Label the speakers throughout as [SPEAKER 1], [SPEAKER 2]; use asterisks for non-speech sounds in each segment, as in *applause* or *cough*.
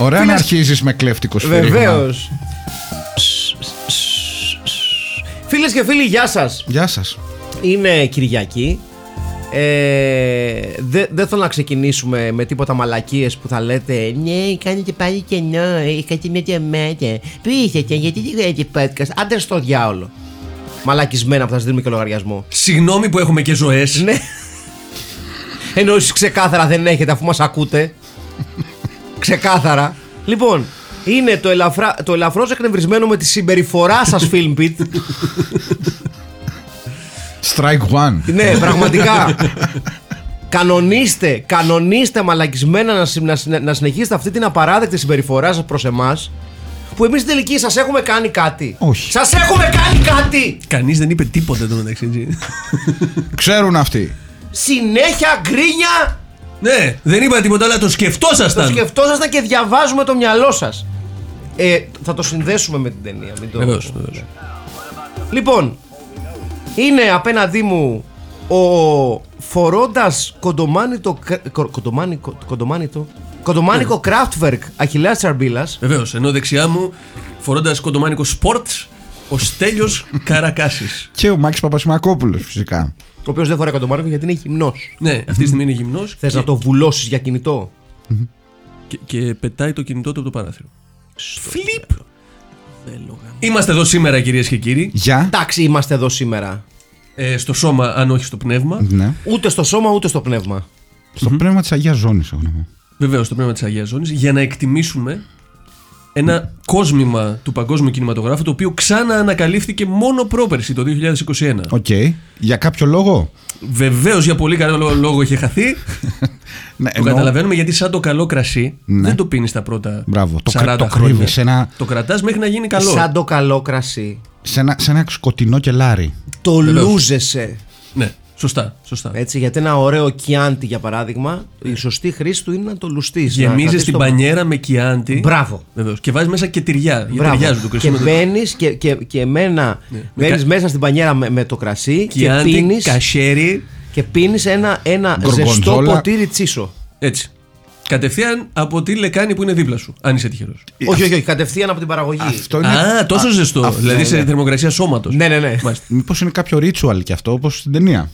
[SPEAKER 1] Ωραία να αρχίζεις με κλέφτικο σφυρίγμα.
[SPEAKER 2] Βεβαίως. Φίλες και φίλοι, γεια σας.
[SPEAKER 1] Γεια σας.
[SPEAKER 2] Είναι Κυριακή. Ε, δε- Δεν θέλω να ξεκινήσουμε με τίποτα μαλακίες που θα λέτε Ναι, κάνετε πάλι κενό, είχατε μια διαμάτια Πού είσαστε, γιατί δεν κάνετε podcast Άντε στο διάολο Μαλακισμένα που θα σας δίνουμε και λογαριασμό
[SPEAKER 3] Συγγνώμη που έχουμε και ζωές.
[SPEAKER 2] Ναι Ενώ εσείς ξεκάθαρα δεν έχετε αφού μας ακούτε Ξεκάθαρα Λοιπόν, είναι το, ελαφρά, το ελαφρώς εκνευρισμένο με τη συμπεριφορά σας Filmpit
[SPEAKER 1] Strike one.
[SPEAKER 2] Ναι, πραγματικά. κανονίστε, κανονίστε μαλακισμένα να, συ- να, συ- να συνεχίσετε αυτή την απαράδεκτη συμπεριφορά σας προς εμάς που εμείς στην τελική σας έχουμε κάνει κάτι.
[SPEAKER 1] Όχι.
[SPEAKER 2] Σας έχουμε κάνει κάτι!
[SPEAKER 3] Κανείς δεν είπε τίποτα εδώ μεταξύ. έτσι.
[SPEAKER 1] Ξέρουν αυτοί.
[SPEAKER 2] Συνέχεια γκρίνια
[SPEAKER 3] ναι, δεν είπα τίποτα, αλλά το
[SPEAKER 2] το
[SPEAKER 3] σκεφτόσασταν.
[SPEAKER 2] σκεφτόσασταν και διαβάζουμε το μυαλό σας. Ε, θα το συνδέσουμε με την ταινία. Μην το...
[SPEAKER 3] Βεβαίως, βεβαίως.
[SPEAKER 2] Λοιπόν, είναι απέναντί μου ο φορώντας κοντομάνιτο, κρα- κο- κοντομάνικο, κοντομάνιτο, κοντομάνικο
[SPEAKER 3] Ναι.
[SPEAKER 2] Kraftwerk Αχιλέας Τσαρμπίλας.
[SPEAKER 3] Βεβαίως. Ενώ δεξιά μου, φορώντας κοντομάνικο σπορτ, ο Στέλιος Καρακάσης.
[SPEAKER 1] Και ο Μάκης Παπασημακόπουλος φυσικά.
[SPEAKER 2] Ο οποίος δεν φοράει κοντομάνικο γιατί είναι γυμνός.
[SPEAKER 3] ναι, αυτή τη στιγμή είναι γυμνός.
[SPEAKER 2] Θες να το βουλώσεις για κινητό.
[SPEAKER 3] Και, και πετάει το κινητό του από το παράθυρο. Φλιπ! Είμαστε εδώ σήμερα, κυρίες και κύριοι.
[SPEAKER 1] Γεια.
[SPEAKER 2] Εντάξει, είμαστε εδώ σήμερα.
[SPEAKER 3] Ε, στο σώμα, αν όχι στο πνεύμα.
[SPEAKER 1] Ναι.
[SPEAKER 2] Ούτε στο σώμα ούτε στο πνεύμα.
[SPEAKER 1] Στο πνεύμα της Αγίας Ζώνης, εγώ να πω.
[SPEAKER 3] Βεβαίως, στο πνεύμα της Αγίας Ζώνης. Για να εκτιμήσουμε ένα κόσμημα του παγκόσμιου κινηματογράφου το οποίο ξαναανακαλύφθηκε μόνο πρόπερση το 2021.
[SPEAKER 1] Οκ. Για κάποιο λόγο.
[SPEAKER 3] Βεβαίως για πολύ καλό λόγο είχε χαθεί.
[SPEAKER 1] Ναι,
[SPEAKER 3] Το καταλαβαίνουμε γιατί σαν το καλό κρασί
[SPEAKER 1] Ναι.
[SPEAKER 3] δεν το πίνεις τα πρώτα
[SPEAKER 1] Μπράβο, το
[SPEAKER 3] 40
[SPEAKER 1] κρυ- το
[SPEAKER 3] χρόνια.
[SPEAKER 1] κρύβεις σε ένα-
[SPEAKER 3] Το κρατάς μέχρι να γίνει καλό.
[SPEAKER 2] Σαν το καλό κρασί.
[SPEAKER 1] σε, ένα, σε ένα σκοτεινό κελάρι.
[SPEAKER 2] Το
[SPEAKER 3] Βεβαίως.
[SPEAKER 2] λούζεσαι.
[SPEAKER 3] Ναι, σωστά. σωστά.
[SPEAKER 2] Έτσι, γιατί ένα ωραίο κιάντι για παράδειγμα, η σωστή χρήση του είναι να το λουστείς.
[SPEAKER 3] Γεμίζει την πανιέρα με κιάντι.
[SPEAKER 2] Μπράβο.
[SPEAKER 3] Βεβαίως. Και βάζεις μέσα και τυριά. Για
[SPEAKER 2] Μπράβο.
[SPEAKER 3] ταιριάζουν το
[SPEAKER 2] και
[SPEAKER 3] κρασί. με το- Ναι,
[SPEAKER 2] μπαίνεις και, και, και εμένα. μπαίνεις
[SPEAKER 3] κα-
[SPEAKER 2] μέσα στην πανιέρα με, με το κρασί και
[SPEAKER 3] Κιάντι,
[SPEAKER 2] πίνεις.
[SPEAKER 3] κασέρι.
[SPEAKER 2] Και πίνεις ένα, ένα ζεστό
[SPEAKER 1] Γκοργοντζόλα.
[SPEAKER 2] ποτήρι τσίσο.
[SPEAKER 1] Ε,
[SPEAKER 3] Έτσι. Κατευθείαν από τη λεκάνη που είναι δίπλα σου, αν είσαι τυχερός.
[SPEAKER 2] όχι, όχι, όχι, κατευθείαν από την παραγωγή.
[SPEAKER 1] Αυτό είναι.
[SPEAKER 3] Α, τόσο ζεστό. δηλαδή σε θερμοκρασία σώματος.
[SPEAKER 2] Ναι, ναι, ναι.
[SPEAKER 1] Μήπως είναι κάποιο ritual κι αυτό, όπως στην ταινία.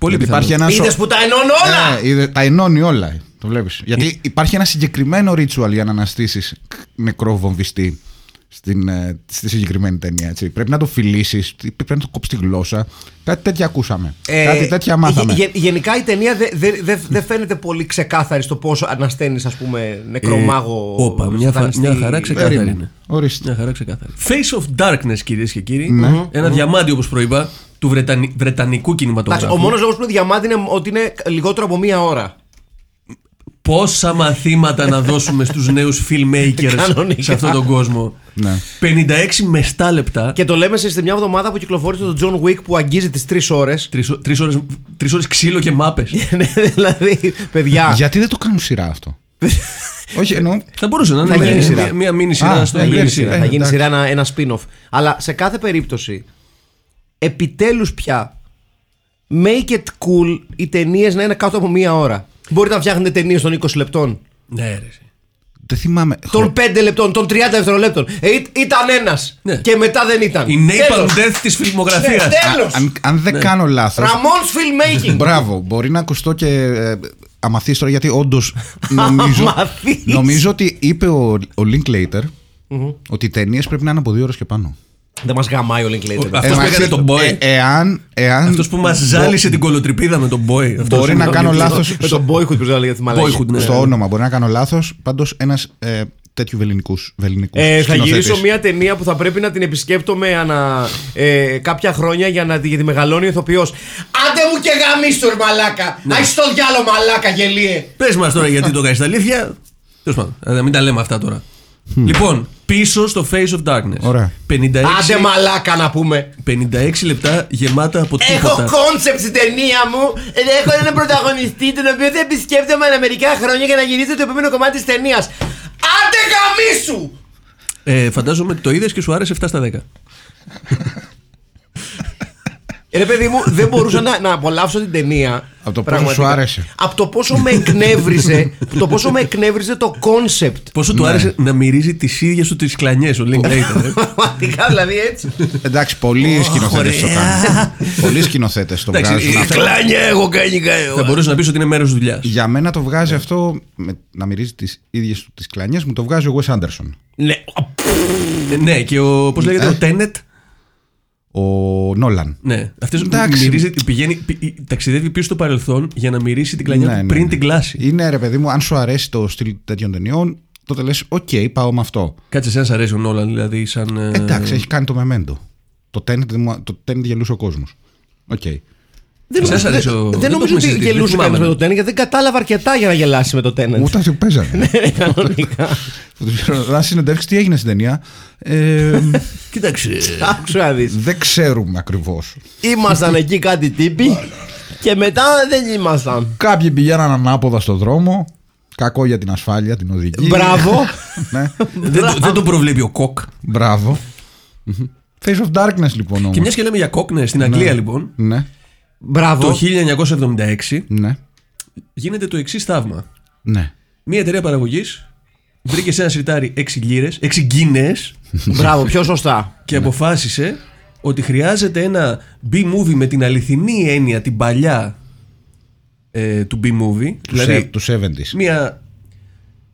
[SPEAKER 3] Πολύ
[SPEAKER 1] Γιατί
[SPEAKER 3] πιθανό.
[SPEAKER 1] υπάρχει ένα.
[SPEAKER 2] Είδες που τα ενώνω όλα!
[SPEAKER 1] Ε, είδε- τα ενώνει όλα. ε, Το βλέπεις. Γιατί υπάρχει ένα συγκεκριμένο ritual για να αναστήσεις νεκρό βομβιστή στην, ε, στη συγκεκριμένη ταινία. Έτσι. Πρέπει να το φιλήσεις, πρέπει να το κόψεις τη γλώσσα. Κάτι τέτοια ακούσαμε.
[SPEAKER 2] Ε,
[SPEAKER 1] Κάτι τέτοια μάθαμε.
[SPEAKER 2] γε- γε- γενικά η ταινία δεν δε, δε, δε φαίνεται πολύ ξεκάθαρη στο πόσο ανασταίνεις, ας πούμε, νεκρομάγο.
[SPEAKER 3] Ε, όπα, μια χα-
[SPEAKER 2] σατανιστή.
[SPEAKER 3] μια χαρά ξεκα-
[SPEAKER 1] Ε, Περίμενε.
[SPEAKER 3] καθαρή είναι.
[SPEAKER 1] Ορίστε.
[SPEAKER 3] Μια χαρά ξεκάθαρη. Face of Darkness, κυρίες και κύριοι.
[SPEAKER 2] Ναι.
[SPEAKER 3] Ένα διαμάντι, όπως προείπα, του Βρετανι- βρετανικού
[SPEAKER 2] Εντάξει,
[SPEAKER 3] κινηματογράφου.
[SPEAKER 2] ο μόνος λόγος που είναι διαμάντη είναι ότι είναι λιγότερο από μία ώρα.
[SPEAKER 3] Πόσα μαθήματα να δώσουμε στους νέους filmmakers
[SPEAKER 2] Κανονικά.
[SPEAKER 3] σε αυτόν τον κόσμο.
[SPEAKER 1] Ναι.
[SPEAKER 3] 56 μεστά λεπτά.
[SPEAKER 2] Και το λέμε σε μια εβδομάδα που κυκλοφόρησε το John Wick που αγγίζει τις τρεις ώρες.
[SPEAKER 3] Τρεις ώρε ξύλο και μάπες.
[SPEAKER 2] *laughs* ναι, δηλαδή, παιδιά.
[SPEAKER 1] Γιατί δεν το κάνουν σειρά
[SPEAKER 2] *laughs*
[SPEAKER 1] αυτό. Όχι, εννοώ.
[SPEAKER 3] Θα μπορούσε να
[SPEAKER 2] Θα
[SPEAKER 3] είναι
[SPEAKER 2] γίνει
[SPEAKER 3] μια-
[SPEAKER 2] σειρά.
[SPEAKER 3] μια- μια μήνυ
[SPEAKER 1] Α,
[SPEAKER 3] σειρά στο
[SPEAKER 1] θα γίνει
[SPEAKER 3] Ιμπέρι
[SPEAKER 1] σειρά.
[SPEAKER 3] σειρά.
[SPEAKER 2] θα γίνει
[SPEAKER 1] εντάξει.
[SPEAKER 2] σειρά ένα, ένα spin-off. Αλλά σε κάθε περίπτωση, επιτέλους πια, make it cool οι ταινίες να είναι κάτω από μία ώρα. Μπορείτε να φτιάχνετε ταινίες των 20 λεπτών,
[SPEAKER 3] Ναι, ρε. εσύ.
[SPEAKER 1] Δεν θυμάμαι.
[SPEAKER 2] των 5 λεπτών, των 30 δευτερολέπτων. Ε, ή- ήταν ένας
[SPEAKER 3] Ναι.
[SPEAKER 2] και μετά δεν ήταν.
[SPEAKER 3] Η Napalm
[SPEAKER 2] Τέλος.
[SPEAKER 3] Death της
[SPEAKER 2] Ναι,
[SPEAKER 3] φιλμογραφίας.
[SPEAKER 2] τέλος.
[SPEAKER 1] αν, αν
[SPEAKER 2] Ναι.
[SPEAKER 1] δεν κάνω λάθος.
[SPEAKER 2] Ramon's filmmaking.
[SPEAKER 1] Μπράβο, μπορεί να ακουστώ και ε, αμαθής τώρα γιατί όντως
[SPEAKER 3] *laughs*
[SPEAKER 1] νομίζω,
[SPEAKER 2] Αμαθής.
[SPEAKER 1] νομίζω ότι είπε ο, ο Linklater ότι οι ταινίες πρέπει να είναι από δύο ώρες και πάνω.
[SPEAKER 2] δεν μας γαμάει ο Linklater.
[SPEAKER 3] Αυτός που
[SPEAKER 1] Εντάξει,
[SPEAKER 3] έκανε τον Boy.
[SPEAKER 1] εάν. εάν
[SPEAKER 3] Αυτός που μας ζάλισε την κολοτριπίδα με τον Boy. Αυτός
[SPEAKER 1] Μπορεί
[SPEAKER 3] είναι
[SPEAKER 1] να
[SPEAKER 3] ο
[SPEAKER 1] κάνω
[SPEAKER 3] Boy.
[SPEAKER 1] λάθος
[SPEAKER 2] Με τον Boyhood που λέγεται τη
[SPEAKER 3] Boyhood, ναι.
[SPEAKER 1] Στο όνομα μπορεί να κάνω λάθος. Πάντως ένας ε, τέτοιου βεληνικούς, βεληνικούς
[SPEAKER 2] Ε, θα
[SPEAKER 1] σκηνοθέτες.
[SPEAKER 2] γυρίσω μια ταινία που θα πρέπει να την επισκέπτομαι ανα, ε, κάποια χρόνια για να τη- γιατί μεγαλώνει ο ηθοποιός. Άντε μου και γαμίστορ, μαλάκα! Ναι. Αϊ το διάλο, μαλάκα, γελίε!
[SPEAKER 3] Πες μας τώρα γιατί το κάνεις τα αλήθεια. Τέλος πάντων, ε, μην τα λέμε αυτά τώρα. Λοιπόν, πίσω στο Face of Darkness.
[SPEAKER 1] Ωραία.
[SPEAKER 3] 56,
[SPEAKER 2] Άντε μαλάκα να πούμε.
[SPEAKER 3] 56 λεπτά γεμάτα από
[SPEAKER 2] Έχω
[SPEAKER 3] τίποτα.
[SPEAKER 2] κόνσεπτ στην ταινία μου. ε, Έχω έναν πρωταγωνιστή, τον οποίο θα επισκέπτομαι ανα μερικά χρόνια για να γυρίσω το επόμενο κομμάτι της ταινίας. Άντε γαμίσου!
[SPEAKER 3] Ε, φαντάζομαι ότι το είδες και σου άρεσε 7 στα 10.
[SPEAKER 2] Ρε παιδί μου, δεν μπορούσα να, να απολαύσω την ταινία.
[SPEAKER 1] Από το πόσο
[SPEAKER 2] πραγματικά.
[SPEAKER 1] σου άρεσε.
[SPEAKER 2] Από το πόσο με εκνεύρισε, το πόσο με εκνεύρισε το κόνσεπτ.
[SPEAKER 3] Πόσο
[SPEAKER 1] Ναι.
[SPEAKER 3] του άρεσε να μυρίζει τις ίδιες του τις κλανιές ο Link Later.
[SPEAKER 1] *laughs*
[SPEAKER 3] ε.
[SPEAKER 2] Πραγματικά δηλαδή έτσι.
[SPEAKER 1] Εντάξει, πολλοί σκηνοθέτες το
[SPEAKER 3] *laughs*
[SPEAKER 1] κάνουν. Πολλοί σκηνοθέτες το
[SPEAKER 3] Εντάξει, ε,
[SPEAKER 1] βγάζουν.
[SPEAKER 3] η
[SPEAKER 1] αυτό.
[SPEAKER 3] κλάνια έχω ναι, κάνει κάτι. Θα μπορούσε να πεις ότι είναι μέρος δουλειάς.
[SPEAKER 1] Για μένα το βγάζει αυτό, με, να μυρίζει τις ίδιες του τις κλανιές, μου το βγάζει ο Wes Anderson.
[SPEAKER 3] Ναι. Ναι, και ο. Πώς λέγεται,
[SPEAKER 1] Ε.
[SPEAKER 3] ο Τένετ.
[SPEAKER 1] Ο Νόλαν.
[SPEAKER 3] Ναι. Αυτές
[SPEAKER 1] Εντάξει.
[SPEAKER 3] μυρίζει, πηγαίνει, πη- ταξιδεύει πίσω στο παρελθόν για να μυρίσει την κλανιά
[SPEAKER 1] Ναι,
[SPEAKER 3] του
[SPEAKER 1] ναι,
[SPEAKER 3] πριν
[SPEAKER 1] ναι.
[SPEAKER 3] την κλάση.
[SPEAKER 1] Είναι ρε παιδί μου, αν σου αρέσει το στυλ τέτοιων ταινιών, τότε λες, οκ, πάω με αυτό.
[SPEAKER 3] Κάτσε, εσένα σ' αρέσει ο Νόλαν, δηλαδή σαν. ε,
[SPEAKER 1] Εντάξει, έχει κάνει το μεμέντο. Το Tenet, μου- το Tenet γελούσε ο κόσμος. Οκ.
[SPEAKER 3] Ε.
[SPEAKER 2] Δεν
[SPEAKER 3] Σας
[SPEAKER 2] νομίζω,
[SPEAKER 3] αρέσει
[SPEAKER 2] δεν-
[SPEAKER 3] ο-
[SPEAKER 2] δεν
[SPEAKER 3] δεν το
[SPEAKER 2] νομίζω
[SPEAKER 3] έχουμε
[SPEAKER 2] ότι
[SPEAKER 3] συζητήσει, δεν
[SPEAKER 2] γελούσε
[SPEAKER 3] θυμάμαι.
[SPEAKER 2] κανείς με το τένετ, γιατί δεν κατάλαβα αρκετά για να γελάσει με το τένετ.
[SPEAKER 1] Ούτε αυτοί που
[SPEAKER 3] Ναι.
[SPEAKER 1] παίζανε.
[SPEAKER 2] *laughs* Κανονικά.
[SPEAKER 1] Που τους ρωτάνε συνεντεύξεις τι έγινε στην ταινία. Ε,
[SPEAKER 3] Κοίταξε.
[SPEAKER 2] Άκουσα να δεις.
[SPEAKER 1] δεν ξέρουμε ακριβώς.
[SPEAKER 2] Ήμασταν εκεί κάτι τύποι και μετά δεν ήμασταν.
[SPEAKER 1] Κάποιοι πηγαίναν ανάποδα στον δρόμο. Κακό για την ασφάλεια, την οδική.
[SPEAKER 2] Μπράβο.
[SPEAKER 1] *laughs* ναι,
[SPEAKER 3] ε, δεν, το- δεν το προβλέπει ο Κοκ.
[SPEAKER 1] μπράβο. Μμμ. Face of Darkness λοιπόν
[SPEAKER 3] Και μια
[SPEAKER 1] όμως.
[SPEAKER 3] και λέμε για Κοκ, ναι, στην Αγγλία λοιπόν,
[SPEAKER 1] Ναι,
[SPEAKER 2] Μπράβο.
[SPEAKER 3] το 1976
[SPEAKER 1] ναι,
[SPEAKER 3] γίνεται το εξής θαύμα.
[SPEAKER 1] ναι.
[SPEAKER 3] Μια εταιρεία παραγωγής βρήκε σε ένα σιρτάρι 6 λίρε, 6 γκίνες
[SPEAKER 2] Μπράβο, πιο σωστά.
[SPEAKER 3] και αποφάσισε ότι χρειάζεται ένα B-movie με την αληθινή έννοια, την παλιά ε, του B-movie.
[SPEAKER 1] Του, σε, του 70s.
[SPEAKER 3] Δηλαδή- μια.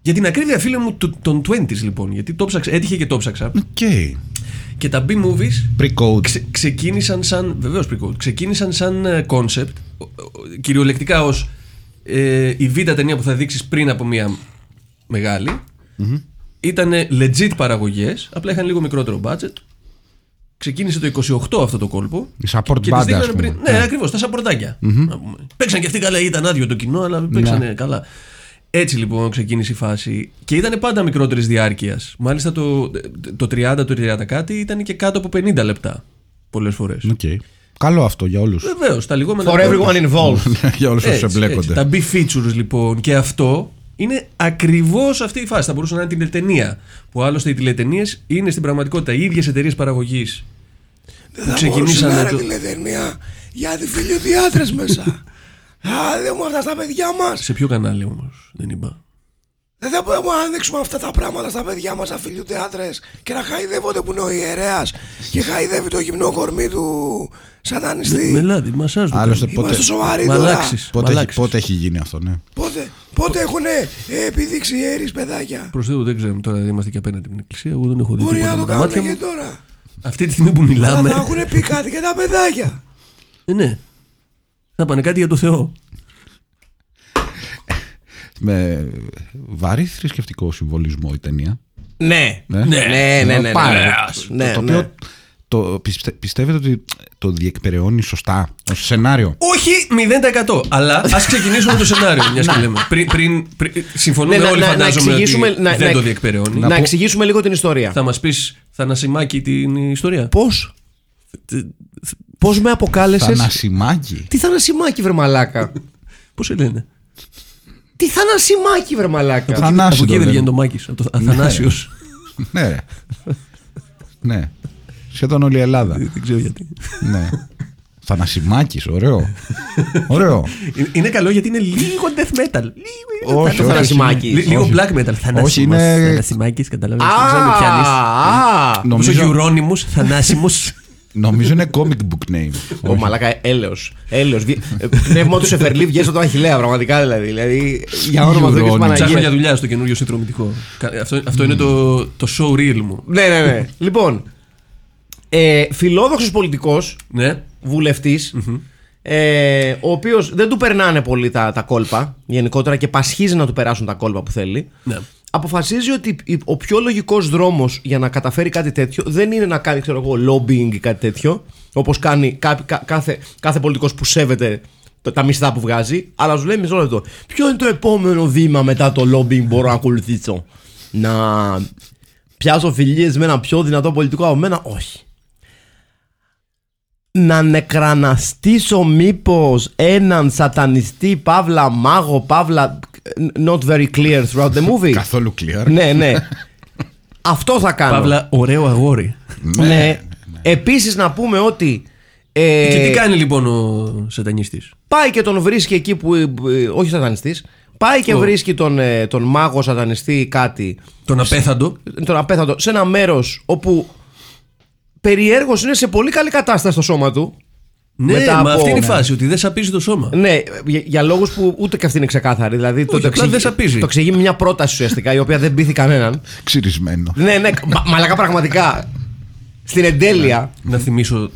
[SPEAKER 3] Για την ακρίβεια, φίλε μου, του- των 20s λοιπόν. Γιατί το ψάξα, έτυχε και το ψάξα.
[SPEAKER 1] Οκ.
[SPEAKER 3] και τα B-movies
[SPEAKER 1] Pre-code.
[SPEAKER 3] Ξε- ξεκίνησαν σαν. Βεβαίως pre-code. Ξεκίνησαν σαν ε, concept. ο- ο- Κυριολεκτικά ως ε, η β' ταινία που θα δείξεις πριν από μια μεγάλη. Ήταν legit παραγωγές, απλά είχαν λίγο μικρότερο budget. Ξεκίνησε το 28 αυτό το κόλπο.
[SPEAKER 1] Η support
[SPEAKER 3] και τις
[SPEAKER 1] band, ας
[SPEAKER 3] δείχνανε
[SPEAKER 1] πούμε.
[SPEAKER 3] Ναι, ακριβώς, τα σαπορτακια Παίξαν και αυτοί καλά, ήταν άδειο το κοινό, αλλά παίξανε
[SPEAKER 2] Ναι.
[SPEAKER 3] καλά. Έτσι λοιπόν ξεκίνησε η φάση. Και ήταν πάντα μικρότερης διάρκειας. Μάλιστα το, το 30, το 30 κάτι ήταν και κάτω από 50 λεπτά. Πολλές φορές.
[SPEAKER 1] Οκ. Καλό αυτό για όλους.
[SPEAKER 3] Βεβαίως, τα λιγόμενα.
[SPEAKER 2] For everyone involved.
[SPEAKER 1] *laughs* για όλους όσου
[SPEAKER 3] Έτσι,
[SPEAKER 1] εμπλέκονται.
[SPEAKER 3] έτσι. Τα B-features λοιπόν και αυτό είναι ακριβώς αυτή η φάση. Θα μπορούσε να είναι τηλετενία. Που άλλωστε οι τηλετενίες είναι στην πραγματικότητα οι ίδιες εταιρείες παραγωγής που
[SPEAKER 4] Ξεκινήσαμε
[SPEAKER 3] ξεκινήσανε.
[SPEAKER 4] να
[SPEAKER 3] Το...
[SPEAKER 4] ταινία γιατί φίλοι οι άντρες μέσα.
[SPEAKER 3] *laughs*
[SPEAKER 4] Α, δεν μου αυτά στα παιδιά μας.
[SPEAKER 3] Σε ποιο κανάλι όμως, δεν είπα.
[SPEAKER 4] Δεν θα μπορούμε να ανοίξουμε αυτά τα πράγματα στα παιδιά μας να φιλιούνται άντρες και να χαϊδεύονται που είναι ο ιερέας και χαϊδεύει το γυμνό κορμί του σατανιστή.
[SPEAKER 3] Μελάδι, μασάζ μου.
[SPEAKER 1] Άλλωστε,
[SPEAKER 3] κάνει.
[SPEAKER 1] πότε-
[SPEAKER 4] Είμαστε σοβαροί τώρα.
[SPEAKER 3] Μαλάξεις.
[SPEAKER 1] Πότε, έχει,
[SPEAKER 3] Μαλάξεις.
[SPEAKER 1] πότε έχει γίνει αυτό, ναι.
[SPEAKER 4] Πότε, πότε έχουν επιδείξει ιερείς παιδάκια.
[SPEAKER 3] Προσθέτω, δεν ξέρουμε τώρα, είμαστε και απέναντι από την εκκλησία. Εγώ δεν έχω δει
[SPEAKER 4] Μπορεί
[SPEAKER 3] τίποτα
[SPEAKER 4] να
[SPEAKER 3] με
[SPEAKER 4] το
[SPEAKER 3] τα
[SPEAKER 4] κάνουν
[SPEAKER 3] μάτια
[SPEAKER 4] και
[SPEAKER 3] μου.
[SPEAKER 4] τώρα.
[SPEAKER 3] Αυτή τη στιγμή που
[SPEAKER 4] Αλλά
[SPEAKER 3] μιλάμε.
[SPEAKER 4] θα έχουν πει κάτι και τα παιδάκια.
[SPEAKER 3] Ε, Ναι. Θα πάνε κάτι για το Θεό.
[SPEAKER 1] Με βαρύ θρησκευτικό συμβολισμό η ταινία.
[SPEAKER 2] Ναι.
[SPEAKER 1] Ναι.
[SPEAKER 2] Ναι, ναι, ναι, ναι.
[SPEAKER 1] Πάρα.
[SPEAKER 2] Ναι,
[SPEAKER 1] το
[SPEAKER 2] ναι.
[SPEAKER 1] οποίο το, πιστε- πιστεύετε ότι το διεκπεραιώνει σωστά ως σενάριο.
[SPEAKER 3] Όχι 0%. Αλλά ας ξεκινήσουμε το σενάριο, μιας και λέμε. Πριν, πριν, πριν, συμφωνούμε
[SPEAKER 2] Ναι, να-
[SPEAKER 3] όλοι,
[SPEAKER 2] να- να
[SPEAKER 3] φαντάζομαι,
[SPEAKER 2] εξηγήσουμε-
[SPEAKER 3] ότι
[SPEAKER 2] να-
[SPEAKER 3] δεν
[SPEAKER 2] να-
[SPEAKER 3] το διεκπεραιώνει.
[SPEAKER 2] Να
[SPEAKER 1] πω-
[SPEAKER 2] εξηγήσουμε λίγο την ιστορία.
[SPEAKER 3] Θα μας πεις θανασιμάκι την ιστορία.
[SPEAKER 2] Πώς Πώς με
[SPEAKER 3] Ε,
[SPEAKER 2] αποκάλεσες
[SPEAKER 1] Θανασιμάκι.
[SPEAKER 2] Τι θανασιμάκι βρε μαλάκα
[SPEAKER 3] Πώς σε λένε.
[SPEAKER 2] Τι θανασιμάκι βρε μαλάκα
[SPEAKER 3] από
[SPEAKER 1] Θανάση το
[SPEAKER 3] εκεί δεν
[SPEAKER 1] λένε.
[SPEAKER 3] βγαίνει το Μάκης. Από το Αθανάσιος.
[SPEAKER 1] Ναι. ρε. ναι. Σχεδόν όλη η Ελλάδα.
[SPEAKER 3] δεν ξέρω γιατί.
[SPEAKER 1] ναι. Θανασιμάκης, ωραίο. ωραίο.
[SPEAKER 3] Είναι- Είναι καλό γιατί είναι λίγο death metal. Λίγο-
[SPEAKER 1] Όχι,
[SPEAKER 2] το
[SPEAKER 1] όχι,
[SPEAKER 2] θανασιμάκι.
[SPEAKER 3] Λι- Λίγο
[SPEAKER 1] όχι.
[SPEAKER 3] black metal. Θανάσιμος,
[SPEAKER 1] είναι-
[SPEAKER 3] Θανασιμάκης, καταλαβαίνεις.
[SPEAKER 2] Α,
[SPEAKER 3] Δεν ξέρω αν πιάνεις.
[SPEAKER 2] α,
[SPEAKER 3] Νομίζω
[SPEAKER 1] Νομίζω,
[SPEAKER 3] Γιουρόνιμος,
[SPEAKER 2] *laughs*
[SPEAKER 3] Θανάσιμος.
[SPEAKER 1] νομίζω είναι comic book name.
[SPEAKER 2] Ο μαλάκα, έλεος. Έλεος. Βγε- ε, Πνεύμα του Σεφερλί βγαίνει από τον Αχηλέα, πραγματικά δηλαδή. Δηλαδή, για όνομα του και της
[SPEAKER 1] Γιουρώνει.
[SPEAKER 3] Ψάχνω για
[SPEAKER 2] Παναγίας.
[SPEAKER 3] δουλειά στο καινούριο συνδρομητικό. Κα- Αυτό, αυτό είναι το, το show reel μου.
[SPEAKER 2] Ναι, ναι, ναι. Λοιπόν, ε, φιλόδοξος πολιτικός,
[SPEAKER 3] Ναι.
[SPEAKER 2] βουλευτής, ε, ο οποίος δεν του περνάνε πολύ τα, τα κόλπα γενικότερα και πασχίζει να του περάσουν τα κόλπα που θέλει.
[SPEAKER 3] Ναι.
[SPEAKER 2] αποφασίζει ότι η- ο πιο λογικός δρόμος για να καταφέρει κάτι τέτοιο δεν είναι να κάνει, ξέρω εγώ, lobbying ή κάτι τέτοιο, όπως κάνει κά- κα- κάθε, κάθε πολιτικός που σέβεται το- τα μισθά που βγάζει, αλλά σου λέει μισό λεπτό. Ποιο είναι το επόμενο βήμα μετά το lobbying που μπορώ να ακολουθήσω, Να πιάσω φιλίες με ένα πιο δυνατό πολιτικό από μένα, όχι. Να νεκραναστήσω μήπως έναν σατανιστή, παύλα μάγο, παύλα not very clear throughout the movie.
[SPEAKER 1] *laughs* Καθόλου clear.
[SPEAKER 2] Ναι, ναι. Αυτό θα κάνω.
[SPEAKER 3] Παύλα, ωραίο αγόρι.
[SPEAKER 2] Ναι. Επίσης να πούμε ότι. ε,
[SPEAKER 3] Και τι κάνει λοιπόν ο σατανιστής.
[SPEAKER 2] Πάει και τον βρίσκει εκεί που. ε, όχι σατανιστής Πάει και
[SPEAKER 3] Ω.
[SPEAKER 2] βρίσκει τον, ε, τον μάγο σατανιστή κάτι.
[SPEAKER 3] Τον απέθαντο.
[SPEAKER 2] Τον απέθαντο. Σε ένα μέρος όπου. Περιέργως είναι σε πολύ καλή κατάσταση το σώμα του.
[SPEAKER 3] Ναι,
[SPEAKER 2] Μετά
[SPEAKER 3] μα
[SPEAKER 2] από-
[SPEAKER 3] αυτή είναι η
[SPEAKER 2] ναι.
[SPEAKER 3] φάση, ότι δεν σαπίζει το σώμα.
[SPEAKER 2] Ναι, για, για λόγους που ούτε και αυτή είναι ξεκάθαρη. Δηλαδή το,
[SPEAKER 3] Όχι,
[SPEAKER 2] το,
[SPEAKER 3] απλά δεν σαπίζει.
[SPEAKER 2] το εξηγεί μια πρόταση ουσιαστικά η οποία δεν πείθει κανέναν.
[SPEAKER 1] Ξυρισμένο.
[SPEAKER 2] ναι, ναι, μα- μαλακά πραγματικά. Στην εντέλεια.
[SPEAKER 3] Να θυμίσω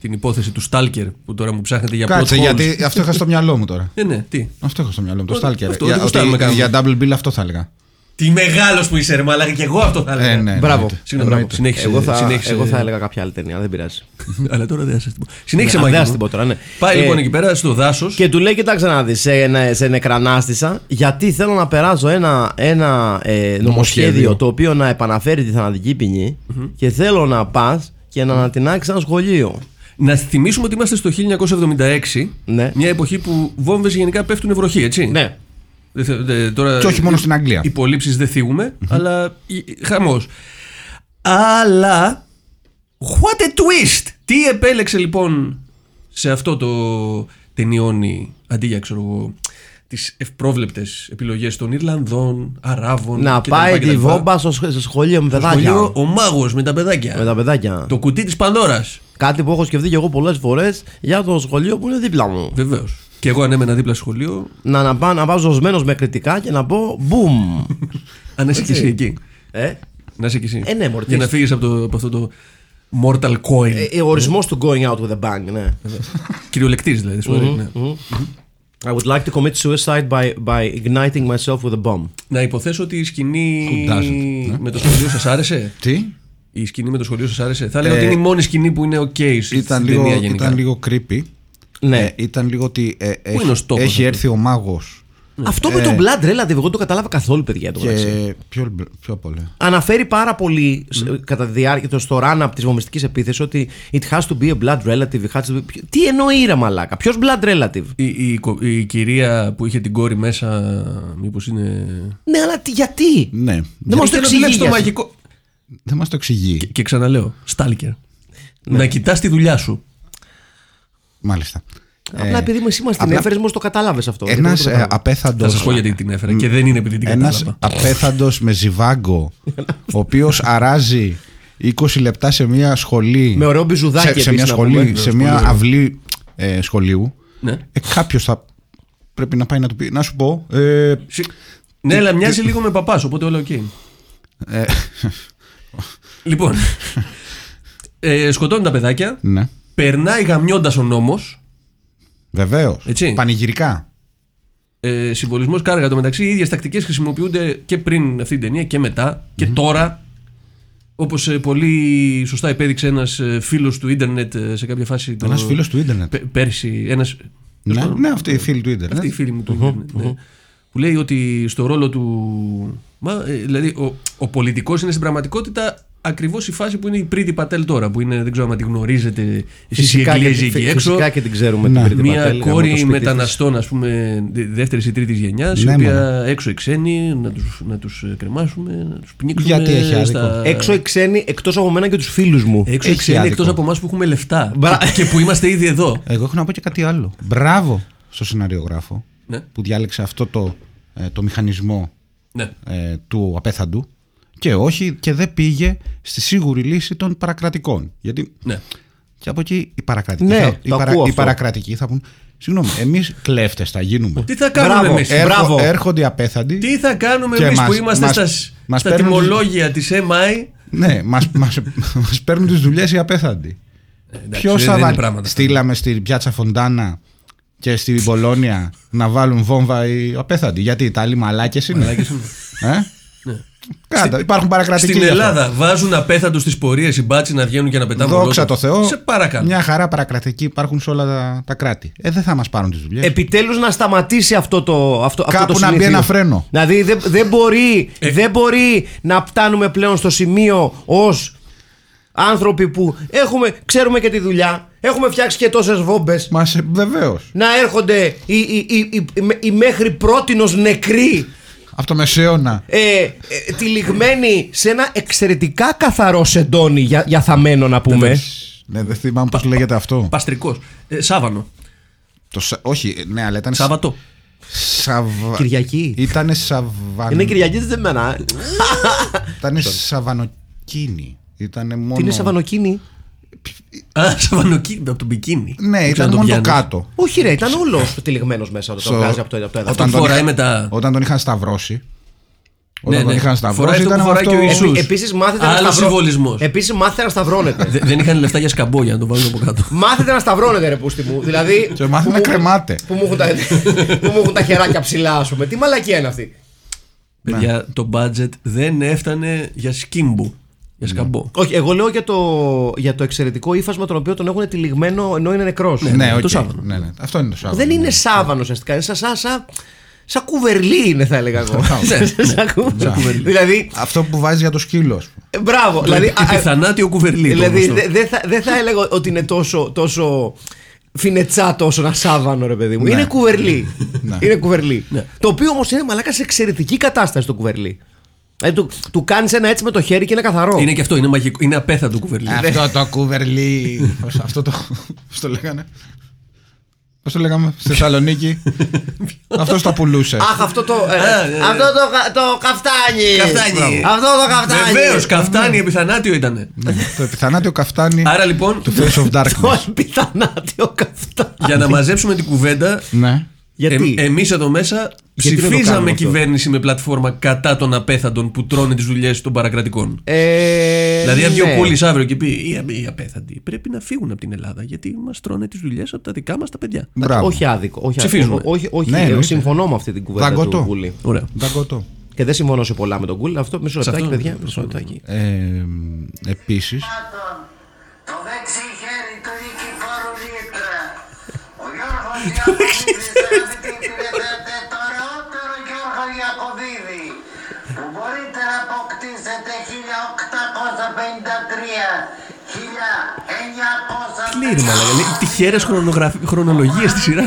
[SPEAKER 3] την υπόθεση του Στάλκερ που τώρα μου ψάχνετε για
[SPEAKER 1] Κάτσε,
[SPEAKER 3] plot holes.
[SPEAKER 1] Ε, γιατί αυτό είχα στο μυαλό μου τώρα.
[SPEAKER 3] Ναι, ναι, τι.
[SPEAKER 1] Αυτό είχα στο μυαλό μου. Το
[SPEAKER 3] Αυτό,
[SPEAKER 1] Stalker.
[SPEAKER 3] αυτό,
[SPEAKER 1] για,
[SPEAKER 3] δεν γουστάρουμε
[SPEAKER 1] ότι-
[SPEAKER 3] καν.
[SPEAKER 1] για double bill αυτό θα έλεγα.
[SPEAKER 3] Τι μεγάλος που είσαι, ρε Μαλάκα, και εγώ αυτό θα
[SPEAKER 1] Ε,
[SPEAKER 3] έλεγα.
[SPEAKER 1] ναι,
[SPEAKER 2] Μπράβο.
[SPEAKER 1] εννοείται.
[SPEAKER 3] Συγγνώμη,
[SPEAKER 1] Εννοείται.
[SPEAKER 3] μπράβο. Συνέχισε.
[SPEAKER 2] Εγώ θα,
[SPEAKER 3] συνέχισε.
[SPEAKER 2] εγώ θα έλεγα κάποια άλλη ταινία, δεν πειράζει.
[SPEAKER 3] *laughs* Αλλά τώρα δεν θα σα την πω. Συνέχισε,
[SPEAKER 2] Ναι,
[SPEAKER 3] Μάκη
[SPEAKER 2] δεν
[SPEAKER 3] μου.
[SPEAKER 2] θα την πω τώρα, ναι.
[SPEAKER 3] Πάει
[SPEAKER 2] Ε,
[SPEAKER 3] λοιπόν εκεί πέρα στο δάσος.
[SPEAKER 2] Και του λέει: Κοιτάξτε να δεις, σε, νε- σε νεκρανάστησα, γιατί θέλω να περάσω ένα, ένα ε, νομοσχέδιο,
[SPEAKER 1] Νομοσχέδιο.
[SPEAKER 2] το οποίο να επαναφέρει τη θανατική ποινή και θέλω να πας και να ανατινάξεις ένα σχολείο.
[SPEAKER 3] Να θυμίσουμε ότι είμαστε στο 1976.
[SPEAKER 2] Ναι.
[SPEAKER 3] Μια εποχή που βόμβες γενικά πέφτουν βροχή, έτσι.
[SPEAKER 2] Ναι.
[SPEAKER 3] Δεν θε- δε- τώρα,
[SPEAKER 1] Και όχι μόνο στην Αγγλία.
[SPEAKER 3] Υπολήψει δεν θίγουμε, αλλά χαμός. Αλλά. What a twist! Τι επέλεξε λοιπόν σε αυτό το ταινιόνι αντί για ξέρω εγώ τις ευπρόβλεπτες επιλογές των Ιρλανδών, Αράβων
[SPEAKER 2] Να
[SPEAKER 3] κτλ,
[SPEAKER 2] πάει
[SPEAKER 3] κτλ.
[SPEAKER 2] τη βόμπα στο, σχ- στο σχολείο με παιδάκια.
[SPEAKER 3] Ο, ο μάγος με τα παιδάκια.
[SPEAKER 2] Με τα παιδάκια.
[SPEAKER 3] Το κουτί της Πανδώρας.
[SPEAKER 2] Κάτι που έχω σκεφτεί και εγώ πολλές φορές για το σχολείο που είναι δίπλα μου.
[SPEAKER 3] Βεβαίως. Και εγώ αν έμενα δίπλα στο σχολείο,
[SPEAKER 2] Να, να, πάω- να πάω ζωσμένο με κριτικά και να πω μπούμ.
[SPEAKER 3] αν είσαι και εσύ εκεί.
[SPEAKER 2] ε,
[SPEAKER 3] Να είσαι και εσύ.
[SPEAKER 2] Ε, ναι, μωρέ,
[SPEAKER 3] Για να
[SPEAKER 2] τι-
[SPEAKER 3] φύγεις από, το- από αυτό το mortal coil.
[SPEAKER 2] ε, ο ορισμός του going out with a bang, ναι.
[SPEAKER 3] *laughs* Κυριολεκτής δηλαδή. σου λέει, ναι.
[SPEAKER 2] I would like to commit suicide by, by igniting myself with a bomb.
[SPEAKER 3] Να υποθέσω ότι η σκηνή
[SPEAKER 1] Who doesn't, ναι.
[SPEAKER 3] με το σχολείο σας άρεσε.
[SPEAKER 1] Τι?
[SPEAKER 3] Η σκηνή με το σχολείο σας άρεσε. Θα λέω ότι είναι η μόνη σκηνή που είναι ok
[SPEAKER 1] Ε,
[SPEAKER 3] στην
[SPEAKER 1] Ήταν
[SPEAKER 3] ταινία
[SPEAKER 1] λίγο,
[SPEAKER 3] γενικά.
[SPEAKER 1] ήταν λίγο creepy.
[SPEAKER 2] Ναι.
[SPEAKER 1] Ε, ήταν λίγο ότι ε,
[SPEAKER 3] είναι ο
[SPEAKER 1] έχει,
[SPEAKER 3] στόχος
[SPEAKER 1] έχει
[SPEAKER 3] αυτού?
[SPEAKER 1] έρθει ο μάγος.
[SPEAKER 2] Αυτό με τον Blood Relative, εγώ το κατάλαβα καθόλου, παιδιά. Το μεταξύ.
[SPEAKER 1] ε, Και πιο, πιο πολλά. τη
[SPEAKER 2] Αναφέρει πάρα πολύ σ- κατά τη διάρκεια του στο run-up της βομβιστικής επίθεσης ότι it has to be a blood relative. It has to be... Τι εννοεί ρε μαλάκα, ποιος blood relative.
[SPEAKER 3] Η, η, κο- η κυρία που είχε την κόρη μέσα, μήπως είναι.
[SPEAKER 2] Ναι, αλλά τι, γιατί.
[SPEAKER 1] Ναι.
[SPEAKER 2] Δεν μας το
[SPEAKER 3] Θέλω να
[SPEAKER 2] εξηγεί.
[SPEAKER 3] δουλέψει το
[SPEAKER 2] για-
[SPEAKER 3] μαγικό.
[SPEAKER 1] Δεν μας το εξηγεί.
[SPEAKER 3] Και ξαναλέω, Στάλκερ.
[SPEAKER 2] Ναι.
[SPEAKER 3] Να κοιτάς τη δουλειά σου. Ε,
[SPEAKER 1] Μάλιστα.
[SPEAKER 2] Απλά επειδή εσύ μα την
[SPEAKER 1] ε, απλά- ε,
[SPEAKER 2] έφερες, μόλις το κατάλαβες αυτό.
[SPEAKER 1] Ένας
[SPEAKER 2] Δεν το κατάλαβα.
[SPEAKER 1] απέθαντος.
[SPEAKER 3] Θα σας πω γιατί την έφερα. Και δεν είναι επειδή την
[SPEAKER 1] Ένας
[SPEAKER 3] κατάλαβα.
[SPEAKER 1] απέθαντος με ζιβάγκο, ο οποίος αράζει 20 λεπτά σε μια σχολή.
[SPEAKER 2] Με ωραίο μπιζουδάκι
[SPEAKER 1] σε, σε
[SPEAKER 2] επίσης
[SPEAKER 1] μια
[SPEAKER 2] να
[SPEAKER 1] σχολή,
[SPEAKER 2] πούμε.
[SPEAKER 1] σε μια αυλή ε, σχολείου.
[SPEAKER 3] Ναι.
[SPEAKER 1] Ε, Κάποιος θα πρέπει να πάει να του πει. Να σου πω. Ε,
[SPEAKER 3] Συ- Ναι, αλλά μοιάζει λίγο με παπάς, οπότε όλα οκ.
[SPEAKER 1] ε, *laughs*
[SPEAKER 3] Λοιπόν. ε, σκοτώνει τα παιδάκια.
[SPEAKER 1] ναι.
[SPEAKER 3] Περνάει γαμιώντας ο νόμος.
[SPEAKER 1] Βεβαίως.
[SPEAKER 3] Έτσι.
[SPEAKER 1] Πανηγυρικά.
[SPEAKER 3] Ε, Συμβολισμός κάργα το μεταξύ. Οι ίδιες τακτικές χρησιμοποιούνται και πριν αυτή την ταινία και μετά και τώρα. Όπως πολύ σωστά υπέδειξε ένα φίλος του ίντερνετ ε, σε κάποια φάση. το-
[SPEAKER 1] Ένας φίλος του Ιντερνετ.
[SPEAKER 3] πε- Πέρσι, ένας.
[SPEAKER 1] Ναι, ναι, αυτή η φίλη του Ιντερνετ.
[SPEAKER 3] Αυτή η φίλη μου του ίντερνετ, ναι. Που λέει ότι στο ρόλο του. Μα, ε, δηλαδή, ο, ο πολιτικός είναι στην πραγματικότητα ακριβώς η φάση που είναι η Πρίτη Πατέλ τώρα. Που είναι, δεν ξέρω αν τη γνωρίζετε. Εσείς οι
[SPEAKER 2] και,
[SPEAKER 3] Εγγλέζοι εκεί
[SPEAKER 2] φυ-
[SPEAKER 3] έξω.
[SPEAKER 2] φυσικά και την ξέρουμε.
[SPEAKER 1] Ναι.
[SPEAKER 2] την Πρίτη
[SPEAKER 3] Μια
[SPEAKER 2] Πατέλ, γαμώ το
[SPEAKER 3] κόρη
[SPEAKER 2] σπίτι της.
[SPEAKER 3] μεταναστών, ας πούμε, δεύτερης ή τρίτης γενιάς, η
[SPEAKER 1] Ναι,
[SPEAKER 3] οποία έξω οι ξένοι, να τους να τους ε, κρεμάσουμε, να τους πνίξουμε.
[SPEAKER 1] Γιατί έχει άδικο.
[SPEAKER 2] Έξω οι ξένοι, εκτός από εμένα και τους φίλους μου.
[SPEAKER 3] έξω οι
[SPEAKER 1] έχει
[SPEAKER 3] ξένοι
[SPEAKER 1] άδικο.
[SPEAKER 3] εκτό από εμάς που έχουμε λεφτά
[SPEAKER 2] Μπρα-
[SPEAKER 3] και, και που είμαστε ήδη εδώ.
[SPEAKER 1] Εγώ έχω να πω και κάτι άλλο. Μπράβο στο σεναριογράφο
[SPEAKER 3] Ναι.
[SPEAKER 1] που διάλεξε αυτό το, ε, το μηχανισμό
[SPEAKER 3] ναι.
[SPEAKER 1] ε, του απέθαντου και όχι και δεν πήγε στη σίγουρη λύση των παρακρατικών. Γιατί
[SPEAKER 3] ναι.
[SPEAKER 1] και από εκεί οι παρακρατικοί,
[SPEAKER 2] Ναι,
[SPEAKER 1] θα, οι,
[SPEAKER 2] το
[SPEAKER 1] παρα,
[SPEAKER 2] ακούω
[SPEAKER 1] οι
[SPEAKER 2] αυτό.
[SPEAKER 1] παρακρατικοί θα πούν Συγγνώμη, εμείς κλέφτες θα γίνουμε.
[SPEAKER 3] Τι θα κάνουμε
[SPEAKER 2] Μπράβο,
[SPEAKER 3] εμείς.
[SPEAKER 2] ε, μπράβο.
[SPEAKER 1] έρχονται οι απέθαντοι.
[SPEAKER 3] Τι θα κάνουμε
[SPEAKER 1] Και
[SPEAKER 3] εμείς
[SPEAKER 1] μας-
[SPEAKER 3] που είμαστε
[SPEAKER 1] μας-
[SPEAKER 3] στα,
[SPEAKER 1] μας
[SPEAKER 3] στα
[SPEAKER 1] παίρνουν-
[SPEAKER 3] τιμολόγια της MI.
[SPEAKER 1] Ναι, μας, μας, μας παίρνουν τις δουλειές οι απέθαντοι. Ποιος
[SPEAKER 3] δεν
[SPEAKER 1] θα
[SPEAKER 3] είναι
[SPEAKER 1] βάλει.
[SPEAKER 3] πράγματα.
[SPEAKER 1] Στείλαμε στην πιάτσα Φοντάνα και στην Πολόνια να βάλουν βόμβα οι απέθαντοι. Γιατί οι Ιταλοί μαλάκες είναι. Ε? Κάτω. Υπάρχουν παρακρατικοί.
[SPEAKER 3] Ναι.
[SPEAKER 1] γι'
[SPEAKER 3] Στην
[SPEAKER 1] αυτό.
[SPEAKER 3] Ελλάδα βάζουν απέθαντος στι πορείες οι μπάτσι να βγαίνουν και να πετάνε
[SPEAKER 1] Δόξα
[SPEAKER 3] ολόκληρο.
[SPEAKER 1] τω Θεώ.
[SPEAKER 3] Σε παρακαλώ.
[SPEAKER 1] Μια χαρά παρακρατικοί υπάρχουν σε όλα τα, τα κράτη. Ε, δεν θα μας πάρουν τις δουλειές.
[SPEAKER 2] Επιτέλους να σταματήσει αυτό το. Αυτό, αυτό
[SPEAKER 1] Κάπου
[SPEAKER 2] το
[SPEAKER 1] να μπει
[SPEAKER 2] συνήθειο.
[SPEAKER 1] ένα φρένο.
[SPEAKER 2] Δηλαδή δεν δεν μπορεί, δεν μπορεί να φτάνουμε πλέον στο σημείο ως άνθρωποι που έχουμε, ξέρουμε και τη δουλειά, έχουμε φτιάξει και τόσες βόμπες.
[SPEAKER 1] Μα βεβαίως.
[SPEAKER 2] Να έρχονται οι, οι, οι, οι, οι μέχρι πρότινος νεκροί
[SPEAKER 1] Αυτό μεσαίωνα.
[SPEAKER 2] ε, ε, τυλιγμένοι σε ένα εξαιρετικά καθαρό σεντόνι για, για θαμένο να πούμε.
[SPEAKER 1] Ναι, δεν θυμάμαι πώς λέγεται αυτό.
[SPEAKER 3] Παστρικός. Ε, σάβανο.
[SPEAKER 1] Το σα- Όχι, ε, ναι, αλλά ήταν.
[SPEAKER 3] Σάββατο.
[SPEAKER 1] Σαβα...
[SPEAKER 2] Κυριακή.
[SPEAKER 1] Ήτανε σαβαν...
[SPEAKER 2] Είναι Κυριακή δεν μένα.
[SPEAKER 1] Ήτανε σαβανοκίνη. Ήτανε μόνο...
[SPEAKER 2] Τι είναι Σαββανοκίνη.
[SPEAKER 3] Α, σαβανοκίνητο από τον πικίνι.
[SPEAKER 1] Ναι, ήταν μόνο το κάτω.
[SPEAKER 2] Όχι ρε, ήταν όλο τυλιγμένος μέσα όταν
[SPEAKER 1] Στο-
[SPEAKER 2] το βγάζει από το, από το έδαφος.
[SPEAKER 3] Όταν φοράει
[SPEAKER 1] είχα-
[SPEAKER 3] μετά.
[SPEAKER 1] Όταν τον είχαν σταυρώσει. Όταν
[SPEAKER 3] Ναι,
[SPEAKER 1] τον
[SPEAKER 3] ναι.
[SPEAKER 1] είχαν
[SPEAKER 3] Φοράει
[SPEAKER 1] σταυρώσει
[SPEAKER 3] αυτό
[SPEAKER 1] ήταν
[SPEAKER 3] που φοράει
[SPEAKER 1] αυτό.
[SPEAKER 3] και ο Ιησούς.
[SPEAKER 2] Επί- Επίσης μάθετε να
[SPEAKER 3] Άλλος
[SPEAKER 2] σταυρώ-
[SPEAKER 3] συμβολισμός.
[SPEAKER 2] Επίσης μάθετε να *laughs* σταυρώνετε.
[SPEAKER 3] Δεν είχαν λεφτά για σκαμπό για να το βάλουν από κάτω.
[SPEAKER 1] Ναι.
[SPEAKER 2] μάθετε να σταυρώνετε ρε πούστη μου. Δηλαδή.
[SPEAKER 1] Σε μάθετε να
[SPEAKER 2] που μου-
[SPEAKER 1] κρεμάτε.
[SPEAKER 2] Που μου έχουν *laughs* τα, που μου έχουν τα χεράκια ψηλά, ας πούμε. Τι μαλακία είναι αυτή.
[SPEAKER 3] Παιδιά, το budget δεν έφτανε για σκύμπου.
[SPEAKER 1] Ναι.
[SPEAKER 3] Για σκαμπό.
[SPEAKER 2] Όχι, εγώ λέω για το, για το εξαιρετικό ύφασμα τον οποίο τον έχουν τυλιγμένο ενώ είναι νεκρός.
[SPEAKER 1] Ναι,
[SPEAKER 3] το
[SPEAKER 1] οκ.
[SPEAKER 3] σάβανο.
[SPEAKER 1] Ναι, ναι. Αυτό είναι το σάβανο.
[SPEAKER 2] Δεν είναι σάβανο ουσιαστικά. Είναι σαν, σαν, σαν, σαν κουβερλί είναι, θα έλεγα εγώ.
[SPEAKER 1] Ναι,
[SPEAKER 2] *laughs* Σαν κουβερλί. Δηλαδή.
[SPEAKER 1] Αυτό που βάζει για το σκύλο. ας πούμε.
[SPEAKER 2] ε, Μπράβο.
[SPEAKER 3] Δηλαδή,
[SPEAKER 2] Δηλαδή,
[SPEAKER 3] και
[SPEAKER 2] α-
[SPEAKER 3] τη θανάτιο κουβερλί. το
[SPEAKER 2] δηλαδή
[SPEAKER 3] γνωστό.
[SPEAKER 2] δε- δεν θα, δεν θα έλεγα ότι είναι τόσο, τόσο φινετσά τόσο ένα σάβανο, ρε
[SPEAKER 3] Ναι.
[SPEAKER 2] παιδί μου. Είναι κουβερλί. είναι κουβερλί. Το οποίο όμως είναι μαλάκας σε εξαιρετική κατάσταση το κουβερλί. Δηλαδή του, του κάνεις ένα έτσι με το χέρι και είναι καθαρό.
[SPEAKER 3] Είναι και αυτό, είναι, μαγικό, είναι απέθαντο κουβερλί.
[SPEAKER 1] Αυτό το κουβερλί. Πώς- Αυτό το. Πώς το λέγανε. Πώς το
[SPEAKER 2] *laughs*
[SPEAKER 1] λέγαμε στη Θεσσαλονίκη. Αυτός τα πουλούσε.
[SPEAKER 2] Αχ, αυτό το. ε,
[SPEAKER 3] Α, ναι, ναι.
[SPEAKER 2] αυτό το, κα- το καφτάνι.
[SPEAKER 3] Καφτάνι.
[SPEAKER 2] Μπράβο. Αυτό το καφτάνι. Ναι.
[SPEAKER 3] Βεβαίω, καφτάνι επιθανάτιο ήταν.
[SPEAKER 1] Ναι, Το επιθανάτιο καφτάνι
[SPEAKER 3] Άρα λοιπόν,
[SPEAKER 1] του Face of Darkness.
[SPEAKER 2] Το πιθανάτιο καφτάνι.
[SPEAKER 3] για να μαζέψουμε την κουβέντα,
[SPEAKER 1] Ναι.
[SPEAKER 2] Γιατί.
[SPEAKER 3] εμείς εδώ μέσα
[SPEAKER 2] Γιατί δεν το κάνουμε
[SPEAKER 3] ψηφίζαμε
[SPEAKER 2] αυτό.
[SPEAKER 3] κυβέρνηση με πλατφόρμα κατά των απέθαντων που τρώνε τις δουλειές των παρακρατικών.
[SPEAKER 2] Ε,
[SPEAKER 3] Δηλαδή, αν βγει
[SPEAKER 2] ναι.
[SPEAKER 3] ο Κούλη αύριο και πει οι, α- οι απέθαντοι πρέπει να φύγουν από την Ελλάδα γιατί μας τρώνε τις δουλειές από τα δικά μας τα παιδιά.
[SPEAKER 1] Μπράβο.
[SPEAKER 2] Όχι άδικο. Όχι, άδικο.
[SPEAKER 3] Ψηφίζουμε.
[SPEAKER 2] όχι, όχι ε,
[SPEAKER 1] Ναι, εννοείται.
[SPEAKER 2] συμφωνώ με αυτή την κουβέντα
[SPEAKER 1] Δαγκωτό.
[SPEAKER 2] του Κούλη.
[SPEAKER 3] Ωραία.
[SPEAKER 1] Δαγκωτό.
[SPEAKER 2] Και δεν συμφωνώ σε πολλά με τον Κούλη. Αυτό μισό λεπτάκι,
[SPEAKER 3] αυτό,
[SPEAKER 2] παιδιά. Μισό λεπτάκι.
[SPEAKER 1] Ε, Επίσης.
[SPEAKER 5] Το δεξί χέρι του Νικηφόρου Λίτρα. Ο Γιώργος Ιακωβίδης αγαπητοί το ωραιότερο Γιώργο Ιακωβίδη που μπορείτε να αποκτήσετε 1853 1900
[SPEAKER 3] Πλήρη μαλακά. λέει, Τυχαίες χρονογραφ- χρονολογίες στη σειρά.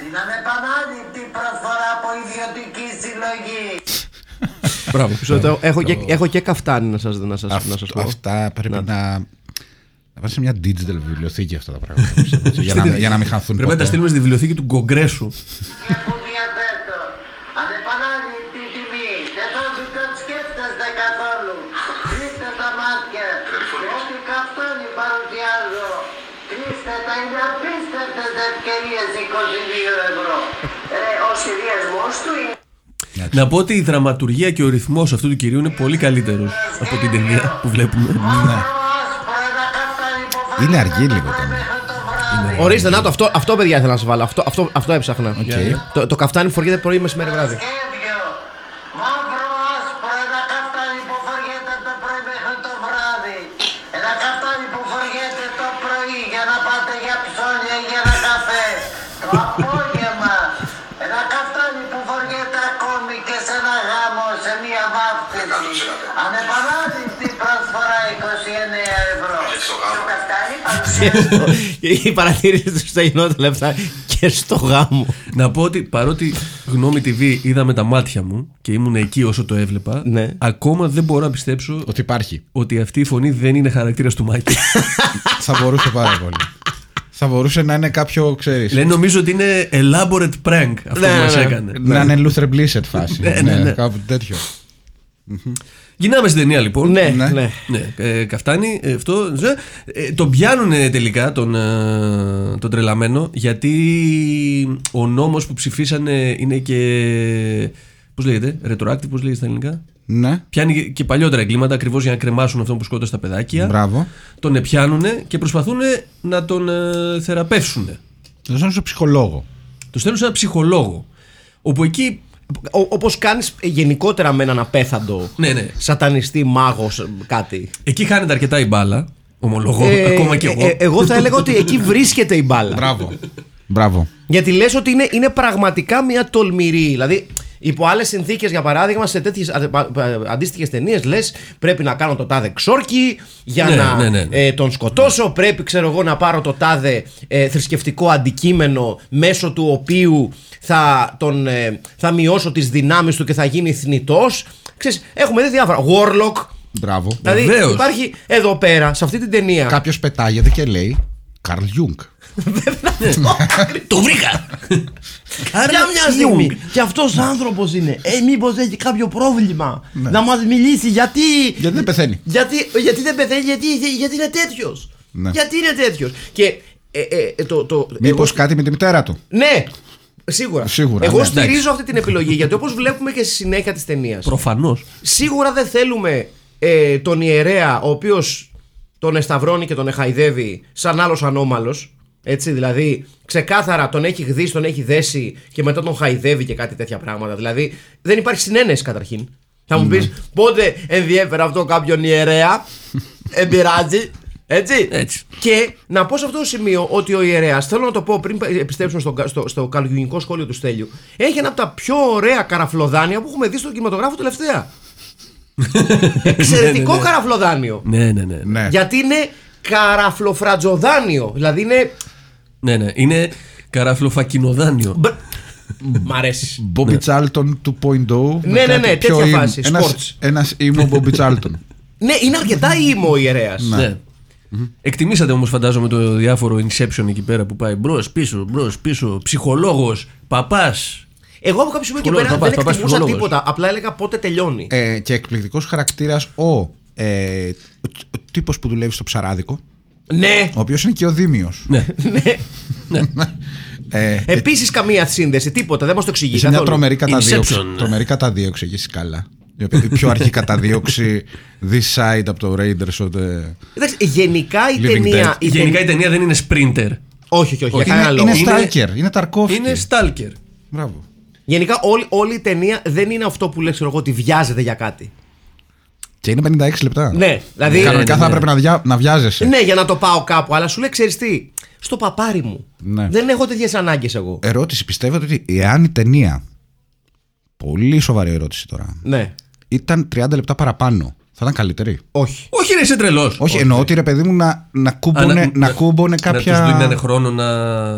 [SPEAKER 5] Την ανεπανάληπτη προσφορά από ιδιωτική συλλογή.
[SPEAKER 3] Ναι. Μπράβο.
[SPEAKER 2] Μισό λεπτό. Έχω, και, έχω και καφτάνι να σας, να σας, να σας
[SPEAKER 1] Αυτ-
[SPEAKER 2] πω.
[SPEAKER 1] Αυτά πρέπει να. Να πάνε σε μια digital βιβλιοθήκη αυτά τα
[SPEAKER 2] *laughs*
[SPEAKER 1] πράγματα. πιστεύω, έτσι, για, να, για να μην χαθούν.
[SPEAKER 3] Πρέπει να τα
[SPEAKER 1] ποτέ.
[SPEAKER 3] στείλουμε στη βιβλιοθήκη του Κογκρέσου.
[SPEAKER 5] Για που διαθέτω. Ανεπανάληπτη τιμή. Δεν θα του το σκέφτεστε καθόλου. Κλείστε τα μάτια. Ό,τι καυτόνι παρουσιάζω. Κλείστε τα είναι απίστευτες ευκαιρίες 22 ευρώ. Ε, ο σχεδιασμός του είναι
[SPEAKER 1] Ναι.
[SPEAKER 3] Να πω ότι η δραματουργία και ο ρυθμός αυτού του κυρίου είναι πολύ καλύτερος από την ταινία που βλέπουμε.
[SPEAKER 2] Ναι.
[SPEAKER 5] άσπρο ένα καυτόνι που φάει
[SPEAKER 1] Είναι αργή λίγο τώρα.
[SPEAKER 5] μέχρι το βράδυ.
[SPEAKER 2] Ορίστε, να το, αυτό, αυτό παιδιά ήθελα να σας βάλω. Αυτό, αυτό, αυτό έψαχνα. Το, το καφτάνι φοριέται πρωί, μεσημέρι, βράδυ.
[SPEAKER 5] Σχέδιο. Μαύρο άσπρο, ένα καφτάνι που φοριέται το πρωί μέχρι το βράδυ. Ένα καφτάνι που φοριέται το πρωί για να πάτε για ψώνια ή για ένα καφέ. Το απόγευμα. Ένα καφτάνι που φοριέται ακόμη και σε ένα γάμο, σε μία βάφτιση. Ανεπανάληπτη προσφορά 29 ευρώ. Το καφτάνι παρουσιάζει
[SPEAKER 2] Η παρατήρηση του στεγνώ τα λεπτά και στο γάμο.
[SPEAKER 3] Να πω ότι παρότι γνώμη TV είδα με τα μάτια μου και ήμουν εκεί όσο το έβλεπα,
[SPEAKER 2] Ναι.
[SPEAKER 3] ακόμα δεν μπορώ να πιστέψω
[SPEAKER 1] Ότι υπάρχει.
[SPEAKER 3] ότι αυτή η φωνή δεν είναι χαρακτήρας του
[SPEAKER 2] *laughs*
[SPEAKER 3] Μάικλ.
[SPEAKER 1] Θα μπορούσε πάρα πολύ. Θα μπορούσε να είναι κάποιο, ξέρεις.
[SPEAKER 3] Λέει νομίζω ότι είναι elaborate prank αυτό
[SPEAKER 2] Ναι,
[SPEAKER 3] που μας
[SPEAKER 2] ναι, ναι.
[SPEAKER 3] έκανε.
[SPEAKER 1] Να είναι Luther Blissett φάση.
[SPEAKER 3] Ναι, ναι, ναι.
[SPEAKER 1] Κάπου τέτοιο.
[SPEAKER 3] Γυρνάμε στην ταινία λοιπόν.
[SPEAKER 2] Ναι,
[SPEAKER 1] Ναι.
[SPEAKER 2] ναι.
[SPEAKER 3] Ναι, ε, καφτάνει ε, αυτό. ζε. Ε, τον πιάνουν ε, τελικά τον, ε, τον τρελαμένο γιατί ο νόμος που ψηφίσανε είναι και. Πώς λέγεται, retroactive, πώς λέγεται στα ελληνικά.
[SPEAKER 1] Ναι.
[SPEAKER 3] Πιάνει και παλιότερα εγκλήματα ακριβώς για να κρεμάσουν αυτόν που σκότωσε τα παιδάκια.
[SPEAKER 1] Μπράβο.
[SPEAKER 3] Τον επιάνουνε και προσπαθούν να τον ε, θεραπεύσουν.
[SPEAKER 1] Να σαν ψυχολόγο.
[SPEAKER 3] Τον στέλνουν σε ένα ψυχολόγο. Όπου εκεί
[SPEAKER 2] Όπως κάνεις γενικότερα με έναν απέθαντο
[SPEAKER 3] Ναι, ναι.
[SPEAKER 2] σατανιστή μάγος κάτι.
[SPEAKER 3] Εκεί χάνεται αρκετά η μπάλα. Ομολογώ,
[SPEAKER 2] Ε,
[SPEAKER 3] ακόμα και εγώ.
[SPEAKER 2] ε, ε, εγώ θα έλεγα ότι εκεί βρίσκεται η μπάλα.
[SPEAKER 1] Μπράβο. Μπράβο.
[SPEAKER 2] Γιατί λες ότι είναι, είναι πραγματικά μια τολμηρή. Δηλαδή, υπό άλλες συνθήκες, για παράδειγμα, σε τέτοιες αντίστοιχες ταινίες, λες: Πρέπει να κάνω το τάδε ξόρκι για
[SPEAKER 3] Ναι,
[SPEAKER 2] να
[SPEAKER 3] ναι, ναι, ναι.
[SPEAKER 2] ε, τον σκοτώσω. Πρέπει, ξέρω εγώ, να πάρω το τάδε ε, θρησκευτικό αντικείμενο μέσω του οποίου θα, τον, ε, θα μειώσω τις δυνάμεις του και θα γίνει θνητός. Έχουμε δει διάφορα. Warlock.
[SPEAKER 1] Μπράβο.
[SPEAKER 2] Δηλαδή,
[SPEAKER 3] Βεβαίως.
[SPEAKER 2] υπάρχει εδώ πέρα, σε αυτή την ταινία.
[SPEAKER 1] Κάποιος πετάγεται και λέει Καρλ Γιούγκ.
[SPEAKER 3] Το βρήκα!
[SPEAKER 2] Για μια στιγμή. Και αυτός
[SPEAKER 1] Ναι.
[SPEAKER 2] άνθρωπος είναι. Ε, μήπως έχει κάποιο πρόβλημα να μας μιλήσει γιατί.
[SPEAKER 1] Γιατί δεν πεθαίνει.
[SPEAKER 2] Γιατί, γιατί δεν πεθαίνει, γιατί, γιατί είναι τέτοιος.
[SPEAKER 1] Ναι.
[SPEAKER 2] Γιατί είναι τέτοιος. Και ε, ε, ε, το. το
[SPEAKER 1] Μήπως
[SPEAKER 2] εγώ-
[SPEAKER 1] κάτι με τη μητέρα του.
[SPEAKER 2] Ναι, σίγουρα.
[SPEAKER 1] Σίγουρα,
[SPEAKER 2] Εγώ
[SPEAKER 1] ναι.
[SPEAKER 2] στηρίζω αυτή την επιλογή γιατί όπως βλέπουμε και στη συνέχεια της ταινίας.
[SPEAKER 3] Προφανώς.
[SPEAKER 2] Σίγουρα δεν θέλουμε ε, τον ιερέα ο οποίος τον εσταυρώνει και τον εχαϊδεύει σαν άλλος ανώμαλος. Έτσι, δηλαδή ξεκάθαρα τον έχει γδίσει, τον έχει δέσει και μετά τον χαϊδεύει και κάτι τέτοια πράγματα. Δηλαδή δεν υπάρχει συνένεση καταρχήν. Θα μου πεις πότε ενδιέφερε αυτό κάποιον ιερέα. Εμπειράζει. Έτσι.
[SPEAKER 3] Έτσι.
[SPEAKER 2] Και να πω σε αυτό το σημείο ότι ο ιερέας, θέλω να το πω πριν επιστρέψουμε στο, στο, στο καλλιουνικό σχόλιο του Στέλιου, έχει ένα από τα πιο ωραία καραφλοδάνια που έχουμε δει στον κινηματογράφο τελευταία. Εξαιρετικό
[SPEAKER 3] Ναι, ναι, ναι.
[SPEAKER 2] καραφλοδάνιο.
[SPEAKER 3] Ναι, ναι, ναι.
[SPEAKER 1] Ναι.
[SPEAKER 2] Γιατί είναι καραφλοφρατζοδάνιο. Δηλαδή είναι.
[SPEAKER 3] ναι, ναι. Είναι καράφλοφακινοδάνιο.
[SPEAKER 2] Μπ- Μ' αρέσει.
[SPEAKER 1] Μπόμπι Τσάλτον oh, 2.0.
[SPEAKER 2] Ναι, ναι, ναι, τέτοια φάση, sports.
[SPEAKER 1] Ένα ήμο Μπόμπι Τσάλτον.
[SPEAKER 2] Ναι, είναι αρκετά ήμο ο ιερέας.
[SPEAKER 3] Ναι. Εκτιμήσατε όμως, φαντάζομαι, το διάφορο Inception εκεί πέρα που πάει μπρος, πίσω, μπρος, πίσω. Ψυχολόγος, παπάς.
[SPEAKER 2] Εγώ από κάποιο σημείο και
[SPEAKER 3] Σχολός,
[SPEAKER 2] πέρα
[SPEAKER 3] θα πας,
[SPEAKER 2] δεν
[SPEAKER 3] θα πας
[SPEAKER 2] εκτιμούσα
[SPEAKER 3] σχολόγος.
[SPEAKER 2] τίποτα. Απλά έλεγα πότε τελειώνει.
[SPEAKER 1] Ε, και εκπληκτικός χαρακτήρας ο, ε, ο, τύπος που δουλεύει στο ψαράδικο,
[SPEAKER 2] Ναι.
[SPEAKER 1] ο οποίος είναι και ο Δήμιος.
[SPEAKER 3] Ναι.
[SPEAKER 1] Ε,
[SPEAKER 2] Επίσης καμία σύνδεση, τίποτα. Δεν μας το εξηγείς.
[SPEAKER 1] σε μια
[SPEAKER 2] καθόλου.
[SPEAKER 1] τρομερή καταδίωξη.
[SPEAKER 3] Inception.
[SPEAKER 1] Τρομερή καταδίωξη εκεί σκάλα. Η οποία είναι η πιο αργή καταδίωξη this side από το Raiders. Ούτε...
[SPEAKER 2] Εντάξει, γενικά η
[SPEAKER 1] Living
[SPEAKER 2] ταινία.
[SPEAKER 1] Dead.
[SPEAKER 2] η
[SPEAKER 3] Γενικά
[SPEAKER 2] ταινία-
[SPEAKER 3] η ταινία δεν είναι sprinter.
[SPEAKER 2] Όχι, όχι, όχι. Για κανένα
[SPEAKER 1] Είναι,
[SPEAKER 2] λόγο.
[SPEAKER 1] είναι
[SPEAKER 3] Είναι-
[SPEAKER 1] Stalker, είναι Tarkovsky.
[SPEAKER 3] Είναι stalker.
[SPEAKER 1] Μπράβο.
[SPEAKER 2] Γενικά όλη, όλη η ταινία δεν είναι αυτό που λέει, ξέρω εγώ, ότι βιάζεται για κάτι.
[SPEAKER 1] Και είναι 56 λεπτά.
[SPEAKER 2] Ναι, δηλαδή.
[SPEAKER 1] Κανονικά
[SPEAKER 3] ναι,
[SPEAKER 1] θα
[SPEAKER 3] ναι.
[SPEAKER 1] έπρεπε να, διά, να βιάζεσαι.
[SPEAKER 2] Ναι, για να το πάω κάπου, αλλά σου λέει, ξέρεις τι, στο παπάρι μου.
[SPEAKER 1] Ναι.
[SPEAKER 2] Δεν έχω τέτοιες ανάγκες εγώ.
[SPEAKER 1] Ερώτηση, πιστεύετε ότι εάν η ταινία. Πολύ σοβαρή ερώτηση τώρα.
[SPEAKER 3] Ε,
[SPEAKER 2] Ναι.
[SPEAKER 1] Ήταν 30 λεπτά παραπάνω. Θα ήταν καλύτερη.
[SPEAKER 2] Όχι.
[SPEAKER 3] Όχι, ρε, είσαι τρελός.
[SPEAKER 1] Όχι, εννοώ ότι ρε παιδί μου να, να κούμπονε, να, κούμπονε κάποια.
[SPEAKER 3] Να του δίνανε χρόνο να.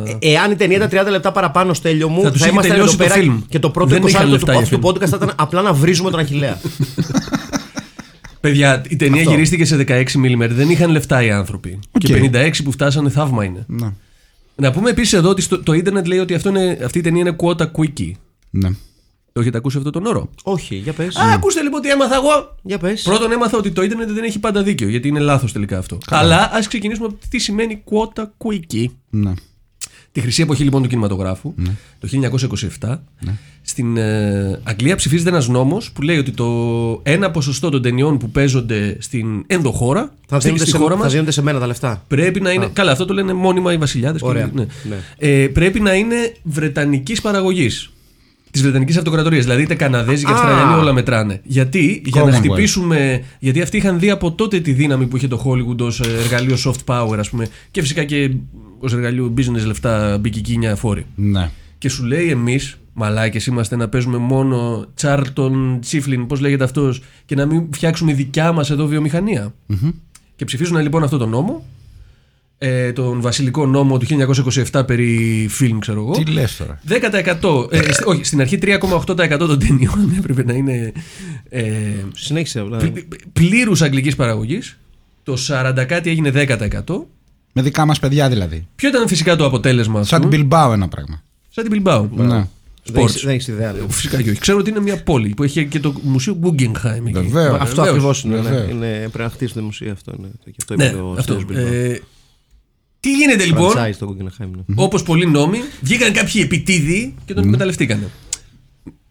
[SPEAKER 2] Ε, Εάν η ταινία ήταν 30 λεπτά παραπάνω στο έλιο μου,
[SPEAKER 3] Θα τους
[SPEAKER 2] θα
[SPEAKER 3] είχε
[SPEAKER 2] είμαστε εδώ
[SPEAKER 3] τελειώσει το
[SPEAKER 2] πέρα
[SPEAKER 3] φιλμ.
[SPEAKER 2] και το πρώτο
[SPEAKER 3] Δεν
[SPEAKER 2] 20
[SPEAKER 3] είχαν
[SPEAKER 2] λεπτό
[SPEAKER 3] λεφτά
[SPEAKER 2] του,
[SPEAKER 3] για
[SPEAKER 2] του podcast θα ήταν απλά να βρίζουμε τον
[SPEAKER 3] *laughs*
[SPEAKER 2] Αχηλέα.
[SPEAKER 3] Παιδιά, η ταινία
[SPEAKER 2] Αυτό.
[SPEAKER 3] γυρίστηκε σε 16 mm. Δεν είχαν λεφτά οι άνθρωποι.
[SPEAKER 1] Οκ.
[SPEAKER 3] Και 56 που φτάσανε, θαύμα είναι.
[SPEAKER 1] Ναι.
[SPEAKER 3] Να πούμε επίσης εδώ ότι στο- το ίντερνετ λέει ότι αυτό είναι, αυτή η ταινία είναι quota quickie.
[SPEAKER 1] ναι.
[SPEAKER 3] Το έχετε ακούσει αυτό τον όρο.
[SPEAKER 2] Όχι, για πες.
[SPEAKER 3] Α, ακούστε λοιπόν τι έμαθα εγώ.
[SPEAKER 2] Για πες.
[SPEAKER 3] Πρώτον, έμαθα ότι το ίντερνετ δεν έχει πάντα δίκιο, γιατί είναι λάθος τελικά αυτό. Αλλά ας ξεκινήσουμε από τι σημαίνει quota quickie.
[SPEAKER 1] ναι.
[SPEAKER 3] Τη χρυσή εποχή λοιπόν του κινηματογράφου, το 1927, στην ε, Αγγλία ψηφίζεται ένας νόμος που λέει ότι το ένα ποσοστό των ταινιών που παίζονται στην ενδοχώρα,
[SPEAKER 2] Θα
[SPEAKER 3] στη,
[SPEAKER 2] δίνονται
[SPEAKER 3] στη
[SPEAKER 2] σε,
[SPEAKER 3] χώρα
[SPEAKER 2] θα
[SPEAKER 3] μας,
[SPEAKER 2] δίνονται σε μένα τα λεφτά.
[SPEAKER 3] πρέπει να είναι. Καλά, αυτό το λένε μόνιμα οι βασιλιάδες.
[SPEAKER 2] Ωραία.
[SPEAKER 3] Ναι.
[SPEAKER 2] Ναι.
[SPEAKER 3] Ε, πρέπει να είναι βρετανικής παραγωγής. Της Βρετανικής Αυτοκρατορίας. Δηλαδή είτε Καναδέζοι
[SPEAKER 2] Α.
[SPEAKER 3] και Αυστραλιανοί όλα μετράνε. Γιατί, για να
[SPEAKER 1] Commonwealth.
[SPEAKER 3] χτυπήσουμε. Γιατί αυτοί είχαν δει από τότε τη δύναμη που είχε το Hollywood ως εργαλείο soft power, ας πούμε. Και φυσικά και ως εργαλείο business λεφτά, μπικικίνια, φόροι.
[SPEAKER 1] ναι.
[SPEAKER 3] Και σου λέει εμείς, μαλάκες είμαστε να παίζουμε μόνο Τσάρτον, Τσίφλιν, πώς λέγεται αυτός, και να μην φτιάξουμε δικιά μας εδώ βιομηχανία. Και ψηφίζουν λοιπόν αυτό τον νόμο, ε, τον βασιλικό νόμο του 1927 περί φιλμ, ξέρω εγώ.
[SPEAKER 1] Τι λες τώρα.
[SPEAKER 3] 10%. Ε, σ- όχι, στην αρχή 3,8% των ταινιών *laughs* έπρεπε να είναι ε,
[SPEAKER 2] Συνέχισε. δηλαδή. απλά.
[SPEAKER 3] πλήρους αγγλικής παραγωγής. Το 40 κάτι έγινε 10%.
[SPEAKER 1] Με δικά μας παιδιά δηλαδή.
[SPEAKER 3] Ποιο ήταν φυσικά το αποτέλεσμα αυτού.
[SPEAKER 1] Σαν την Bilbao ένα πράγμα.
[SPEAKER 3] Σαν την Bilbao.
[SPEAKER 1] Ναι.
[SPEAKER 2] Δεν
[SPEAKER 3] Sports. Ε,
[SPEAKER 2] έχεις- Δεν έχεις ιδέα. δηλαδή. λέω.
[SPEAKER 3] Φυσικά και όχι. Ξέρω ότι είναι μια πόλη που έχει και το μουσείο Guggenheim. εκεί.
[SPEAKER 1] Βεβαίως.
[SPEAKER 3] Μα-
[SPEAKER 2] Αυτό
[SPEAKER 3] βεβαίως.
[SPEAKER 2] ακριβώς είναι. ναι.
[SPEAKER 1] Βεβαίως.
[SPEAKER 2] Είναι- Πρέπει να χτίσουν μουσείο αυτό. είναι. Και αυτό είπε
[SPEAKER 3] Ναι,
[SPEAKER 2] ο
[SPEAKER 3] αυτό.
[SPEAKER 2] Στέλιος Μπιλμπάου.
[SPEAKER 3] Ε, τι γίνεται λοιπόν,
[SPEAKER 2] Franchise
[SPEAKER 4] Mm-hmm.
[SPEAKER 2] το Guggenheim, ναι.
[SPEAKER 3] όπως πολλοί νόμοι, βγήκαν κάποιοι επιτίδιοι και τον εκμεταλλευτήκανε.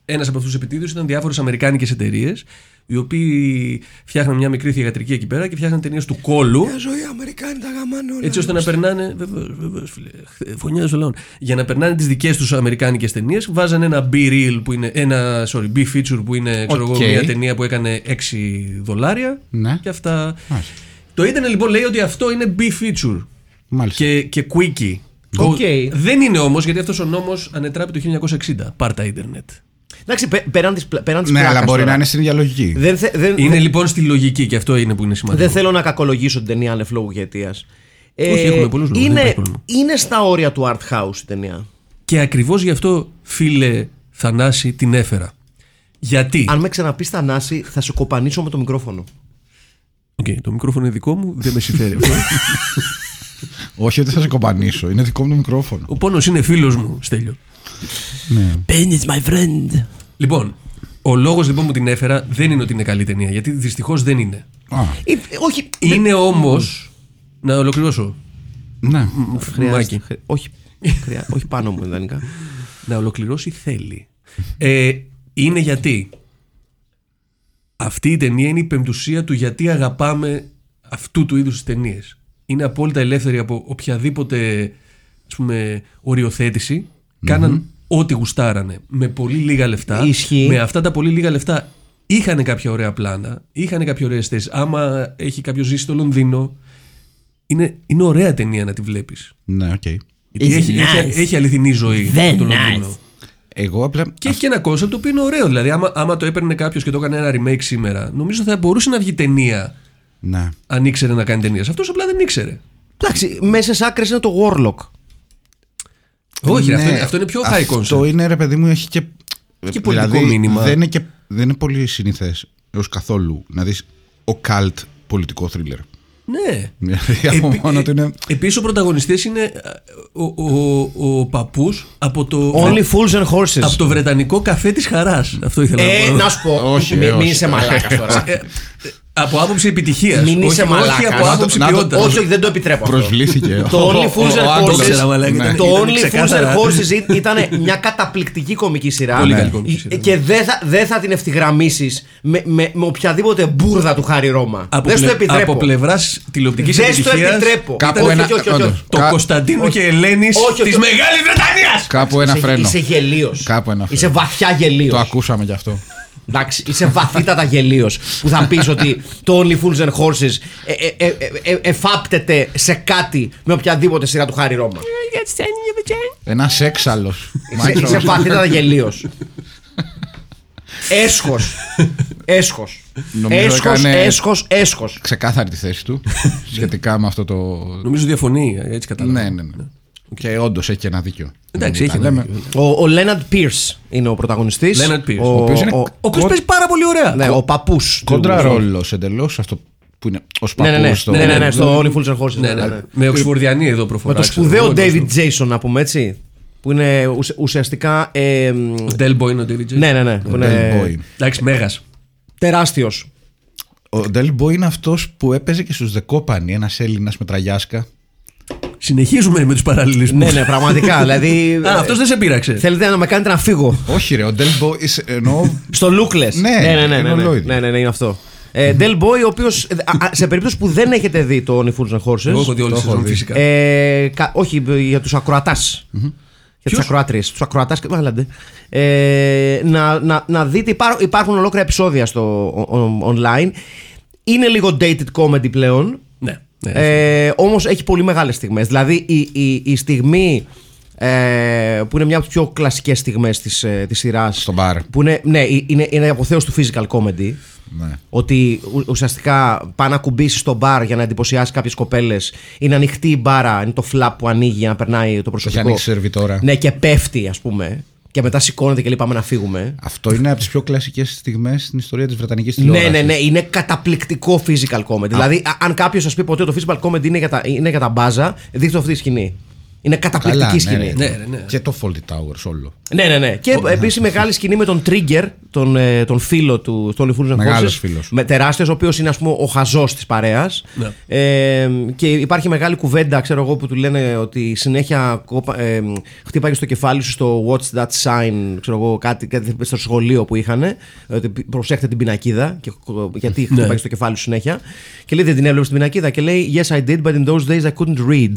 [SPEAKER 3] Ένας από αυτούς τους επιτίδους ήταν διάφορες αμερικάνικες εταιρείες, οι οποίοι φτιάχναν μια μικρή θηγατρική εκεί πέρα και φτιάχναν ταινίες του κόλου.
[SPEAKER 4] Μια ζωή Αμερικάνη τα γαμάνε όλα.
[SPEAKER 3] Έτσι ώστε να περνάνε. Βεβαίως, βεβαίως, φίλε. Φωνιάδε ο λαών. Για να περνάνε τις δικές τους αμερικάνικες ταινίες, βάζανε ένα B-reel που είναι. Ένα, sorry, B-feature που είναι, ξέρω
[SPEAKER 1] Οκ.
[SPEAKER 3] εγώ, μια ταινία που έκανε 6 δολάρια.
[SPEAKER 1] Ναι.
[SPEAKER 3] Και αυτά.
[SPEAKER 1] Μάλιστα.
[SPEAKER 3] Το ίντερνετ λοιπόν λέει ότι αυτό είναι B-feature.
[SPEAKER 1] Μάλιστα.
[SPEAKER 3] Και, και quickie.
[SPEAKER 2] Οκ.
[SPEAKER 3] Ο- Δεν είναι όμως, γιατί αυτός ο νόμος ανετράπη το 1960. Πάρτα ίντερνετ.
[SPEAKER 2] Εντάξει, πε- πέραν της πλάκα.
[SPEAKER 1] Ναι, αλλά μπορεί να είναι στην ίδια λογική.
[SPEAKER 2] Δεν, θε- δεν,
[SPEAKER 3] Είναι
[SPEAKER 2] δεν-
[SPEAKER 3] λοιπόν στη λογική και αυτό είναι που είναι σημαντικό.
[SPEAKER 2] δεν θέλω να κακολογήσω την ταινία Άνευ λόγου και αιτίας. Ε,
[SPEAKER 3] Όχι, έχουμε πολλούς λόγους, δεν
[SPEAKER 2] είναι,
[SPEAKER 3] υπάρχει πρόβλημα.
[SPEAKER 2] είναι στα όρια του art house η ταινία.
[SPEAKER 3] Και ακριβώς γι' αυτό, φίλε Θανάση, την έφερα. Γιατί.
[SPEAKER 2] Αν με ξαναπείς Θανάση, θα σε κοπανίσω με το μικρόφωνο.
[SPEAKER 3] Οκ, το μικρόφωνο είναι δικό μου, δεν με συμφέρει
[SPEAKER 2] *laughs*
[SPEAKER 3] αυτό.
[SPEAKER 1] Όχι, δεν θα σε κομπανίσω. Είναι δικό μου το μικρόφωνο.
[SPEAKER 3] Ο πόνος είναι φίλος μου, Στέλιο.
[SPEAKER 6] Pain is my friend.
[SPEAKER 3] Λοιπόν, ο λόγος λοιπόν που την έφερα δεν είναι ότι είναι καλή ταινία, γιατί δυστυχώς δεν είναι.
[SPEAKER 1] Α,
[SPEAKER 2] Ε, όχι.
[SPEAKER 3] Είναι όμως. Να ολοκληρώσω.
[SPEAKER 1] ναι.
[SPEAKER 3] Μάκη.
[SPEAKER 2] Χρειάζεται. Χρει- Όχι, χρειά- όχι πάνω μου, ιδανικά.
[SPEAKER 3] να ολοκληρώσει θέλει. Ε, είναι γιατί. Αυτή η ταινία είναι η πεμπτουσία του γιατί αγαπάμε αυτού του είδους τις ταινίες. Είναι απόλυτα ελεύθερη από οποιαδήποτε ας πούμε, οριοθέτηση. Κάναν ό,τι γουστάρανε. Με πολύ λίγα λεφτά.
[SPEAKER 2] Ισχύει.
[SPEAKER 3] Με αυτά τα πολύ λίγα λεφτά είχαν κάποια ωραία πλάνα. Είχαν κάποια ωραία θέσεις. Άμα έχει κάποιος ζήσει στο Λονδίνο. Είναι, είναι ωραία ταινία να τη βλέπεις.
[SPEAKER 1] Ναι, οκ.
[SPEAKER 3] Γιατί
[SPEAKER 6] It's
[SPEAKER 3] έχει, έχει,
[SPEAKER 6] nice.
[SPEAKER 3] έχει αληθινή ζωή
[SPEAKER 6] Very
[SPEAKER 3] το Λονδίνο.
[SPEAKER 6] nice.
[SPEAKER 1] Εγώ απλά.
[SPEAKER 3] Και έχει και ένα κόνσεπτ το οποίο είναι ωραίο. Δηλαδή, άμα, άμα το έπαιρνε κάποιος και το έκανε ένα remake σήμερα, νομίζω θα μπορούσε να βγει ταινία
[SPEAKER 1] Ναι.
[SPEAKER 3] αν ήξερε να κάνει ταινία. Αυτός απλά δεν ήξερε.
[SPEAKER 2] Εντάξει, μέσα σε άκρες είναι το Warlock.
[SPEAKER 3] Όχι,
[SPEAKER 1] Ναι,
[SPEAKER 3] αυτό, είναι, αυτό είναι πιο high concept.
[SPEAKER 1] Αυτό είναι, ρε παιδί μου, έχει και. Δηλαδή,
[SPEAKER 3] Και πολιτικό μήνυμα.
[SPEAKER 1] Δεν είναι, και, δεν είναι πολύ συνηθές έως καθόλου να δεις ο cult πολιτικό θρίλερ.
[SPEAKER 3] Ναι.
[SPEAKER 1] Δηλαδή από μόνο του είναι.
[SPEAKER 3] Επίσης, ο πρωταγωνιστής είναι α, ο, ο, ο, παππούς από το.
[SPEAKER 2] Only fools and horses.
[SPEAKER 3] Ναι. από το βρετανικό καφέ της χαράς. Αυτό ήθελα
[SPEAKER 2] Ε,
[SPEAKER 3] να πω.
[SPEAKER 2] να σου πω.
[SPEAKER 1] Όχι,
[SPEAKER 2] μη-
[SPEAKER 1] ε,
[SPEAKER 2] Μην
[SPEAKER 1] όχι.
[SPEAKER 2] είσαι μαλάκας τώρα.
[SPEAKER 1] *laughs*
[SPEAKER 3] Ε, από άποψη επιτυχίας.
[SPEAKER 2] Μην είσαι
[SPEAKER 3] όχι, όχι
[SPEAKER 2] μαλάκας.
[SPEAKER 3] από
[SPEAKER 2] Να το-
[SPEAKER 3] άποψη
[SPEAKER 1] να το-
[SPEAKER 3] ποιότητας.
[SPEAKER 2] Όχι, όχι, δεν το επιτρέπω. αυτό.
[SPEAKER 1] Προσβλήθηκε.
[SPEAKER 2] Το Only Fools
[SPEAKER 3] ο- ο
[SPEAKER 2] and
[SPEAKER 3] Άντων
[SPEAKER 2] Horses.
[SPEAKER 3] ξέρα, μαλάκα, ήταν-
[SPEAKER 2] Το
[SPEAKER 3] ήταν
[SPEAKER 2] Only Fools
[SPEAKER 3] ξεκάθαρα.
[SPEAKER 2] and Horses ήταν μια καταπληκτική κομική σειρά.
[SPEAKER 3] Πολύ
[SPEAKER 2] Ναι.
[SPEAKER 3] καλή κομική σειρά.
[SPEAKER 2] Και δεν θα, δεν θα την ευθυγραμμίσεις με, με, με οποιαδήποτε μπούρδα του Χάρη Ρώμα.
[SPEAKER 3] από,
[SPEAKER 2] δεν σου το
[SPEAKER 3] πλε-
[SPEAKER 2] επιτρέπω.
[SPEAKER 3] από πλευράς τηλεοπτικής
[SPEAKER 2] Δεν σου το
[SPEAKER 3] επιτυχίας.
[SPEAKER 2] επιτρέπω.
[SPEAKER 1] Κάπου
[SPEAKER 2] όχι,
[SPEAKER 1] ένα-
[SPEAKER 2] όχι, όχι, όχι,
[SPEAKER 1] όντως.
[SPEAKER 2] όχι.
[SPEAKER 3] Το
[SPEAKER 1] Κα-
[SPEAKER 3] Κωνσταντίνου και Ελένης
[SPEAKER 2] Όχι, όχι,
[SPEAKER 3] της
[SPEAKER 2] όχι.
[SPEAKER 3] Μεγάλης Βρετανίας!
[SPEAKER 1] Κάπου ένα
[SPEAKER 2] Είσαι-
[SPEAKER 1] φρένο.
[SPEAKER 2] Είσαι γελίος.
[SPEAKER 1] Κάπου ένα
[SPEAKER 2] Είσαι βαθιά γελίος.
[SPEAKER 1] Το ακούσαμε κι αυτό.
[SPEAKER 2] Εντάξει, είσαι βαθύτατα γελίος που θα πεις ότι το Only Fools and Horses ε, ε, ε, ε, ε, εφάπτεται σε κάτι με οποιαδήποτε σειρά του Χάρη Ρώμα.
[SPEAKER 1] Ένα έξαλλος.
[SPEAKER 2] Είσαι- Είσαι βαθύτατα γελίος. Έσχος. Έσχος.
[SPEAKER 1] Νομίζω
[SPEAKER 2] Έσχος,
[SPEAKER 1] έκανε-
[SPEAKER 2] έσχος, έσχος.
[SPEAKER 1] Ξεκάθαρη τη θέση
[SPEAKER 2] *laughs*
[SPEAKER 1] του
[SPEAKER 2] Ναι.
[SPEAKER 1] σχετικά με αυτό το.
[SPEAKER 3] Νομίζω διαφωνεί, έτσι κατάλαβα.
[SPEAKER 1] Ναι, ναι, ναι. Και όντως έχει ένα δίκιο.
[SPEAKER 3] Εντάξει,
[SPEAKER 1] Να
[SPEAKER 3] έχει
[SPEAKER 1] λέμε.
[SPEAKER 3] ένα.
[SPEAKER 2] Ο, ο Leonard Pierce είναι ο πρωταγωνιστής.
[SPEAKER 3] Leonard Pierce,
[SPEAKER 2] Ο,
[SPEAKER 3] ο
[SPEAKER 1] οποίος είναι-
[SPEAKER 2] ο,
[SPEAKER 3] Ο οποίος παίζει πάρα πολύ ωραία.
[SPEAKER 2] ναι, ο παππούς.
[SPEAKER 1] Κόντρα ρόλος εντελώς αυτό που είναι ως
[SPEAKER 2] Ναι, ναι, ναι,
[SPEAKER 1] παππού στο.
[SPEAKER 2] ναι, ναι, ναι, στο Only Fools and Horses.
[SPEAKER 3] Ναι,
[SPEAKER 2] ναι,
[SPEAKER 3] ναι,
[SPEAKER 2] ναι.
[SPEAKER 3] Με Οξφορδιανή εδώ
[SPEAKER 2] Με
[SPEAKER 3] προφορά.
[SPEAKER 2] το
[SPEAKER 3] ξέρω
[SPEAKER 2] σπουδαίο
[SPEAKER 3] εγώ,
[SPEAKER 2] David
[SPEAKER 3] το-
[SPEAKER 2] Jason, να πούμε έτσι. Που είναι ουσια- ουσιαστικά. Ε, μ,
[SPEAKER 3] Ο Ντέλμπο είναι ο David Jason.
[SPEAKER 2] ναι, ναι, ναι. Που
[SPEAKER 1] Del Boy.
[SPEAKER 2] είναι
[SPEAKER 3] Εντάξει, μέγας.
[SPEAKER 2] τεράστιος.
[SPEAKER 1] Ο Del Boy είναι αυτός που έπαιζε και στους The Company, ένας Έλληνας με τραγιάσκα.
[SPEAKER 3] Συνεχίζουμε με τους παραλληλισμούς.
[SPEAKER 2] Ναι, ναι, *laughs* πραγματικά. Δηλαδή.
[SPEAKER 3] *laughs* Α, αυτός δεν σε πείραξε.
[SPEAKER 2] Θέλετε να με κάνετε να φύγω.
[SPEAKER 1] Όχι, ρε, ο Del Boy. είσαι- Εννοώ.
[SPEAKER 2] *laughs* Στο Λούκλε.
[SPEAKER 1] Ναι,
[SPEAKER 2] ναι, ναι,
[SPEAKER 1] είναι
[SPEAKER 2] ναι, ναι,
[SPEAKER 1] ολόιδη.
[SPEAKER 2] ναι, ναι, είναι αυτό. Ε, Del Boy, ο οποίος. Σε περίπτωση που δεν έχετε δει το Only Fools and
[SPEAKER 3] Εγώ
[SPEAKER 2] Horses.
[SPEAKER 3] έχω δει όλη τη
[SPEAKER 1] έχω
[SPEAKER 3] σεζόν
[SPEAKER 1] δει.
[SPEAKER 3] φυσικά.
[SPEAKER 2] Ε, κα- όχι, ε, για τους ακροατάς. Για τους ακροάτριες. Τους ακροατάς και βάλαντε. Ε, να, να, να δείτε, υπάρ- υπάρχουν ολόκληρα επεισόδια στο ο- ο- online. Είναι λίγο dated comedy πλέον.
[SPEAKER 3] Ναι. ναι.
[SPEAKER 2] Ε, όμως έχει πολύ μεγάλες στιγμές Δηλαδή η, η, η στιγμή ε, που είναι μια από τις πιο κλασικές στιγμές της, ε, της σειράς
[SPEAKER 1] Στο μπαρ.
[SPEAKER 2] που είναι, ναι, ε, είναι, είναι η αποθέωση του physical comedy
[SPEAKER 1] Ναι.
[SPEAKER 2] ότι ου- ουσιαστικά πάει να κουμπίσει στο μπαρ για να εντυπωσιάσει κάποιες κοπέλες. Είναι ανοιχτή η μπάρα, είναι το φλαπ που ανοίγει για να περνάει το προσωπικό.
[SPEAKER 1] ανοίξει η σερβιτόρα.
[SPEAKER 2] Ναι, και πέφτει, ας πούμε. Και μετά σηκώνεται και λέει πάμε να φύγουμε.
[SPEAKER 1] Αυτό είναι από τις πιο κλασικές στιγμές στην ιστορία της Βρετανικής
[SPEAKER 2] Ναι,
[SPEAKER 1] τηλεόρασης.
[SPEAKER 2] ναι, ναι, είναι καταπληκτικό physical comedy. Δηλαδή, α- αν κάποιος σας πει ποτέ το physical comedy είναι για τα, είναι για τα μπάζα, δείχνει αυτή τη σκηνή. Είναι καταπληκτική
[SPEAKER 1] ναι,
[SPEAKER 2] σκηνή.
[SPEAKER 1] ρε.
[SPEAKER 3] Ναι, ρε, ναι.
[SPEAKER 1] Και το Faulty Towers όλο.
[SPEAKER 2] Ναι, ναι, ναι. Και επίσης μεγάλη σκηνή με τον Trigger, τον, ε, τον φίλο του Στόλι Φούλζεν
[SPEAKER 1] Μεγάλος φίλος.
[SPEAKER 2] Με τεράστιος, ο οποίος είναι ας πούμε, ο χαζός της παρέας. Ε, και υπάρχει μεγάλη κουβέντα, ξέρω εγώ, που του λένε ότι συνέχεια κόπα- ε, χτύπαγε στο κεφάλι σου στο Watch That Sign, ξέρω εγώ, κάτι, κάτι στο σχολείο που είχαν. Ότι προσέχτε την πινακίδα, και, κο- γιατί χτύπαγε στο κεφάλι σου συνέχεια. Και λέει δεν την έβλεπες την πινακίδα. Και λέει Yes, I did, but in those days I couldn't read.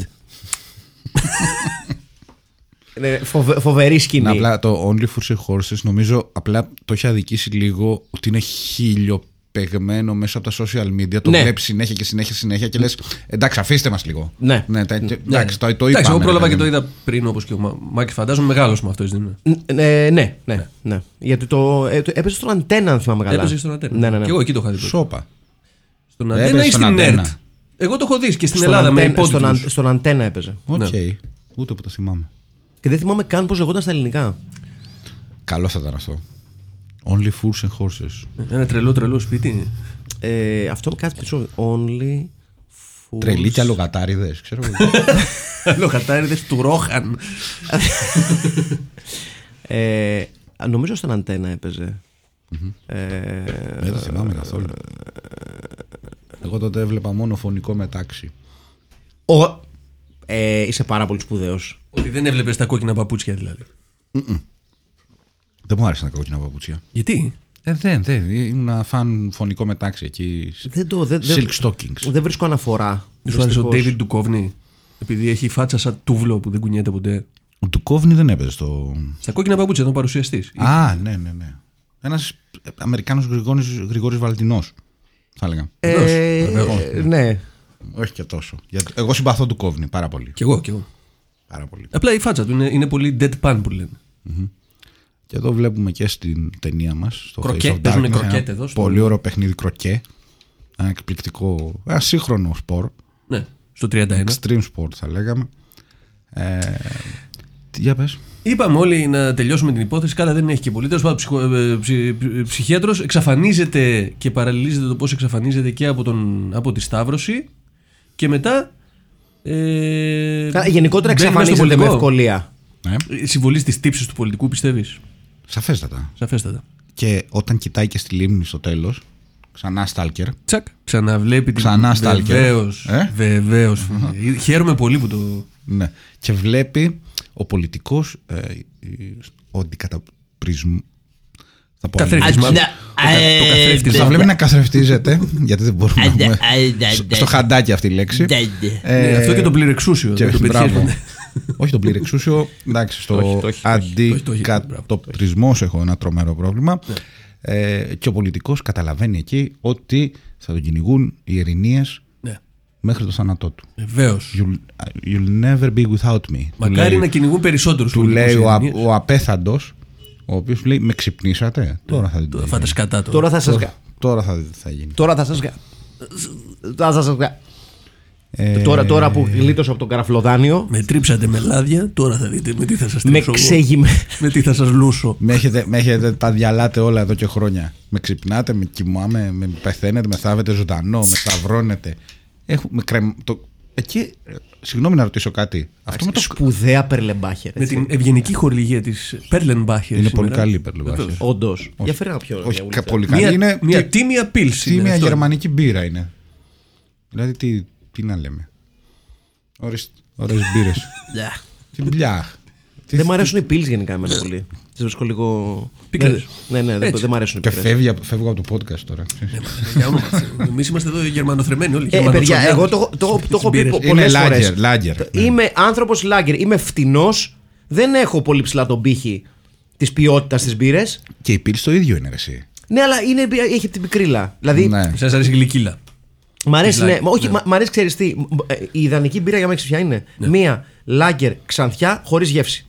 [SPEAKER 2] Είναι φοβε- φοβερή σκηνή.
[SPEAKER 1] Ναι, απλά το Only for Horses νομίζω απλά το έχει αδικήσει λίγο ότι είναι χίλιο πεγμένο μέσα από τα social media. Το
[SPEAKER 2] Ναι.
[SPEAKER 1] ναι. βλέπεις συνέχεια και συνέχεια συνέχεια και λες. Εντάξει, αφήστε μας λίγο.
[SPEAKER 2] Ναι.
[SPEAKER 1] τα- εντάξει, το, το
[SPEAKER 3] Εντάξει,
[SPEAKER 1] είπαμε,
[SPEAKER 3] εγώ
[SPEAKER 1] ρε
[SPEAKER 3] πρόλαβα
[SPEAKER 1] παιδί
[SPEAKER 3] και το
[SPEAKER 1] μου.
[SPEAKER 3] είδα πριν όπως και ο Μα- Μάκη. Φαντάζομαι μεγάλος με αυτό, έτσι δεν είναι.
[SPEAKER 2] Ν- ε, ναι, ναι, ναι. Γιατί το, ε, το έπαιζε στον αντένα, αν θυμάμαι καλά.
[SPEAKER 3] Έπαιζε στον Αντένα.
[SPEAKER 2] Ναι, ναι, ναι.
[SPEAKER 3] Και εγώ εκεί το είχα δει. πρώτα.
[SPEAKER 1] Σόπα.
[SPEAKER 3] Στον
[SPEAKER 1] Έπαιζε
[SPEAKER 3] Αντένα ή
[SPEAKER 1] στον
[SPEAKER 3] στην
[SPEAKER 1] Αντένα.
[SPEAKER 3] ΕΡΤ. Εγώ το έχω δει και στην
[SPEAKER 2] Στον
[SPEAKER 3] Ελλάδα με
[SPEAKER 2] Αντένα- στον, αν-
[SPEAKER 3] υπότιτλου.
[SPEAKER 2] στον αντένα έπαιζε.
[SPEAKER 1] Οκ.
[SPEAKER 3] Ναι.
[SPEAKER 1] Ούτε που το θυμάμαι.
[SPEAKER 2] Και δεν θυμάμαι καν πώς λεγόταν στα ελληνικά.
[SPEAKER 1] Καλός θα ήταν αυτό. Only Fools and Horses.
[SPEAKER 3] Ένα τρελό τρελό σπίτι.
[SPEAKER 2] Ε, αυτό με κάτι πίσω. Only. Fools.
[SPEAKER 1] Τρελή και αλογατάριδες, ξέρω εγώ.
[SPEAKER 3] Λογατάριδε του Ρόχαν.
[SPEAKER 2] Ε, νομίζω στον αντένα έπαιζε. Ε,
[SPEAKER 1] Δεν το θυμάμαι καθόλου. Εγώ τότε έβλεπα μόνο φωνικό μετάξι.
[SPEAKER 2] ο, ε, είσαι πάρα πολύ σπουδαίος.
[SPEAKER 3] Ότι δεν έβλεπες τα κόκκινα παπούτσια δηλαδή.
[SPEAKER 1] Δεν μου άρεσαν τα κόκκινα παπούτσια.
[SPEAKER 3] Γιατί?
[SPEAKER 1] Ε, δεν, δεν. Ήμουν φαν φωνικό μετάξι εκεί.
[SPEAKER 2] Δεν το. Δεν, δεν-
[SPEAKER 1] Silk stockings.
[SPEAKER 2] Δεν βρίσκω αναφορά.
[SPEAKER 3] Δεν σου άρεσε ο
[SPEAKER 2] δυστυχώς.
[SPEAKER 3] Ντέιβιντ Ντουκόβνη επειδή έχει φάτσα σαν τούβλο που δεν κουνιέται ποτέ.
[SPEAKER 1] Ο Τουκόβνη δεν έπαιζε στο.
[SPEAKER 3] Στα κόκκινα παπούτσια ήταν παρουσιαστής.
[SPEAKER 1] Α, ναι, ναι, ναι. Ένας Αμερικάνος Γρηγόρης Βαλτινός. Θα έλεγα.
[SPEAKER 2] Ε, ναι.
[SPEAKER 1] Όχι και τόσο. Γιατί εγώ συμπαθώ του Κόβνη πάρα πολύ.
[SPEAKER 3] Κι εγώ, κι εγώ.
[SPEAKER 1] Πάρα πολύ.
[SPEAKER 3] Απλά η φάτσα του είναι, είναι πολύ deadpan που λένε.
[SPEAKER 1] Και εδώ βλέπουμε και στην ταινία μας.
[SPEAKER 3] Κροκέ, παίζουνε κροκέτε εδώ στο-
[SPEAKER 1] Πολύ ωραίο παιχνίδι κροκέ. Ένα εκπληκτικό. Ένα σύγχρονο σπορ.
[SPEAKER 3] Ναι, στο 31.
[SPEAKER 1] Extreme sport θα λέγαμε. Ε, τι- για πες.
[SPEAKER 3] Είπαμε όλοι να τελειώσουμε την υπόθεση, καλά δεν έχει και πολύ. Τέλος πάντων, ψυχο- ε, ψι- ψι- ψυχίατρος εξαφανίζεται και παραλληλίζεται το πώς εξαφανίζεται και από, τον, από τη Σταύρωση. Και μετά. Ε,
[SPEAKER 2] Καλά, Γενικότερα
[SPEAKER 3] μπαίνει μέσα στο
[SPEAKER 2] εξαφανίζεται με
[SPEAKER 3] πολιτικό.
[SPEAKER 2] ευκολία.
[SPEAKER 1] Ναι,
[SPEAKER 3] Ε, Συμβολής της τύψης του πολιτικού, πιστεύεις.
[SPEAKER 1] σαφέστατα.
[SPEAKER 3] Σαφέστατα.
[SPEAKER 1] Και όταν κοιτάει και στη λίμνη στο τέλος, ξανά Stalker,
[SPEAKER 3] Τσακ. Ξαναβλέπει την.
[SPEAKER 1] Ξανά Stalker.
[SPEAKER 3] Βεβαίως,
[SPEAKER 1] Ε?
[SPEAKER 3] βεβαίως. Ε, Χαίρομαι πολύ που το.
[SPEAKER 1] ναι, και βλέπει ο πολιτικός, ε, ε, ο αντικαταπρισμό, θα πω αλλιώς.
[SPEAKER 3] Καθρέφτης, μάλλον.
[SPEAKER 6] ναι,
[SPEAKER 3] Το κα-
[SPEAKER 6] ε,
[SPEAKER 3] Το καθρέφτης.
[SPEAKER 1] Θα βλέπει να καθρεφτίζεται, γιατί δεν μπορούμε να
[SPEAKER 6] Άντε,
[SPEAKER 1] πούμε
[SPEAKER 6] άντε,
[SPEAKER 1] στο-
[SPEAKER 6] άντε.
[SPEAKER 1] στο χαντάκι αυτή η λέξη.
[SPEAKER 6] Άντε.
[SPEAKER 1] Ε,
[SPEAKER 3] Ναι, Αυτό και τον πληρεξούσιο.
[SPEAKER 1] και
[SPEAKER 3] δεν το
[SPEAKER 1] μπράβο.
[SPEAKER 3] πετυχαίνουμε.
[SPEAKER 1] όχι τον πληρεξούσιο, εντάξει, στο αντικατοπτρισμό έχω ένα τρομερό πρόβλημα.
[SPEAKER 3] Ναι.
[SPEAKER 1] Ε, και ο πολιτικός καταλαβαίνει εκεί ότι θα τον κυνηγούν οι ερηνίες
[SPEAKER 3] Ναι,
[SPEAKER 1] μέχρι το θάνατό του.
[SPEAKER 3] Βεβαίως.
[SPEAKER 1] You'll, you'll never be without me. Του
[SPEAKER 3] Μακάρι
[SPEAKER 1] λέει-
[SPEAKER 3] να κυνηγούν περισσότερους.
[SPEAKER 1] Του λέει ο, α- ο απέθαντος, ο οποίος λέει με ξυπνήσατε, τώρα θα, δείτε τι
[SPEAKER 3] Ε, Θα τα
[SPEAKER 1] γίνει.
[SPEAKER 3] σκατά τώρα.
[SPEAKER 2] Τώρα θα σας.
[SPEAKER 1] Τώρα- Τώρα θα δείτε τι θα γίνει.
[SPEAKER 2] Τώρα θα σας βγάλω. Τώρα θα σας βγα-
[SPEAKER 1] Ε,
[SPEAKER 2] Τώρα, τώρα που γλίτωσα από τον καραφλοδάνιο,
[SPEAKER 3] Με τρίψατε με λάδια, τώρα θα δείτε με τι θα σας
[SPEAKER 2] με
[SPEAKER 3] τρίψω. εγώ.
[SPEAKER 2] ξέγιμε.
[SPEAKER 3] Με τι θα σας λούσω.
[SPEAKER 1] Με έχετε, με έχετε τα διαλάτε όλα εδώ και χρόνια. Με ξυπνάτε, με κοιμάμαι, με πεθαίνετε, με θάβετε ζωντανό, με σταυρώνετε. Έχω, με κρεμ, το, εκεί, ε, συγγνώμη να ρωτήσω κάτι. Αυτό με το,
[SPEAKER 2] Σπουδαία περλεμπάχερ.
[SPEAKER 3] Με την ευγενική χορηγία της Πέρλενμπάχερ.
[SPEAKER 1] είναι πολύ καλή η Περλουβάση.
[SPEAKER 3] Βεβαίως.
[SPEAKER 2] Όντως. Για φέρε ένα πιο.
[SPEAKER 1] Όχι,
[SPEAKER 2] διαβουλευτή.
[SPEAKER 1] κα- πολύ καλή.
[SPEAKER 3] Μια,
[SPEAKER 1] είναι
[SPEAKER 3] μια
[SPEAKER 1] τι-
[SPEAKER 3] τίμια πίλση. είναι
[SPEAKER 1] τίμια
[SPEAKER 3] αυτό.
[SPEAKER 1] γερμανική μπύρα είναι. Δηλαδή, τι, τι να λέμε. Ωραίες, ωραίες *laughs* μπύρες. Τι μπλιάχ. Τι-
[SPEAKER 2] Δεν μου αρέσουν οι πύλε γενικά εμένα πολύ. Τι βρίσκω λίγο.
[SPEAKER 3] Πικρές.
[SPEAKER 2] Ναι, ναι, δεν
[SPEAKER 3] Έτσι.
[SPEAKER 2] δεν μου αρέσουν οι
[SPEAKER 1] Και
[SPEAKER 2] πικρές.
[SPEAKER 1] φεύγει, απ- φεύγω από το podcast τώρα.
[SPEAKER 3] Για όνομα του Θεού. Εμείς είμαστε εδώ γερμανοθρεμένοι όλοι.
[SPEAKER 2] Ε, παιδιά,
[SPEAKER 3] γερμανοτσολιάδες.
[SPEAKER 2] εγώ το, έχω- το, έχω- το έχω πει
[SPEAKER 3] Συμπήρες.
[SPEAKER 1] Είναι
[SPEAKER 2] πολλέ φορέ.
[SPEAKER 1] λάγκερ. λάγκερ. Ναι.
[SPEAKER 2] Είμαι άνθρωπος λάγκερ. Είμαι φτηνός. Δεν έχω πολύ ψηλά τον πύχη της ποιότητας της μπύρες.
[SPEAKER 1] Και η πύλη το ίδιο είναι ρε, εσύ.
[SPEAKER 2] Ναι, αλλά είναι, έχει την πικρίλα. Δηλαδή,
[SPEAKER 1] Ναι.
[SPEAKER 3] Σας αρέσει η γλυκίλα.
[SPEAKER 2] Μ' αρέσει,
[SPEAKER 3] Λάγκερ,
[SPEAKER 2] ναι. Μα Όχι,
[SPEAKER 3] ναι.
[SPEAKER 2] μα- μ' αρέσει, ξέρεις τι. μ- ε, Η ιδανική μπύρα για μένα ξέρεις ποια είναι. Μία λάγκερ ξανθιά χωρίς γεύση.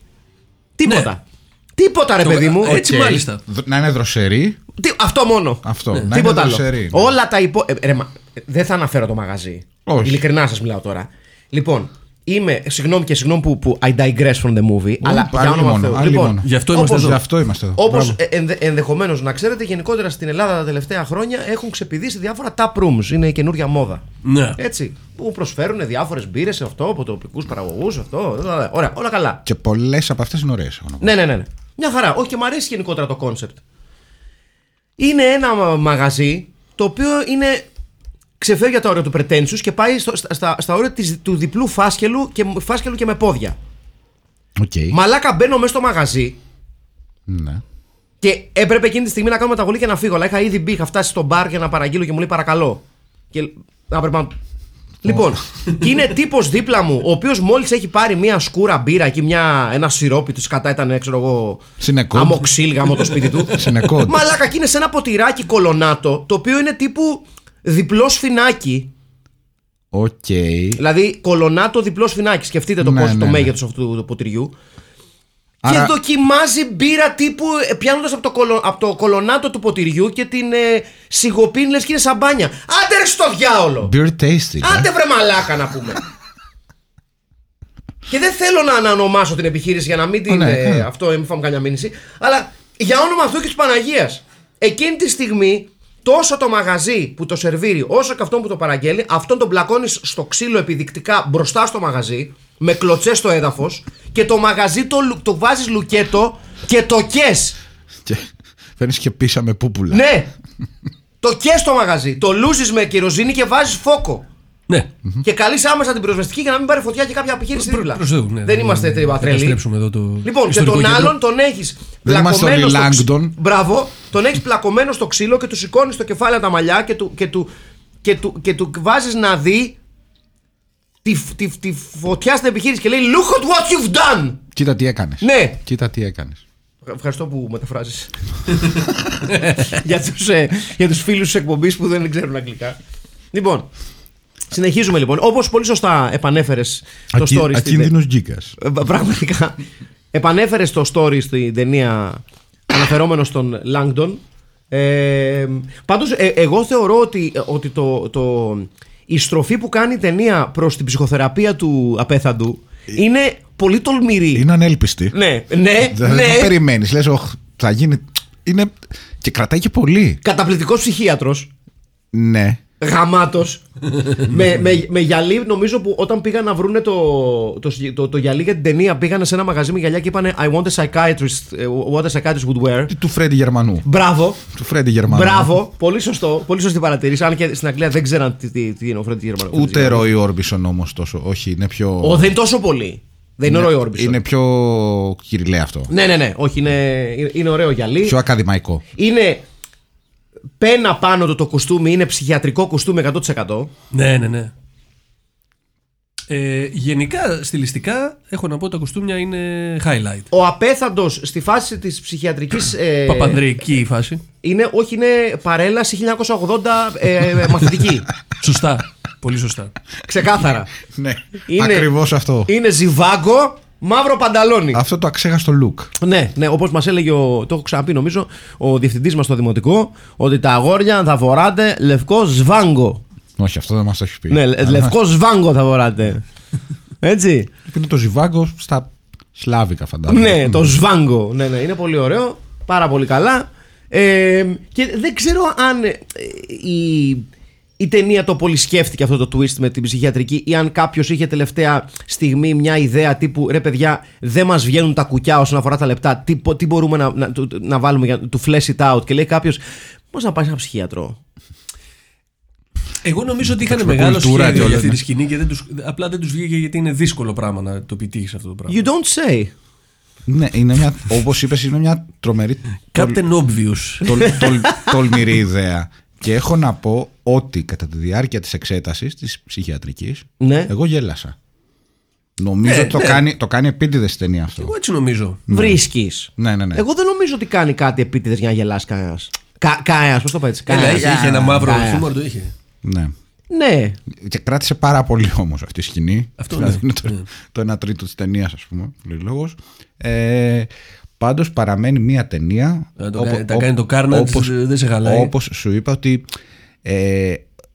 [SPEAKER 2] Τίποτα. Τίποτα, ρε
[SPEAKER 3] Ναι. Το-
[SPEAKER 2] παιδί μου.
[SPEAKER 3] Έτσι
[SPEAKER 2] Οκ.
[SPEAKER 3] μάλιστα. Ναι.
[SPEAKER 1] Δ- Να είναι δροσερή.
[SPEAKER 2] Τι- αυτό μόνο.
[SPEAKER 1] Αυτό. Να είναι Ναι.
[SPEAKER 2] Τίποτα άλλο.
[SPEAKER 1] δροσερή.
[SPEAKER 2] ε, Όλα τα υπόλοιπα. δεν θα αναφέρω το μαγαζί.
[SPEAKER 1] Όχι.
[SPEAKER 2] Ειλικρινά σας μιλάω τώρα. Λοιπόν, Είμαι, συγγνώμη και συγγνώμη που, που I digress from the movie, αλλά
[SPEAKER 1] Ναι, άλλη
[SPEAKER 2] για όνομα
[SPEAKER 1] μόνο,
[SPEAKER 2] Θεού.
[SPEAKER 1] άλλη
[SPEAKER 2] Λοιπόν,
[SPEAKER 1] μόνο.
[SPEAKER 3] Γι' αυτό είμαστε
[SPEAKER 2] όπως-
[SPEAKER 3] εδώ.
[SPEAKER 1] Γι' αυτό είμαστε εδώ.
[SPEAKER 2] Όπως
[SPEAKER 1] Μπράβο.
[SPEAKER 2] ενδεχομένως να ξέρετε, γενικότερα στην Ελλάδα τα τελευταία χρόνια έχουν ξεπηδήσει διάφορα tap rooms. Είναι η καινούργια μόδα.
[SPEAKER 3] Ναι.
[SPEAKER 2] Ε. Έτσι. Που προσφέρουν διάφορες μπύρες, αυτό από τοπικούς παραγωγούς, αυτό. δηλαδή, Ωραία, όλα καλά.
[SPEAKER 1] Και πολλές από αυτές είναι ωραίες.
[SPEAKER 2] Ναι, ναι, ναι. ναι. Μια χαρά. Όχι και μου αρέσει γενικότερα το κόνσεπτ. Είναι ένα μα- μαγαζί το οποίο είναι. Ξεφεύγει από τα όρια του pretentious και πάει στο- στα, στα, στα όρια της, του διπλού φάσκελου και, φάσκελου και με πόδια.
[SPEAKER 1] Οκ.
[SPEAKER 2] Μαλάκα μπαίνω μέσα στο μαγαζί
[SPEAKER 1] Ναι.
[SPEAKER 2] Και έπρεπε εκείνη τη στιγμή να κάνω μεταβολή και να φύγω. Αλλά είχα ήδη μπει, είχα φτάσει στο μπαρ για να παραγγείλω και μου λέει παρακαλώ. Και να πρέπει να. Λοιπόν, και είναι τύπος δίπλα μου, ο οποίος μόλις έχει πάρει μια σκούρα μπύρα εκεί, μια, ένα σιρόπι του κατά ήταν, ξέρω εγώ.
[SPEAKER 1] Συνεκόντ.
[SPEAKER 2] αμοξύλγα από το σπίτι του.
[SPEAKER 1] *laughs* Συνεκόντ.
[SPEAKER 2] Μαλάκα, και είναι σε ένα ποτηράκι κολονάτο, το οποίο είναι τύπου διπλό σφινάκι.
[SPEAKER 1] Οκ.
[SPEAKER 2] Δηλαδή, κολονάτο διπλό σφινάκι. Σκεφτείτε το,
[SPEAKER 1] Ναι,
[SPEAKER 2] πόσο,
[SPEAKER 1] ναι,
[SPEAKER 2] το
[SPEAKER 1] ναι.
[SPEAKER 2] μέγεθος αυτού του ποτηριού.
[SPEAKER 1] Άρα-
[SPEAKER 2] Και δοκιμάζει μπύρα τύπου πιάνοντας από, το κολο, απ' το κολονάτο του ποτηριού και την ε, σιγοπίνη λες και είναι σαμπάνια. Άντε ρε στο διάολο!
[SPEAKER 1] Beer tasting. ε.
[SPEAKER 2] Άντε βρε μαλάκα να πούμε. και δεν θέλω να ανανομάσω την επιχείρηση για να μην την.
[SPEAKER 1] Ναι,
[SPEAKER 2] ε,
[SPEAKER 1] ναι.
[SPEAKER 2] αυτό ε, μην φάμε καμιά μήνυση. Αλλά για όνομα αυτού και της Παναγίας. Εκείνη τη στιγμή τόσο το μαγαζί που το σερβίρει όσο και αυτόν που το παραγγέλει, αυτόν τον μπλακώνεις στο ξύλο επιδεικτικά μπροστά στο μαγαζί με κλωτσές στο έδαφος και το μαγαζί το, λου- το βάζεις λουκέτο και το κες.
[SPEAKER 1] Και φέρνεις και πίσα με πούπουλα.
[SPEAKER 2] Ναι! το κες το μαγαζί. Το λούζεις με κυροζίνη και βάζεις φόκο.
[SPEAKER 3] Ναι.
[SPEAKER 2] Και καλείς άμεσα την πυροσβεστική για να μην πάρει φωτιά και κάποια επιχείρηση δίπλα.
[SPEAKER 3] προς Θεού, ναι,
[SPEAKER 2] δεν
[SPEAKER 3] δεν-
[SPEAKER 2] είμαστε
[SPEAKER 3] δεν
[SPEAKER 2] τρελοί.
[SPEAKER 3] καταστρέψουμε εδώ το
[SPEAKER 2] Λοιπόν, και
[SPEAKER 3] ιστορικό
[SPEAKER 2] τον
[SPEAKER 3] κέντρο.
[SPEAKER 2] άλλον τον έχεις
[SPEAKER 1] Δεν είμαστε όλοι Langdon.
[SPEAKER 2] Μπράβο, τον έχεις πλακωμένο στο ξύλο και του σηκώνεις στο κεφάλι από τα μαλλιά και του, και του, και του, και του βάζεις να δει τη, φ- τη, φ- τη φωτιά στην επιχείρηση και λέει Look at what you've done!
[SPEAKER 1] Κοίτα τι έκανες.
[SPEAKER 2] Ναι.
[SPEAKER 1] Κοίτα τι έκανες.
[SPEAKER 2] Ευχαριστώ που μεταφράζεις *laughs* για, τους, ε, για τους φίλους της εκπομπής που δεν ξέρουν αγγλικά Λοιπόν, συνεχίζουμε λοιπόν Όπως πολύ σωστά επανέφερες το story στην-
[SPEAKER 1] Ακίνδυνο γκίκα.
[SPEAKER 2] Ε, Πραγματικά Επανέφερες το story στην ταινία Αναφερόμενος στον Langdon ε, Πάντως ε, εγώ θεωρώ ότι, ότι το, το, η στροφή που κάνει η ταινία προς την ψυχοθεραπεία του απέθαντου είναι πολύ τολμηρή.
[SPEAKER 1] Ε, Είναι ανέλπιστη.
[SPEAKER 2] Ναι, ναι,
[SPEAKER 1] Δεν
[SPEAKER 2] ναι.
[SPEAKER 1] περιμένεις. Λες, θα γίνει. Είναι... Και κρατάει και πολύ.
[SPEAKER 2] Καταπληκτικός ψυχίατρος
[SPEAKER 1] Ναι.
[SPEAKER 2] Γαμάτος. με, με, με γυαλί, νομίζω που όταν πήγαν να βρούνε το, το, σι- το, το γυαλί για την ταινία, πήγανε σε ένα μαγαζί με γυαλιά και είπανε I want a psychiatrist, ε, what a psychiatrist would wear.
[SPEAKER 1] Του Φρέντι Γερμανού.
[SPEAKER 2] Μπράβο.
[SPEAKER 1] Του Φρέντι Γερμανού.
[SPEAKER 2] Μπράβο. Πολύ σωστό. Πολύ σωστή παρατηρήση. Αν και στην Αγγλία δεν ξέραν τι, τι, τι είναι ο Φρέντι Γερμανό.
[SPEAKER 1] Ούτε Ρόι Όρμπισον όμως τόσο. Όχι, είναι πιο. Ναι,
[SPEAKER 2] Ο, δεν είναι τόσο πολύ. Δεν είναι ωραίο όρμπισο.
[SPEAKER 1] Είναι πιο κυριλέ αυτό.
[SPEAKER 2] Ναι, ναι, ναι. Όχι, είναι, είναι ωραίο γυαλί.
[SPEAKER 1] Πιο ακαδημαϊκό.
[SPEAKER 2] Είναι πένα πάνω του το κουστούμι, είναι ψυχιατρικό κουστούμι 100%.
[SPEAKER 3] Ναι, ναι, ναι. Ε, γενικά, στιλιστικά, έχω να πω τα κοστούμια είναι highlight.
[SPEAKER 2] Ο απέθαντος στη φάση της ψυχιατρικής. Ε,
[SPEAKER 3] Παπανδρεϊκή η φάση.
[SPEAKER 2] είναι, όχι, είναι παρέλαση 1980 ε, ε, μαθητική.
[SPEAKER 3] Σωστά. Πολύ σωστά.
[SPEAKER 2] Ξεκάθαρα.
[SPEAKER 1] Ναι. Ακριβώς αυτό.
[SPEAKER 2] Είναι ζιβάγκο, μαύρο πανταλόνι.
[SPEAKER 1] Αυτό το αξέχαστο look.
[SPEAKER 2] Ναι, ναι, όπως μας έλεγε, ο, το έχω ξαναπεί νομίζω, ο διευθυντής μας στο δημοτικό, ότι τα αγόρια θα φοράτε λευκό σβάγκο.
[SPEAKER 1] Όχι, αυτό δεν μας το έχει πει.
[SPEAKER 2] Ναι, λε-
[SPEAKER 1] Αλλά
[SPEAKER 2] λευκό σβάγκο θα φοράτε. Έτσι.
[SPEAKER 1] Είναι το ζιβάγκο στα σλάβικα, φαντάζομαι.
[SPEAKER 2] Ναι, το σβάγκο. Ναι, ναι, είναι πολύ ωραίο. Πάρα πολύ καλά. Ε, και δεν ξέρω αν ε, η, η ταινία το πολύ σκέφτηκε αυτό το twist με την ψυχιατρική ή αν κάποιος είχε τελευταία στιγμή μια ιδέα τύπου ρε παιδιά, δεν μας βγαίνουν τα κουκιά όσον αφορά τα λεπτά. Τι, πο- τι μπορούμε να, να, του- να βάλουμε για to flesh it out. Και λέει κάποιος, Πώς να πάει σε ένα ψυχίατρο.
[SPEAKER 3] Εγώ νομίζω ότι είχαν
[SPEAKER 1] Εντάξει, με
[SPEAKER 3] μεγάλο
[SPEAKER 1] κουλτούρα
[SPEAKER 3] σχέδιο για
[SPEAKER 1] κιόλας,
[SPEAKER 3] αυτή
[SPEAKER 1] ναι.
[SPEAKER 3] τη σκηνή και δεν τους, απλά δεν τους βγήκε γιατί είναι δύσκολο πράγμα να το επιτύχεις αυτό το πράγμα.
[SPEAKER 2] You don't say.
[SPEAKER 1] Ναι, είναι *laughs* μια. Όπως είπες, είναι μια τρομερή.
[SPEAKER 2] Ε,
[SPEAKER 3] Captain Obvious.
[SPEAKER 1] τολ, τολ, τολμηρή ιδέα. Και έχω να πω ότι κατά τη διάρκεια της εξέτασης της ψυχιατρικής,
[SPEAKER 2] Ναι.
[SPEAKER 1] εγώ γέλασα. Νομίζω ότι το, κάνει, το κάνει επίτηδες η ταινία αυτό.
[SPEAKER 3] Ε, ναι. Εγώ έτσι νομίζω.
[SPEAKER 2] Βρίσκεις.
[SPEAKER 1] Ναι, ναι, ναι.
[SPEAKER 2] Εγώ δεν νομίζω ότι κάνει κάτι επίτηδες για να γελάσει κανένας. Κα, κανένας, πώς το πω έτσι.
[SPEAKER 3] Έλα,
[SPEAKER 2] κανένας.
[SPEAKER 3] ναι, είχε, είχε ένα μαύρο
[SPEAKER 2] Κανένας.
[SPEAKER 3] χιούμορ, το είχε.
[SPEAKER 1] Ναι.
[SPEAKER 2] Ναι.
[SPEAKER 1] Και κράτησε πάρα πολύ όμως αυτή η σκηνή.
[SPEAKER 3] Αυτό
[SPEAKER 1] δηλαδή
[SPEAKER 3] ναι.
[SPEAKER 1] είναι το, το 1 τρίτο της ταινίας, ας πούμε. Πολύ λόγος. Ε, Πάντως παραμένει μια ταινία.
[SPEAKER 3] Ε, το κάνει- τα κάνει το Carnage, δεν σε χαλάει.
[SPEAKER 1] Όπως σου είπα ότι. Ε,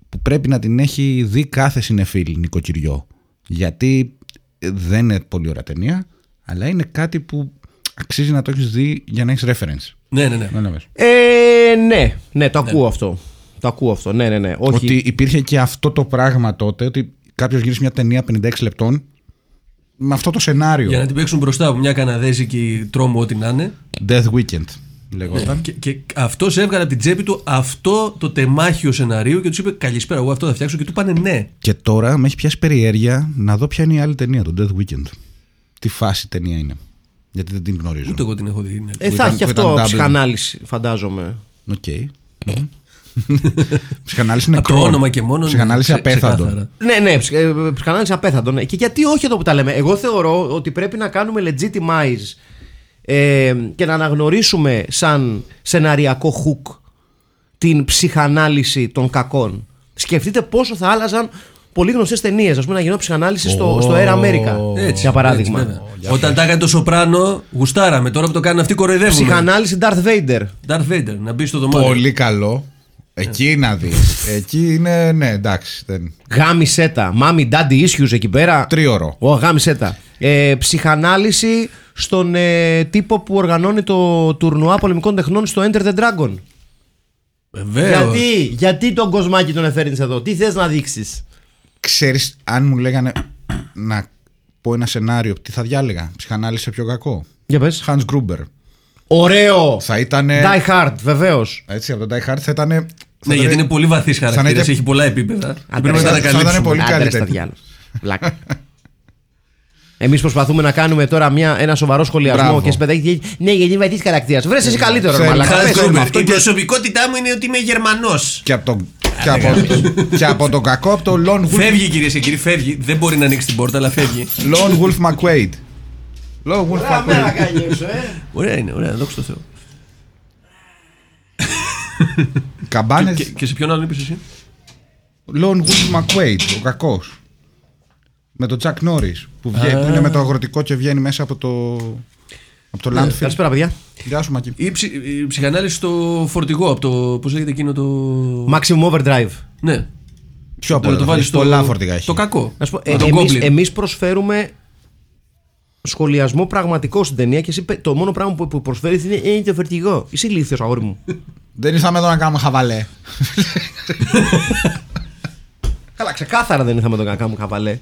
[SPEAKER 1] που πρέπει να την έχει δει κάθε συνεφίλ νοικοκυριό. Γιατί ε, δεν είναι πολύ ωραία ταινία, αλλά είναι κάτι που αξίζει να το έχεις δει για να έχεις reference.
[SPEAKER 3] Ναι, ναι, ναι.
[SPEAKER 1] Κατάλαβες.
[SPEAKER 2] Ε, ναι, ναι, το ακούω αυτό. Το ακούω αυτό, ναι, ναι, ναι. Όχι.
[SPEAKER 1] Ότι υπήρχε και αυτό το πράγμα τότε, ότι κάποιος γύρισε μια ταινία 56 λεπτών με αυτό το σενάριο.
[SPEAKER 3] Για να την παίξουν μπροστά από μια καναδέζικη τρόμο, ό,τι να είναι.
[SPEAKER 1] Death Weekend λεγόταν.
[SPEAKER 3] Και, και αυτός έβγαλε από την τσέπη του αυτό το τεμάχιο σενάριο και τους είπε: Καλησπέρα, εγώ αυτό θα φτιάξω. Και του είπανε ναι.
[SPEAKER 1] Και τώρα με έχει πιάσει περιέργεια να δω ποια είναι η άλλη ταινία, το Death Weekend. Τι φάση ταινία είναι. Γιατί δεν την γνωρίζω.
[SPEAKER 3] Ούτε εγώ την έχω δει. ναι.
[SPEAKER 2] Ε,
[SPEAKER 1] που
[SPEAKER 2] θα
[SPEAKER 1] ήταν-
[SPEAKER 2] έχει
[SPEAKER 1] που ήταν
[SPEAKER 2] αυτό
[SPEAKER 1] double.
[SPEAKER 2] ψυχανάλυση, φαντάζομαι.
[SPEAKER 1] Οκ. Μμμ.
[SPEAKER 3] *laughs*
[SPEAKER 1] Ψυχανάλυση
[SPEAKER 3] Α,
[SPEAKER 1] νεκρών.
[SPEAKER 3] το Ε. όνομα και μόνο.
[SPEAKER 1] Ψυχανάλυση
[SPEAKER 3] ξε-
[SPEAKER 1] απέθαντων.
[SPEAKER 3] ξεκάθαρα.
[SPEAKER 2] Ναι, ναι, ψυχ- ε, ψυχανάλυση απέθαντο. ναι. Και γιατί όχι εδώ που τα λέμε. Εγώ θεωρώ ότι πρέπει να κάνουμε legitimize ε, και να αναγνωρίσουμε σαν σεναριακό hook την ψυχανάλυση των κακών. Σκεφτείτε πόσο θα άλλαζαν πολύ γνωστές ταινίες. Ας πούμε, να γινόταν ψυχανάλυση στο, στο Air America.
[SPEAKER 3] Έτσι,
[SPEAKER 2] για παράδειγμα.
[SPEAKER 3] έτσι, βέβαια. Όταν τα έκανε το σοπράνο, γουστάραμε. Τώρα που το κάνουν αυτοί, κοροϊδεύουν.
[SPEAKER 2] ψυχανάλυση Darth Vader.
[SPEAKER 3] Darth Vader, να μπει στο δωμάτιο.
[SPEAKER 1] Πολύ καλό. Εκεί
[SPEAKER 3] Ε.
[SPEAKER 1] να δεις. Εκεί είναι, ναι, εντάξει. Δεν...
[SPEAKER 2] Γάμισέ τα. Mommy daddy issues εκεί πέρα.
[SPEAKER 1] Τρίωρο.
[SPEAKER 2] Ω, γάμισέ τα. Ε, ψυχανάλυση στον ε, τύπο που οργανώνει το τουρνουά πολεμικών τεχνών στο Enter the Dragon.
[SPEAKER 3] Βεβαίως.
[SPEAKER 2] Γιατί, γιατί τον κοσμάκι τον εφέρνεις εδώ, τι θες να δείξεις.
[SPEAKER 1] Ξέρεις, αν μου λέγανε να πω ένα σενάριο, τι θα διάλεγα. Ψυχανάλυση σε πιο κακό.
[SPEAKER 2] Για πες.
[SPEAKER 1] Hans Gruber.
[SPEAKER 2] Ωραίο.
[SPEAKER 1] Θα ήταν.
[SPEAKER 2] Die Hard, βεβαίως.
[SPEAKER 1] Έτσι, από τον Die Hard θα ήταν.
[SPEAKER 3] Ναι, γιατί είναι πολύ βαθύς χαρακτήρας,
[SPEAKER 1] και-
[SPEAKER 3] έχει πολλά επίπεδα.
[SPEAKER 2] Άντε,
[SPEAKER 3] Πρέπει
[SPEAKER 2] ρε,
[SPEAKER 3] να τα
[SPEAKER 2] θα- θα
[SPEAKER 1] ήταν
[SPEAKER 3] ανακαλύψουμε.
[SPEAKER 1] πολύ
[SPEAKER 2] Άντε,
[SPEAKER 1] καλή
[SPEAKER 2] ρε, στα
[SPEAKER 1] ταινία.
[SPEAKER 2] διάλογα. *laughs* Βλάκα. Εμείς προσπαθούμε να κάνουμε τώρα μια, ένα σοβαρό σχολιασμό
[SPEAKER 1] Μπράβο. Ε,
[SPEAKER 2] και σπετάκι. Ναι, γιατί βαθύς χαρακτήρας. Βρες εσύ καλύτερο, ρε
[SPEAKER 1] Ξέρω.
[SPEAKER 2] μαλάκα.
[SPEAKER 3] Hans
[SPEAKER 2] Πες,
[SPEAKER 3] Gruber.
[SPEAKER 2] ρε,
[SPEAKER 3] Η προσωπικότητά μου είναι ότι είμαι Γερμανός.
[SPEAKER 1] Και από τον. Και από, και από τον κακό, από τον Lone Wolf,
[SPEAKER 3] ναι. Φεύγει κυρίες και κύριοι, φεύγει. Δεν μπορεί να ανοίξει την πόρτα, αλλά φεύγει.
[SPEAKER 1] Lone Wolf McQuaid. Lone Wolf McQuaid.
[SPEAKER 3] Ωραία είναι, ωραία, δόξα τω Θεώ.
[SPEAKER 1] Καμπάνες.
[SPEAKER 3] Και, και σε ποιον άλλον είπες εσύ.
[SPEAKER 1] Lone Wolf McQuaid, ο κακός. Με τον Τζακ Νόρις που, βγαίνει- που είναι με το αγροτικό και βγαίνει μέσα από το. Από
[SPEAKER 3] Ναι,
[SPEAKER 1] το landfill.
[SPEAKER 2] Καλησπέρα, παιδιά.
[SPEAKER 1] Γεια σου, Μακή.
[SPEAKER 3] Η, ψυ, η ψυχανάλυση στο φορτηγό, από το. Πώς λέγεται εκείνο το.
[SPEAKER 2] Maximum Overdrive.
[SPEAKER 3] Ναι,
[SPEAKER 1] Πιο από
[SPEAKER 3] να το βάλεις στο.
[SPEAKER 1] Πολλά φορτηγά έχει.
[SPEAKER 3] Το κακό.
[SPEAKER 2] Να σου πω,
[SPEAKER 3] Με τον
[SPEAKER 2] Ε, εμείς,
[SPEAKER 3] Goblin.
[SPEAKER 2] εμείς προσφέρουμε σχολιασμό πραγματικό στην ταινία και εσύ πε- το μόνο πράγμα που, που προσφέρεις είναι, «Ε, είναι το φερτηγό. Είσαι ηλίθιος αγόρι μου.
[SPEAKER 1] Δεν ήρθαμε εδώ να κάνουμε χαβαλέ.
[SPEAKER 2] Καλά, ξεκάθαρα δεν ήρθαμε εδώ να κάνουμε καβαλέ.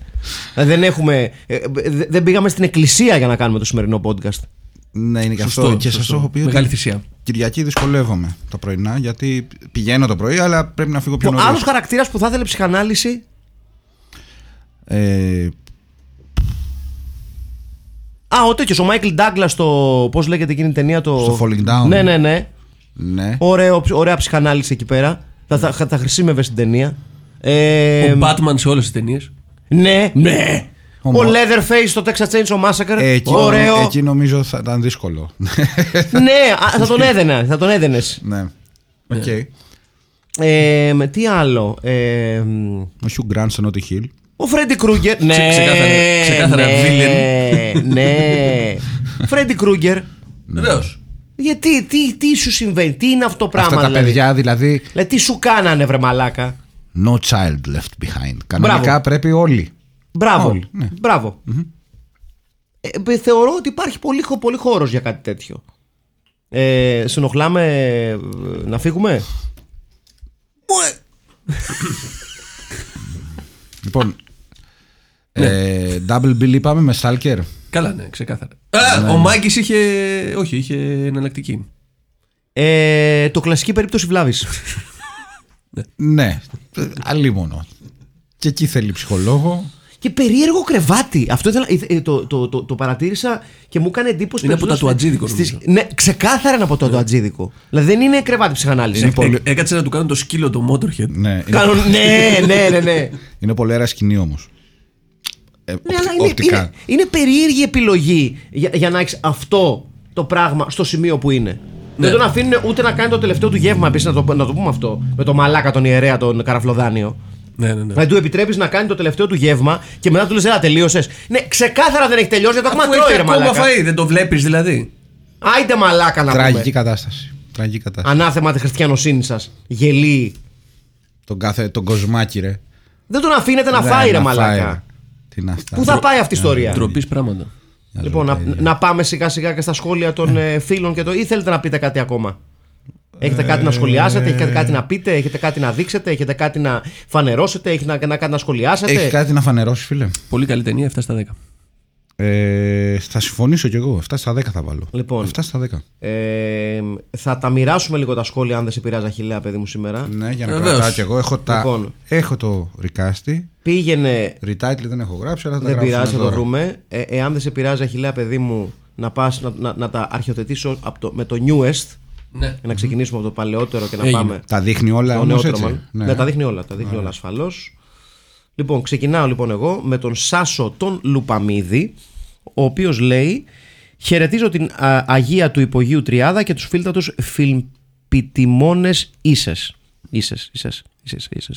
[SPEAKER 2] Δηλαδή δεν, έχουμε, ε, ε, δε- δεν πήγαμε στην εκκλησία για να κάνουμε το σημερινό podcast.
[SPEAKER 1] Ναι, είναι και αυτό.
[SPEAKER 3] Σωστό,
[SPEAKER 1] Και σας
[SPEAKER 3] σωστό.
[SPEAKER 1] το έχω πει ότι
[SPEAKER 3] Μεγάλη θυσία.
[SPEAKER 1] Κυριακή δυσκολεύομαι τα πρωινά γιατί πηγαίνω το πρωί, αλλά πρέπει να φύγω πιο
[SPEAKER 2] Ο
[SPEAKER 1] νωρί.
[SPEAKER 2] άλλος χαρακτήρας που θα ήθελε ψυχανάλυση
[SPEAKER 1] Ε,
[SPEAKER 2] Α, ο τέτοιος, ο Μάικλ Ντάγκλα στο. Πώς λέγεται εκείνη η ταινία, το.
[SPEAKER 1] Στο Falling Down.
[SPEAKER 2] Ναι, ναι, ναι.
[SPEAKER 1] ναι.
[SPEAKER 2] Ωραίο, ωραία ψυχανάλυση εκεί πέρα. Θα, θα, θα χρησίμευε στην ταινία. Ε,
[SPEAKER 3] Ο Batman σε όλες τις ταινίες.
[SPEAKER 2] Ναι. Ναι. Ο,
[SPEAKER 1] Μο-
[SPEAKER 2] Leatherface στο Texas Chainsaw Massacre.
[SPEAKER 1] Ε, εκεί,
[SPEAKER 2] ωραίο.
[SPEAKER 1] εκεί νομίζω θα ήταν
[SPEAKER 3] *laughs*
[SPEAKER 1] δύσκολο.
[SPEAKER 2] Ναι, α, θα τον έδαινα. Θα τον έδαινες.
[SPEAKER 1] ναι. Οκ.
[SPEAKER 2] Ε, με τι άλλο. Ε, μ,
[SPEAKER 1] Ο Hugh Grant στο Notting Hill.
[SPEAKER 2] ο Φρέντι Κρούγκερ. Ναι,
[SPEAKER 3] ξεκάθαρα- ξεκάθαρα
[SPEAKER 2] ναι, ναι. Φρέντι Κρούγκερ.
[SPEAKER 3] Βεβαίω.
[SPEAKER 2] Γιατί, τι, τι σου συμβαίνει, τι είναι αυτό το πράγμα.
[SPEAKER 1] Αυτά τα
[SPEAKER 2] δηλαδή.
[SPEAKER 1] παιδιά δηλαδή.
[SPEAKER 2] Δηλαδή, τι σου κάνανε, βρε μαλάκα.
[SPEAKER 1] No child left behind. Κανονικά
[SPEAKER 2] Μπράβο.
[SPEAKER 1] πρέπει όλοι.
[SPEAKER 2] Μπράβο.
[SPEAKER 1] Όλοι, ναι.
[SPEAKER 2] Μπράβο. Ε, ε, θεωρώ ότι υπάρχει πολύ, χω- πολύ χώρος για κάτι τέτοιο. Ε, σε ενοχλάμε ε, να φύγουμε.
[SPEAKER 1] Λοιπόν.
[SPEAKER 2] Ναι.
[SPEAKER 1] Ε, double bill είπαμε με Stalker.
[SPEAKER 3] Καλά, ναι, ξεκάθαρα. Α, ο Μάκη είχε. Όχι, είχε εναλλακτική.
[SPEAKER 2] Ε, το κλασική περίπτωση βλάβης.
[SPEAKER 1] Ναι. Αλλήμωνο. Και εκεί θέλει ψυχολόγο.
[SPEAKER 2] και περίεργο κρεβάτι. Αυτό ήθελα, ε, ε, το, το, το, το παρατήρησα και μου έκανε εντύπωση.
[SPEAKER 3] Είναι από
[SPEAKER 2] περισσότερο
[SPEAKER 3] το τατουατζίδικο,
[SPEAKER 2] στις-
[SPEAKER 3] νομίζω.
[SPEAKER 2] Ναι, ξεκάθαρα είναι από το τατουατζίδικο. Δηλαδή δεν είναι κρεβάτι ψυχανάλυσης. λοιπόν.
[SPEAKER 1] Είναι
[SPEAKER 3] *laughs*
[SPEAKER 1] πολύ-
[SPEAKER 3] Ε, έκατσε να του κάνω το σκύλο το Motorhead.
[SPEAKER 1] Ναι, είναι,
[SPEAKER 2] Κάνω- ναι, ναι, ναι, ναι.
[SPEAKER 1] είναι πολύ αέρα σκηνή όμως. Ε,
[SPEAKER 2] Ναι,
[SPEAKER 1] οπτι-
[SPEAKER 2] αλλά είναι,
[SPEAKER 1] οπτικά.
[SPEAKER 2] είναι, είναι περίεργη επιλογή για, για να έχεις αυτό το πράγμα στο σημείο που είναι. Δεν τον αφήνουν ούτε να κάνει το τελευταίο του γεύμα επίσης, να, το, να το πούμε αυτό. Με το μαλάκα τον ιερέα, τον καραφλοδάνιο.
[SPEAKER 3] Ναι, ναι, ναι.
[SPEAKER 2] Δηλαδή του επιτρέπεις να κάνει το τελευταίο του γεύμα και μετά του λες: Ελά, τελείωσες. Ναι, ξεκάθαρα δεν έχει τελειώσει, γιατί το
[SPEAKER 3] Αφού
[SPEAKER 2] έχουμε
[SPEAKER 3] έχει
[SPEAKER 2] τρώει, ρε
[SPEAKER 3] ακόμα
[SPEAKER 2] μαλάκα.
[SPEAKER 3] φαΐ, δεν το βλέπεις δηλαδή.
[SPEAKER 2] Άιντε μαλάκα να
[SPEAKER 1] Τραγική
[SPEAKER 2] πούμε.
[SPEAKER 1] κατάσταση. Τραγική κατάσταση.
[SPEAKER 2] Ανάθεμα τη χριστιανοσύνη σας. Γελί.
[SPEAKER 1] Τον, κάθε, τον κοσμάκι, ρε.
[SPEAKER 2] Δεν τον αφήνετε να
[SPEAKER 1] Ναι,
[SPEAKER 2] φάει, ρε
[SPEAKER 1] να
[SPEAKER 2] μαλάκα.
[SPEAKER 1] φάει. Τι είναι αυτά.
[SPEAKER 2] Πού θα πάει αυτή η ιστορία.
[SPEAKER 3] Τροπή πράγματα.
[SPEAKER 2] Λοιπόν, να, να πάμε σιγά σιγά και στα σχόλια των ε, φίλων και το. ή θέλετε να πείτε κάτι ακόμα. Έχετε κάτι
[SPEAKER 1] Ε,
[SPEAKER 2] να σχολιάσετε, έχετε κάτι να πείτε, έχετε κάτι να δείξετε, έχετε κάτι να φανερώσετε, έχετε να, να, κάτι να σχολιάσετε.
[SPEAKER 1] Έχει κάτι να φανερώσει, φίλε.
[SPEAKER 3] Πολύ καλή ταινία, 7 στα 10.
[SPEAKER 1] Ε, θα συμφωνήσω κι εγώ. 7 στα 10 θα βάλω.
[SPEAKER 2] Λοιπόν.
[SPEAKER 1] 7 στα 10.
[SPEAKER 2] Ε, θα τα μοιράσουμε λίγο τα σχόλια, αν δεν σε πειράζει, Αχιλέα, παιδί μου, σήμερα.
[SPEAKER 1] Ναι, για να
[SPEAKER 3] Βεβαίως.
[SPEAKER 1] κρατάω κι εγώ. Έχω, τα...
[SPEAKER 2] Λοιπόν.
[SPEAKER 1] έχω το ρικάστη.
[SPEAKER 2] Πήγαινε.
[SPEAKER 1] Retitle δεν έχω γράψει, αλλά θα τα
[SPEAKER 2] Δεν
[SPEAKER 1] γράψουμε
[SPEAKER 2] πειράζει, θα το
[SPEAKER 1] τώρα.
[SPEAKER 2] βρούμε. Ε, εάν δεν σε πειράζει, Αχιλέα, παιδί μου, να πας να, να, να τα αρχιοθετήσω απ' το, με το newest.
[SPEAKER 3] Ναι.
[SPEAKER 2] Και να ξεκινήσουμε από το παλαιότερο και να
[SPEAKER 3] Έγινε.
[SPEAKER 2] πάμε.
[SPEAKER 1] Τα δείχνει όλα
[SPEAKER 2] Το
[SPEAKER 1] όμως
[SPEAKER 2] νεότερο,
[SPEAKER 1] έτσι.
[SPEAKER 2] μάλλον. Ναι. τα δείχνει όλα. Τα δείχνει όλα ασφαλώς. Λοιπόν, ξεκινάω λοιπόν εγώ με τον Σάσο τον Λουπαμίδη, ο οποίος λέει: Χαιρετίζω την α, Αγία του Υπογείου Τριάδα και τους φίλτατους φιλμπιτιμόνες ίσες. Ίσες, ίσες, ίσε,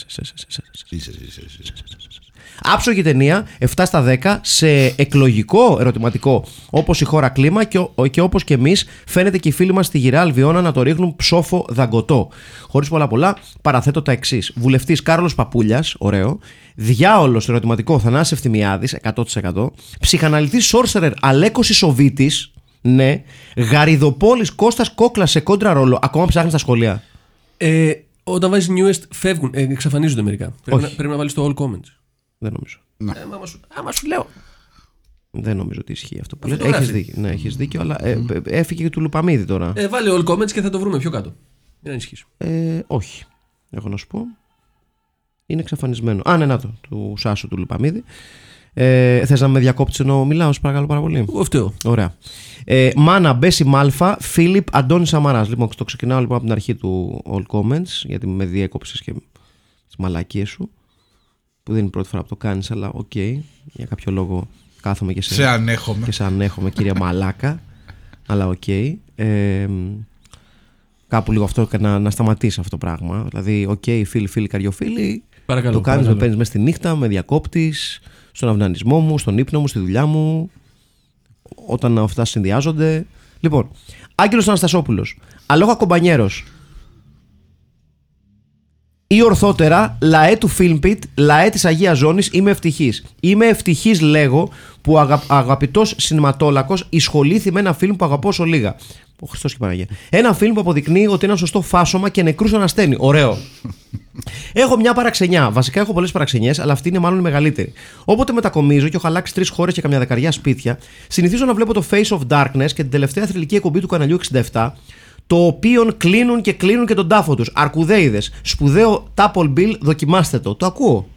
[SPEAKER 2] Άψογη ταινία, 7 στα 10, σε εκλογικό ερωτηματικό, όπως η χώρα κλίμα και, ο- και όπως και εμείς, φαίνεται και οι φίλοι μας στη γυρά Αλβιώνα να το ρίχνουν ψόφο δαγκωτό. Χωρίς πολλά πολλά, παραθέτω τα εξής. Βουλευτής Κάρολο Παπούλιας, ωραίο. Διάολος ερωτηματικό Θανάσης Ευθυμιάδης, 100%. Ψυχαναλυτή Σόρσερερ Αλέκος Ισοβίτης, ναι. Γαριδοπόλης Κώστας Κόκλας σε κόντρα ρόλο. Ακόμα ψάχνει τα σχολεία.
[SPEAKER 3] Ε, όταν βάζεις newest, φεύγουν, ε, εξαφανίζονται μερικά. Πρέπει
[SPEAKER 2] Όχι. Ναι.
[SPEAKER 3] να, πρέπει να βάλεις το all comments.
[SPEAKER 2] Δεν νομίζω.
[SPEAKER 3] Ε, άμα, σου, άμα σου λέω.
[SPEAKER 2] Δεν νομίζω ότι ισχύει αυτό που λέτε.
[SPEAKER 3] το
[SPEAKER 2] Έχεις
[SPEAKER 3] γράφει.
[SPEAKER 2] δίκιο. Ναι, έχεις δίκιο, αλλά ε, ε, έφυγε και του Λουπαμίδη τώρα.
[SPEAKER 3] Ε, βάλε all comments και θα το βρούμε πιο κάτω. Μην ανησυχείς.
[SPEAKER 2] Ε, όχι. Έχω να σου πω. Είναι εξαφανισμένο. Α, ναι, να το. Του Σάσου του Λουπαμίδη. Ε, Θες να με διακόψεις ενώ μιλάω, σε παρακαλώ πάρα πολύ.
[SPEAKER 3] Εγώ φταίω.
[SPEAKER 2] Ωραία. Ε, Μάνα Μπέση Μάλφα, Φίλιπ Αντώνης Σαμαράς. Λοιπόν, το ξεκινάω λοιπόν από την αρχή του All Comments, γιατί με διέκοψες και τις μαλακίες σου. Που δεν είναι η πρώτη φορά που το κάνεις, αλλά οκ. για κάποιο λόγο κάθομαι και σε,
[SPEAKER 1] Σε ανέχομαι.
[SPEAKER 2] και σε ανέχομαι, κύριε Μαλάκα. Αλλά οκ. Ε, κάπου λίγο αυτό να, να σταματήσει αυτό το πράγμα. Δηλαδή, οκ, φίλοι, φίλοι, καριοφίλοι.
[SPEAKER 3] Παρακαλώ,
[SPEAKER 2] το κάνεις, με
[SPEAKER 3] παρακαλώ.
[SPEAKER 2] παίρνεις μέσα στη νύχτα, με διακόπτη, στον αυνανισμό μου, στον ύπνο μου, στη δουλειά μου. Όταν αυτά συνδυάζονται. Λοιπόν, Άγγελος Αναστασόπουλος. Αλόγα κομπανιέρος. Ή ορθότερα, λαέ του Filmpit, λαέ της Αγίας Ζώνης, είμαι ευτυχής. Είμαι ευτυχής, λέγω, που αγα... αγαπητός σινηματόλακος ισχολήθη με ένα φιλμ που αγαπώ όσο λίγα. Ο Χριστός και η Παναγία. Ένα φιλμ που αποδεικνύει ότι ένα σωστό φάσομα και νεκρούς ανασταίνει. Ωραίο. Έχω μια παραξενιά. Βασικά έχω πολλές παραξενιές, αλλά αυτή είναι μάλλον η μεγαλύτερη. Όποτε μετακομίζω και έχω αλλάξει τρεις χώρες και καμιά δεκαριά σπίτια, συνηθίζω να βλέπω το Face of Darkness και την τελευταία θρηλυκή εκπομπή του καναλιού 67, το οποίο κλείνουν και κλείνουν και τον τάφο τους. Αρκουδέιδες. Σπουδαίο Τάπολ Bill, δοκιμάστε το. Το ακούω.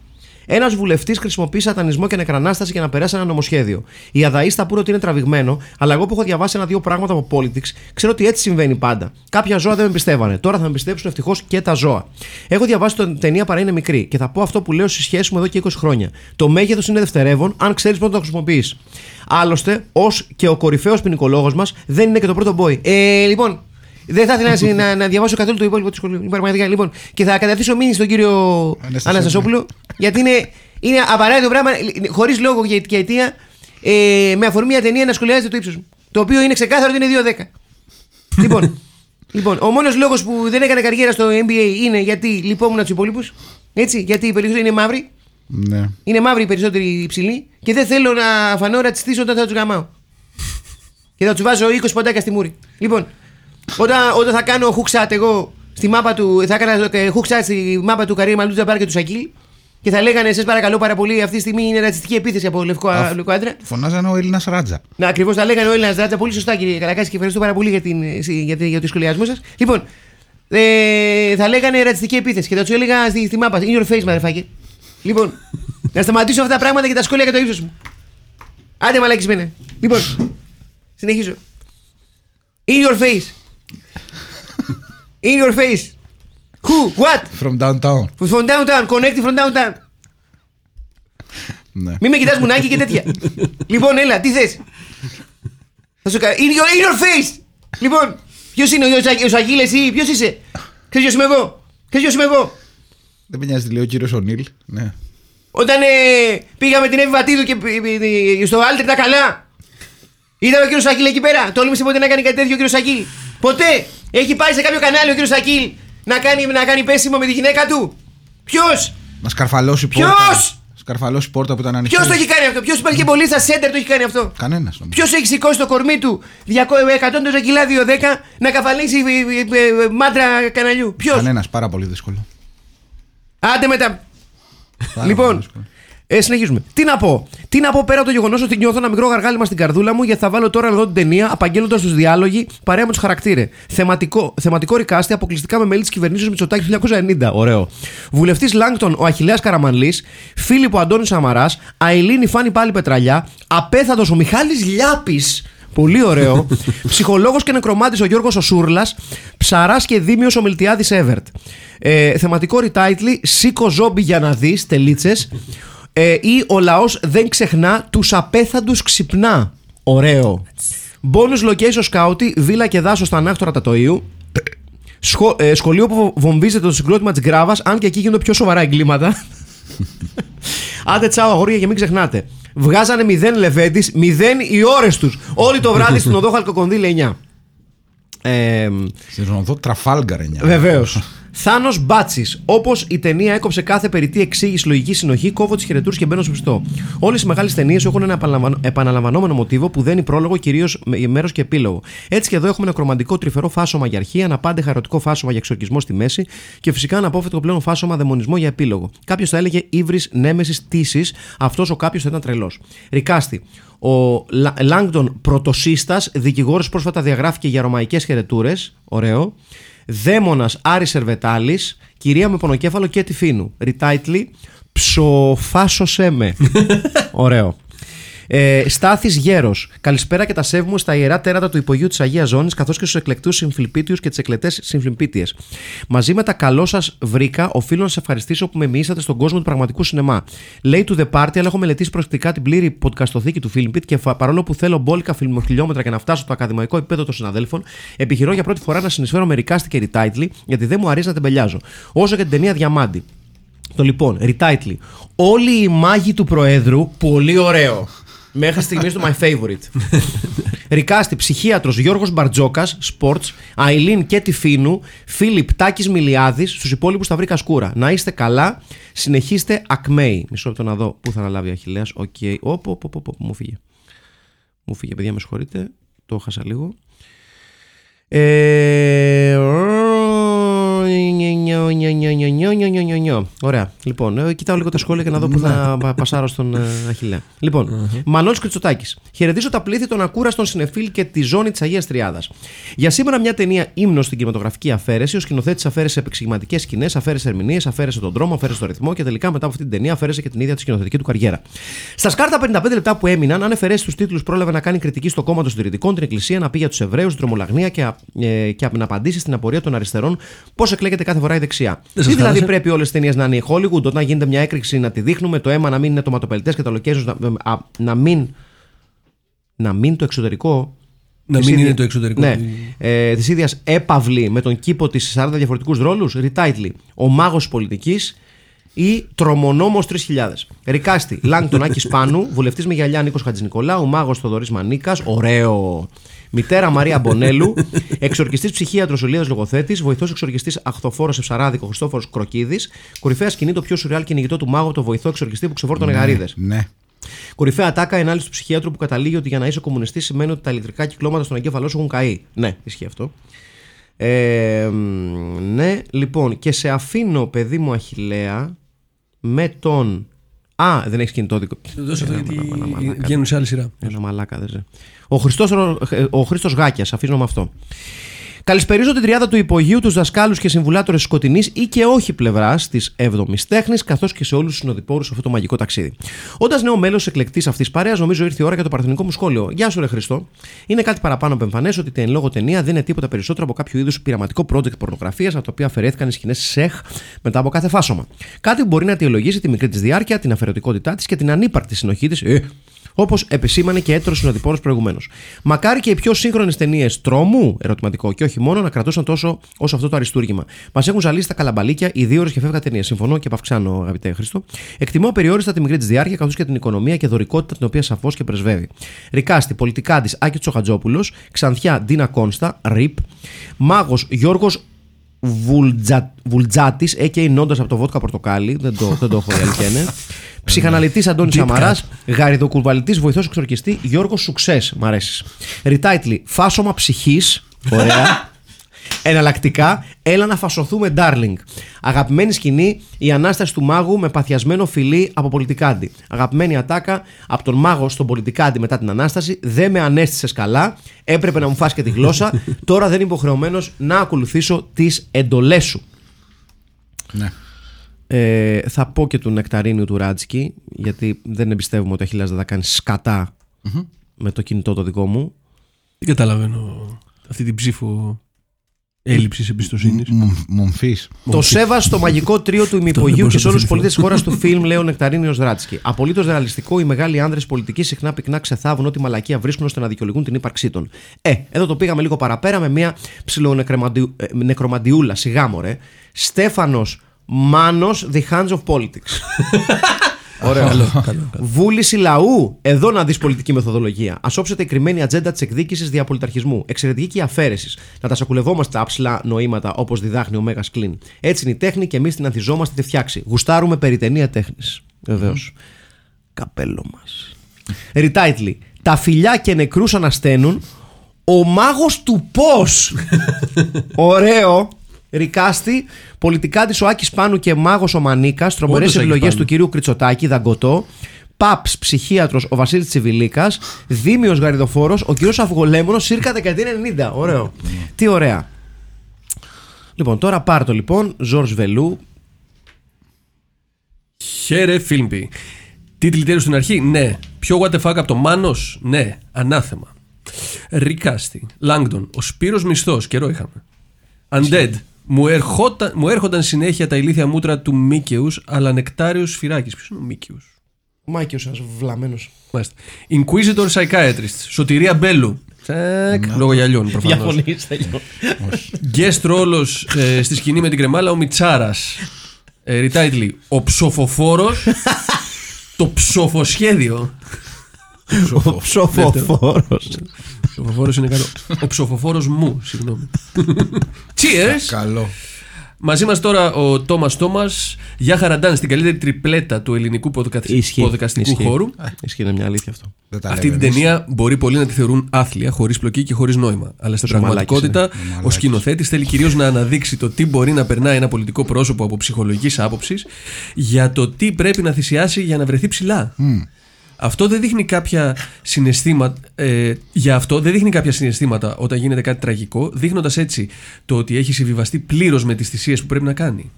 [SPEAKER 2] Ένας βουλευτής χρησιμοποιεί σατανισμό και νεκρανάσταση για να περάσει ένα νομοσχέδιο. Οι αδαίστα πούνε ότι είναι τραβηγμένο, αλλά εγώ που έχω διαβάσει ένα-δύο πράγματα από politics, ξέρω ότι έτσι συμβαίνει πάντα. Κάποια ζώα δεν με πιστεύανε. Τώρα θα με πιστέψουν ευτυχώς και τα ζώα. Έχω διαβάσει την ταινία παρά είναι μικρή και θα πω αυτό που λέω στη σχέση μου εδώ και 20 χρόνια. Το μέγεθος είναι δευτερεύον, αν ξέρεις πότε το χρησιμοποιείς. Άλλωστε, ως και ο κορυφαίος ποινικολόγος μας, δεν είναι και το πρώτο boy. Ε, λοιπόν, δεν θα ήθελα να συ- να, να διαβάσω καθόλου το υπόλοιπο της σχολή. Πραγματικά, λοιπόν, και θα κατευθύνω μήνυση στον κύριο
[SPEAKER 1] Αναστασόπουλο.
[SPEAKER 2] Αναστασόπουλο, γιατί είναι, είναι απαραίτητο πράγμα, χωρίς λόγο για και αιτία, ε, με αφορμή μια ταινία να σχολιάζεται το ύψος μου. Το οποίο είναι ξεκάθαρο ότι είναι 2-10. λοιπόν, λοιπόν, ο μόνος λόγος που δεν έκανε καριέρα στο NBA είναι γιατί λυπόμουν τους υπόλοιπους. Έτσι, γιατί οι περισσότεροι είναι μαύροι.
[SPEAKER 1] Ναι.
[SPEAKER 2] Είναι μαύροι οι περισσότεροι υψηλοί και δεν θέλω να φανώ ρατσιστής όταν θα τους γαμάω. και θα τους βάζω 20 ποντάκια στη μούρη. Λοιπόν, όταν, όταν θα κάνω χουξάτ εγώ στη μάπα του, θα έκανα ε, χουξάτ στη μάπα του Καρύμ Μαλούτζα Μπάρ και του Σακίλ και θα λέγανε σας παρακαλώ πάρα πολύ αυτή τη στιγμή είναι ρατσιστική επίθεση από λευκό,
[SPEAKER 1] Αφ-
[SPEAKER 2] λευκό άντρα.
[SPEAKER 1] Φωνάζανε ο Έλληνας Ράτζα.
[SPEAKER 2] Να, ακριβώς τα λέγανε ο Έλληνας Δράτσα. Πολύ σωστά, κύριε Καρακάση, και ευχαριστώ πάρα πολύ για, την, ε, συ- για, τη- για το σχολιασμό σας. Λοιπόν, ε, θα λέγανε ρατσιστική επίθεση και θα τους έλεγα στη, στη μάπα. In your face, μαρεφάκι. Λοιπόν, να σταματήσω αυτά τα πράγματα και τα σχόλια για το ύψος μου. Άντε, μαλακισμένα. Λοιπόν, συνεχίζω. In your face. In your face. Who, what,
[SPEAKER 1] From downtown.
[SPEAKER 2] from downtown, connect from downtown.
[SPEAKER 1] Ναι.
[SPEAKER 2] Μην με κοιτάς μουνάκι και τέτοια. λοιπόν, έλα, τι θες. Θα σου κάνω. In your, in your face! Λοιπόν, ποιος είναι ο, Ιωσα- ο Σαγίλε ή ποιος είσαι. Ξέρεις ποιος είμαι εγώ. Ξέρεις ποιος είμαι εγώ.
[SPEAKER 1] Δεν με νοιάζει τι λέει ο κύριος Ονίλ. Ναι.
[SPEAKER 2] Όταν ε, πήγαμε την Εύη Βατίδου και π- π- π- στο Άλτερ τα καλά. Ήταν ο κύριος Σακίλ εκεί πέρα. Τόλμησε ποτέ να κάνει κάτι τέτοιο ο κύριος Σακίλ. Ποτέ έχει πάει σε κάποιο κανάλι ο κύριος Σακίλ να κάνει, να κάνει πέσιμο με τη γυναίκα του. Ποιος!
[SPEAKER 1] Να σκαρφαλώσει
[SPEAKER 2] Ποιος?
[SPEAKER 1] πόρτα. Σκαρφαλώσει πόρτα που ήταν ανοιχτή.
[SPEAKER 2] Ποιος το έχει κάνει αυτό, Ποιος υπάρχει και πολύ στα σέντερ το έχει κάνει αυτό.
[SPEAKER 1] Κανένας.
[SPEAKER 2] Ποιος έχει σηκώσει το κορμί του 200 100 κιλά 210 να καφαλίσει ε, ε, ε, μάντρα καναλιού. Ποιος.
[SPEAKER 1] Κανένας. Πάρα πολύ δύσκολο.
[SPEAKER 2] Άντε μετά.
[SPEAKER 1] Πάρα πολύ
[SPEAKER 2] Λοιπόν,
[SPEAKER 1] δύσκολο.
[SPEAKER 2] ε, συνεχίζουμε. Τι να πω. Τι να πω πέρα από το γεγονός ότι νιώθω ένα μικρό γαργάλιμα στην καρδούλα μου γιατί θα βάλω τώρα να δω την ταινία απαγγέλλοντας τους διάλογοι παρέα με τους χαρακτήρε. Θεματικό, θεματικό ρικάστη αποκλειστικά με μέλη της κυβερνήσεως Μητσοτάκη του 1990. Ωραίο. Βουλευτής Λάγκτον ο Αχηλέα Καραμανλής, Φίλιππο Αντώνης Σαμαράς, Αιλίνη Φάνη Πάλι Πετραλιά, απέθατος ο Μιχάλης Λιάπης. Πολύ ωραίο. Ψυχολόγος και νεκρομάτης ο Γιώργος Σούρλα. Ψαράς και δίμιος ο Μιλτιάδης Εύερτ. Ε, θεματικό retitle Σήκω ζόμπι για να δεις. Τελίτσες. Ε, ή Ο λαός δεν ξεχνά τους απέθαντους ξυπνά. Ωραίο. Bonus location σκάουτι, βίλα και δάσος στα ανάκτορα Τατοίου. Σχο, ε, σχολείο που βομβίζεται το συγκρότημα της Γκράβας, αν και εκεί γίνονται πιο σοβαρά εγκλήματα. Άντε τσάω αγόρια και μην ξεχνάτε. Βγάζανε 0 Λεβέντη, 0 οι ώρες τους. Όλοι το βράδυ στην οδό Χαλκοκονδύλη 9. Ε,
[SPEAKER 1] Στην Ρονδό Τραφάλγκαρ 9.
[SPEAKER 2] Βεβαίως. Θάνος Μπάτσης. Όπως η ταινία έκοψε κάθε περιττή εξήγηση λογική συνοχή, κόβω τις χαιρετούρε και μπαίνω στο πιστό. Όλες οι μεγάλες ταινίες έχουν ένα επαναλαμβανο- επαναλαμβανόμενο μοτίβο που δένει πρόλογο, κυρίως μέρος και επίλογο. Έτσι και εδώ έχουμε ένα κρομαντικό τρυφερό φάσομα για αρχή, ένα πάντα χαροτικό φάσομα για εξορκισμό στη μέση και φυσικά ένα απόφετο πλέον φάσομα δαιμονισμό για επίλογο. Κάποιος θα έλεγε ύβρις νέμεσης τύση, αυτός ο κάποιος θα ήταν τρελός. Ρικάστη. Ο Λα- Λάγκτον Πρωτοσύστας, δικηγόρος πρόσφατα διαγράφηκε για ρωμαϊκές χαιρετούρες. Ωραίο. Δαίμονας Άρης Σερβετάλης, κυρία με πονοκέφαλο και τη φίνου. Ριτάιτλι, ψοφάσωσέ με. Ωραίο. Ε, Στάθης Γέρος. Καλησπέρα και τα σέβομαι στα ιερά τέρατα του υπογείου της Αγίας Ζώνης, καθώς και στους εκλεκτούς συμφιλπίτιους και τις εκλεκτές συμφιλπίτιες. Μαζί με τα καλό σας βρήκα, οφείλω να σας ευχαριστήσω που με μοιήσατε στον κόσμο του πραγματικού σινεμά. Λέει του The Party, αλλά έχω μελετήσει προσεκτικά την πλήρη podcastοθήκη του Filmpit και φα- παρόλο που θέλω μπόλικα φιλμοχιλιόμετρα και να φτάσω στο ακαδημαϊκό επίπεδο των συναδέλφων, επιχειρώ για πρώτη φορά να συνεισφέρω μερικά στη και retitle, γιατί δεν μου αρέσει να τεμπελιάζω. Όσο και την ταινία Διαμάντη. Το λοιπόν, retitle. Όλοι οι μάγοι του Προέδρου, πολύ ωραίο. Μέχρι στιγμής το my favorite. Ρικάστη, ψυχίατρος Γιώργος Μπαρτζόκας, sports. Αιλίν και Τιφίνου, Φίλιπ Τάκης Μιλιάδης, στους υπόλοιπους τα βρήκα σκούρα. Να είστε καλά, συνεχίστε ακμαίοι. Μισό λεπτό να δω πού θα αναλάβει ο Αχηλέα. Οκ, Όπο, οπό, οπό, οπό, μου φύγε. Μου φύγε, παιδιά, με συγχωρείτε. Το χάσα λίγο. Ε... Ωραία. Λοιπόν, ε, κοιτάω λίγο τα σχόλια και να δω που θα πα- πασάρω στον ε, Αχιλέα. Λοιπόν, Μανώλη Κριτσοτάκη. Χαιρετίζω τα πλήθη των ακούραστων συνεφίλ και τη ζώνη τη Αγία Τριάδα. Για σήμερα μια ταινία ύμνο στην κινηματογραφική αφαίρεση. Ο σκηνοθέτη αφαίρεσε επεξηγηματικέ σκηνέ, αφαίρεσε ερμηνείε, αφαίρεσε τον τρόμο, αφαίρεσε το ρυθμό και τελικά μετά από αυτή την ταινία αφαίρεσε και την ίδια τη σκηνοθετική του καριέρα. Στα σκάρτα 55 λεπτά που έμειναν, αν εφαιρέσει του τίτλου, πρόλαβε να κάνει κριτική στο κόμμα των συντηρητικών, την Εκκλησία, να πει για του Εβραίου, την τρομολαγνία και, α- ε, και να απαντήσει στην απορία των αριστερών πώ εκλέγεται κάθε φορά η δεξιά.
[SPEAKER 3] Δεν
[SPEAKER 2] Τι
[SPEAKER 3] σας
[SPEAKER 2] δηλαδή
[SPEAKER 3] χάλασε.
[SPEAKER 2] πρέπει όλες τις ταινίες να είναι η Hollywood, όταν γίνεται μια έκρηξη να τη δείχνουμε, το αίμα να μην είναι τοματοπελτέ και τα locations να, α, να μην. Να μην το εξωτερικό.
[SPEAKER 3] Να
[SPEAKER 2] της
[SPEAKER 3] μην είναι
[SPEAKER 2] ίδια-
[SPEAKER 3] το εξωτερικό.
[SPEAKER 2] Ναι. Ε, της ίδιας έπαυλη με τον κήπο της σε 40 διαφορετικούς ρόλους. Ριτάιτλι. Ο μάγος πολιτικής ή τρομονόμος 3000. Ρικάστη. Λάγκ Άκη Πάνου. Βουλευτής με γυαλιά Νίκος Χατζηνικολάου. Μάγος Θοδωρής Μανίκας. Ωραίο. Μητέρα Μαρία
[SPEAKER 3] *laughs*
[SPEAKER 2] Μπονέλου. Εξορκιστής ψυχίατρος Ηλία Λογοθέτης. Βοηθός εξορκιστής Αχθοφόρος Εψαράδικο Χριστόφορος Κροκίδης. Κορυφαίας σκηνή το πιο σουρεάλ κυνηγητό του μάγου, το βοηθό εξορκιστή που ξεφόρτωνε γαρίδες.
[SPEAKER 1] Ναι.
[SPEAKER 2] Κορυφαία τάκα, ενάλυση του ψυχίατρου που καταλήγει ότι για να είσαι κομμουνιστής σημαίνει ότι τα ηλεκτρικά κυκλώματα στον εγκέφαλό σου έχουν καεί. Ναι, ισχύει αυτό. Ε, μ, ναι, λοιπόν, και σε αφήνω, παιδί μου Αχηλέα, με τον. Α, δεν έχεις κινητό δικό.
[SPEAKER 3] Το δώσω αυτό
[SPEAKER 2] Ένα
[SPEAKER 3] γιατί
[SPEAKER 2] μαλάκα, ένα μαλάκα.
[SPEAKER 3] βγαίνουν σε άλλη σειρά.
[SPEAKER 2] Ένα μαλάκα, δεν ξέρω. Ο Χριστός, Ρο- ε, ο Χρήστος Γάκιας, αφήνω με αυτό. Καλησπερίζω την τριάδα του υπογείου, τους δασκάλους και συμβουλάτορες σκοτεινής ή και όχι πλευράς της 7η τέχνης, καθώς και σε όλους τους συνοδοιπόρους σε αυτό το μαγικό ταξίδι. Όντας νέο μέλος εκλεκτής αυτής παρέας, νομίζω ήρθε η ώρα για το παρθενικό μου σχόλιο. Γεια σου, Ρε Χριστό. Είναι κάτι παραπάνω από εμφανές ότι η εν λόγω ταινία δεν είναι τίποτα περισσότερο από κάποιο είδους πειραματικό project πορνογραφίας από το οποίο αφαιρέθηκαν οι σκηνές σεχ μετά από κάθε φάσομα. Κάτι που μπορεί να αιτιολογήσει τη μικρή της διάρκεια, την αφαιρετικότητά της και την ανύπαρκτη συνοχή της. Ε, Όπως επισήμανε και έτερος συνοδοιπόρος προηγουμένως. Μακάρι και οι πιο σύγχρονες ταινίες τρόμου, ερωτηματικό και όχι μόνο, να κρατούσαν τόσο όσο αυτό το αριστούργημα. Μας έχουν ζαλίσει τα καλαμπαλίκια, οι δύο ώρες και φεύγα ταινίε. Συμφωνώ και παυξάνω, αγαπητέ Χρήστο. Εκτιμώ απεριόριστα τη μικρή της διάρκεια καθώς και την οικονομία και δωρικότητα την οποία σαφώς και πρεσβεύει. Ρικάστη, πολιτικά της Άκη Τσοχατζόπουλος, Ξανθιά Ντίνα Κόνστα, Ριπ, Μάγος Γιώργος Βουλτζα, Βουλτζάτης, a.k.a. νόντας από το βότκα πορτοκάλι. Δεν το, δεν το έχω, η αλήθεια είναι. Ψυχαναλυτής Αντώνης Σαμαράς. Γαριδοκουρβαλητής βοηθός εξορκιστή Γιώργος Σουξές. Μ' αρέσεις. Ριτάιτλι Φάσομα ψυχής. Ωραία. Εναλλακτικά, έλα να φασωθούμε, darling. Αγαπημένη σκηνή, η ανάσταση του μάγου με παθιασμένο φιλί από πολιτικάντη. Αγαπημένη ατάκα, από τον μάγο στον πολιτικάντη μετά την ανάσταση. Δεν με ανέστησες καλά, έπρεπε να μου φας και τη γλώσσα. Τώρα δεν είμαι υποχρεωμένος να ακολουθήσω τις εντολές σου.
[SPEAKER 1] Ναι.
[SPEAKER 2] Ε, θα πω και του Νεκταρίνιου του Ράτσκι, γιατί δεν εμπιστεύομαι ότι ο Αχιλλάς δεν θα κάνει σκατά με το κινητό το δικό μου.
[SPEAKER 3] Δεν καταλαβαίνω αυτή την ψήφο έλλειψης εμπιστοσύνης.
[SPEAKER 1] Μομ- Μομφής.
[SPEAKER 2] Το Σέβα στο μαγικό τρίο του
[SPEAKER 3] δεν
[SPEAKER 2] ημυπογείου
[SPEAKER 3] μπορούσα
[SPEAKER 2] και
[SPEAKER 3] να
[SPEAKER 2] σε όλους του
[SPEAKER 3] θυμηθώ.
[SPEAKER 2] πολίτες της χώρας του φιλμ, λέει ο Νεκταρίνιο Ράτσκι. Απολύτως ρεαλιστικό, οι μεγάλοι άνδρες πολιτικοί συχνά πυκνά ξεθάβουν ό,τι μαλακία βρίσκουν ώστε να δικαιολογούν την ύπαρξή των. Ε, εδώ το πήγαμε λίγο παραπέρα με μια ψιλονεκρομαντιούλα, σιγά μωρέ. Στέφανος Μάνος, The Hands of Politics. Ωραίο. Βούληση λαού. Εδώ να δεις πολιτική μεθοδολογία. Ας όψετε η κρυμμένη ατζέντα της εκδίκησης διαπολιταρχισμού. Εξαιρετική και η αφαίρεσης. Να τα σακουλευόμαστε τα άψηλα νοήματα όπως διδάχνει ο Μέγας Κλίν. Έτσι είναι η τέχνη και εμείς την ανθιζόμαστε τη φτιάξει. Γουστάρουμε περί ταινία τέχνης. Βεβαίως. Καπέλο μας. Ριτάιτλι. Τα φιλιά και νεκρούς ανασταίνουν. Ο μάγος του πώς. Ωραίο. Ρικάστη, πολιτικά της ο Άκης Πάνου και μάγος ο Μανίκας, τρομερές
[SPEAKER 3] Όντως, Άκης
[SPEAKER 2] επιλογές
[SPEAKER 3] Πάνου.
[SPEAKER 2] του κυρίου Κριτσοτάκη, δαγκωτό. Παπ, ψυχίατρος, ο Βασίλης Τσιβιλίκας. Δήμιος Γαριδοφόρος, ο κύριος Αυγολέμονος, σύρκα δεκαετία 90. Ωραίο. Τι ωραία. Λοιπόν, τώρα πάρ το λοιπόν. Ζορζ Βελού.
[SPEAKER 3] Χαίρε, Φίλμπι. Τίτλοι τέλου στην αρχή, ναι. Πιο what the fuck από το Μάνος, ναι. Ανάθεμα. Ρικάστη. Λάγκτον. Ο Σπύρος Μισθός. Καιρό είχαμε. Undead. Μου, ερχόταν, μου έρχονταν συνέχεια τα ηλίθια μούτρα του Μίκαιους, αλλά νεκτάριος Φυράκης. Ποιος είναι ο Μίκαιους.
[SPEAKER 2] Μάκιο σα, βλαμμένος.
[SPEAKER 3] Μάλιστα. Inquisitor Psychiatrist. Σωτηρία Μπέλου. Τσακ. Λόγω γυαλιών προφανώς. Guest ρόλος ε, στη σκηνή με την κρεμάλα ο Μιτσάρας. Ε, ριτάιτλι. Ο ψοφοφόρος. το ψοφοσχέδιο.
[SPEAKER 2] Ο ψοφοφόρο.
[SPEAKER 3] Ψοφοφόρος είναι καλό. Ο ψοφοφόρος μου, συγγνώμη. Cheers!
[SPEAKER 1] Καλό.
[SPEAKER 3] Μαζί μας τώρα ο Τόμας Τόμας. Γεια χαραντάν στην καλύτερη τριπλέτα του ελληνικού ποδοκαθι- ποδοκαστικού χώρου.
[SPEAKER 2] Ισχύει, είναι μια αλήθεια αυτό.
[SPEAKER 1] Δεν τα
[SPEAKER 3] Αυτή την
[SPEAKER 1] λέμε εμείς.
[SPEAKER 3] ταινία μπορεί πολλοί να τη θεωρούν άθλια, χωρίς πλοκή και χωρίς νόημα. Αλλά στην
[SPEAKER 2] Ζωμαλάκης,
[SPEAKER 3] πραγματικότητα
[SPEAKER 1] ε.
[SPEAKER 3] ο
[SPEAKER 1] Ζωμαλάκης.
[SPEAKER 3] σκηνοθέτης θέλει κυρίως να αναδείξει το τι μπορεί να περνάει ένα πολιτικό πρόσωπο από ψυχολογικής άποψης για το τι πρέπει να θυσιάσει για να βρεθεί ψηλά. Αυτό δεν δείχνει κάποια συναισθήματα. Ε, για αυτό δεν δείχνει κάποια συναισθήματα όταν γίνεται κάτι τραγικό, δείχνοντας έτσι το ότι έχει συμβιβαστεί πλήρως με τις θυσίες που πρέπει να κάνει.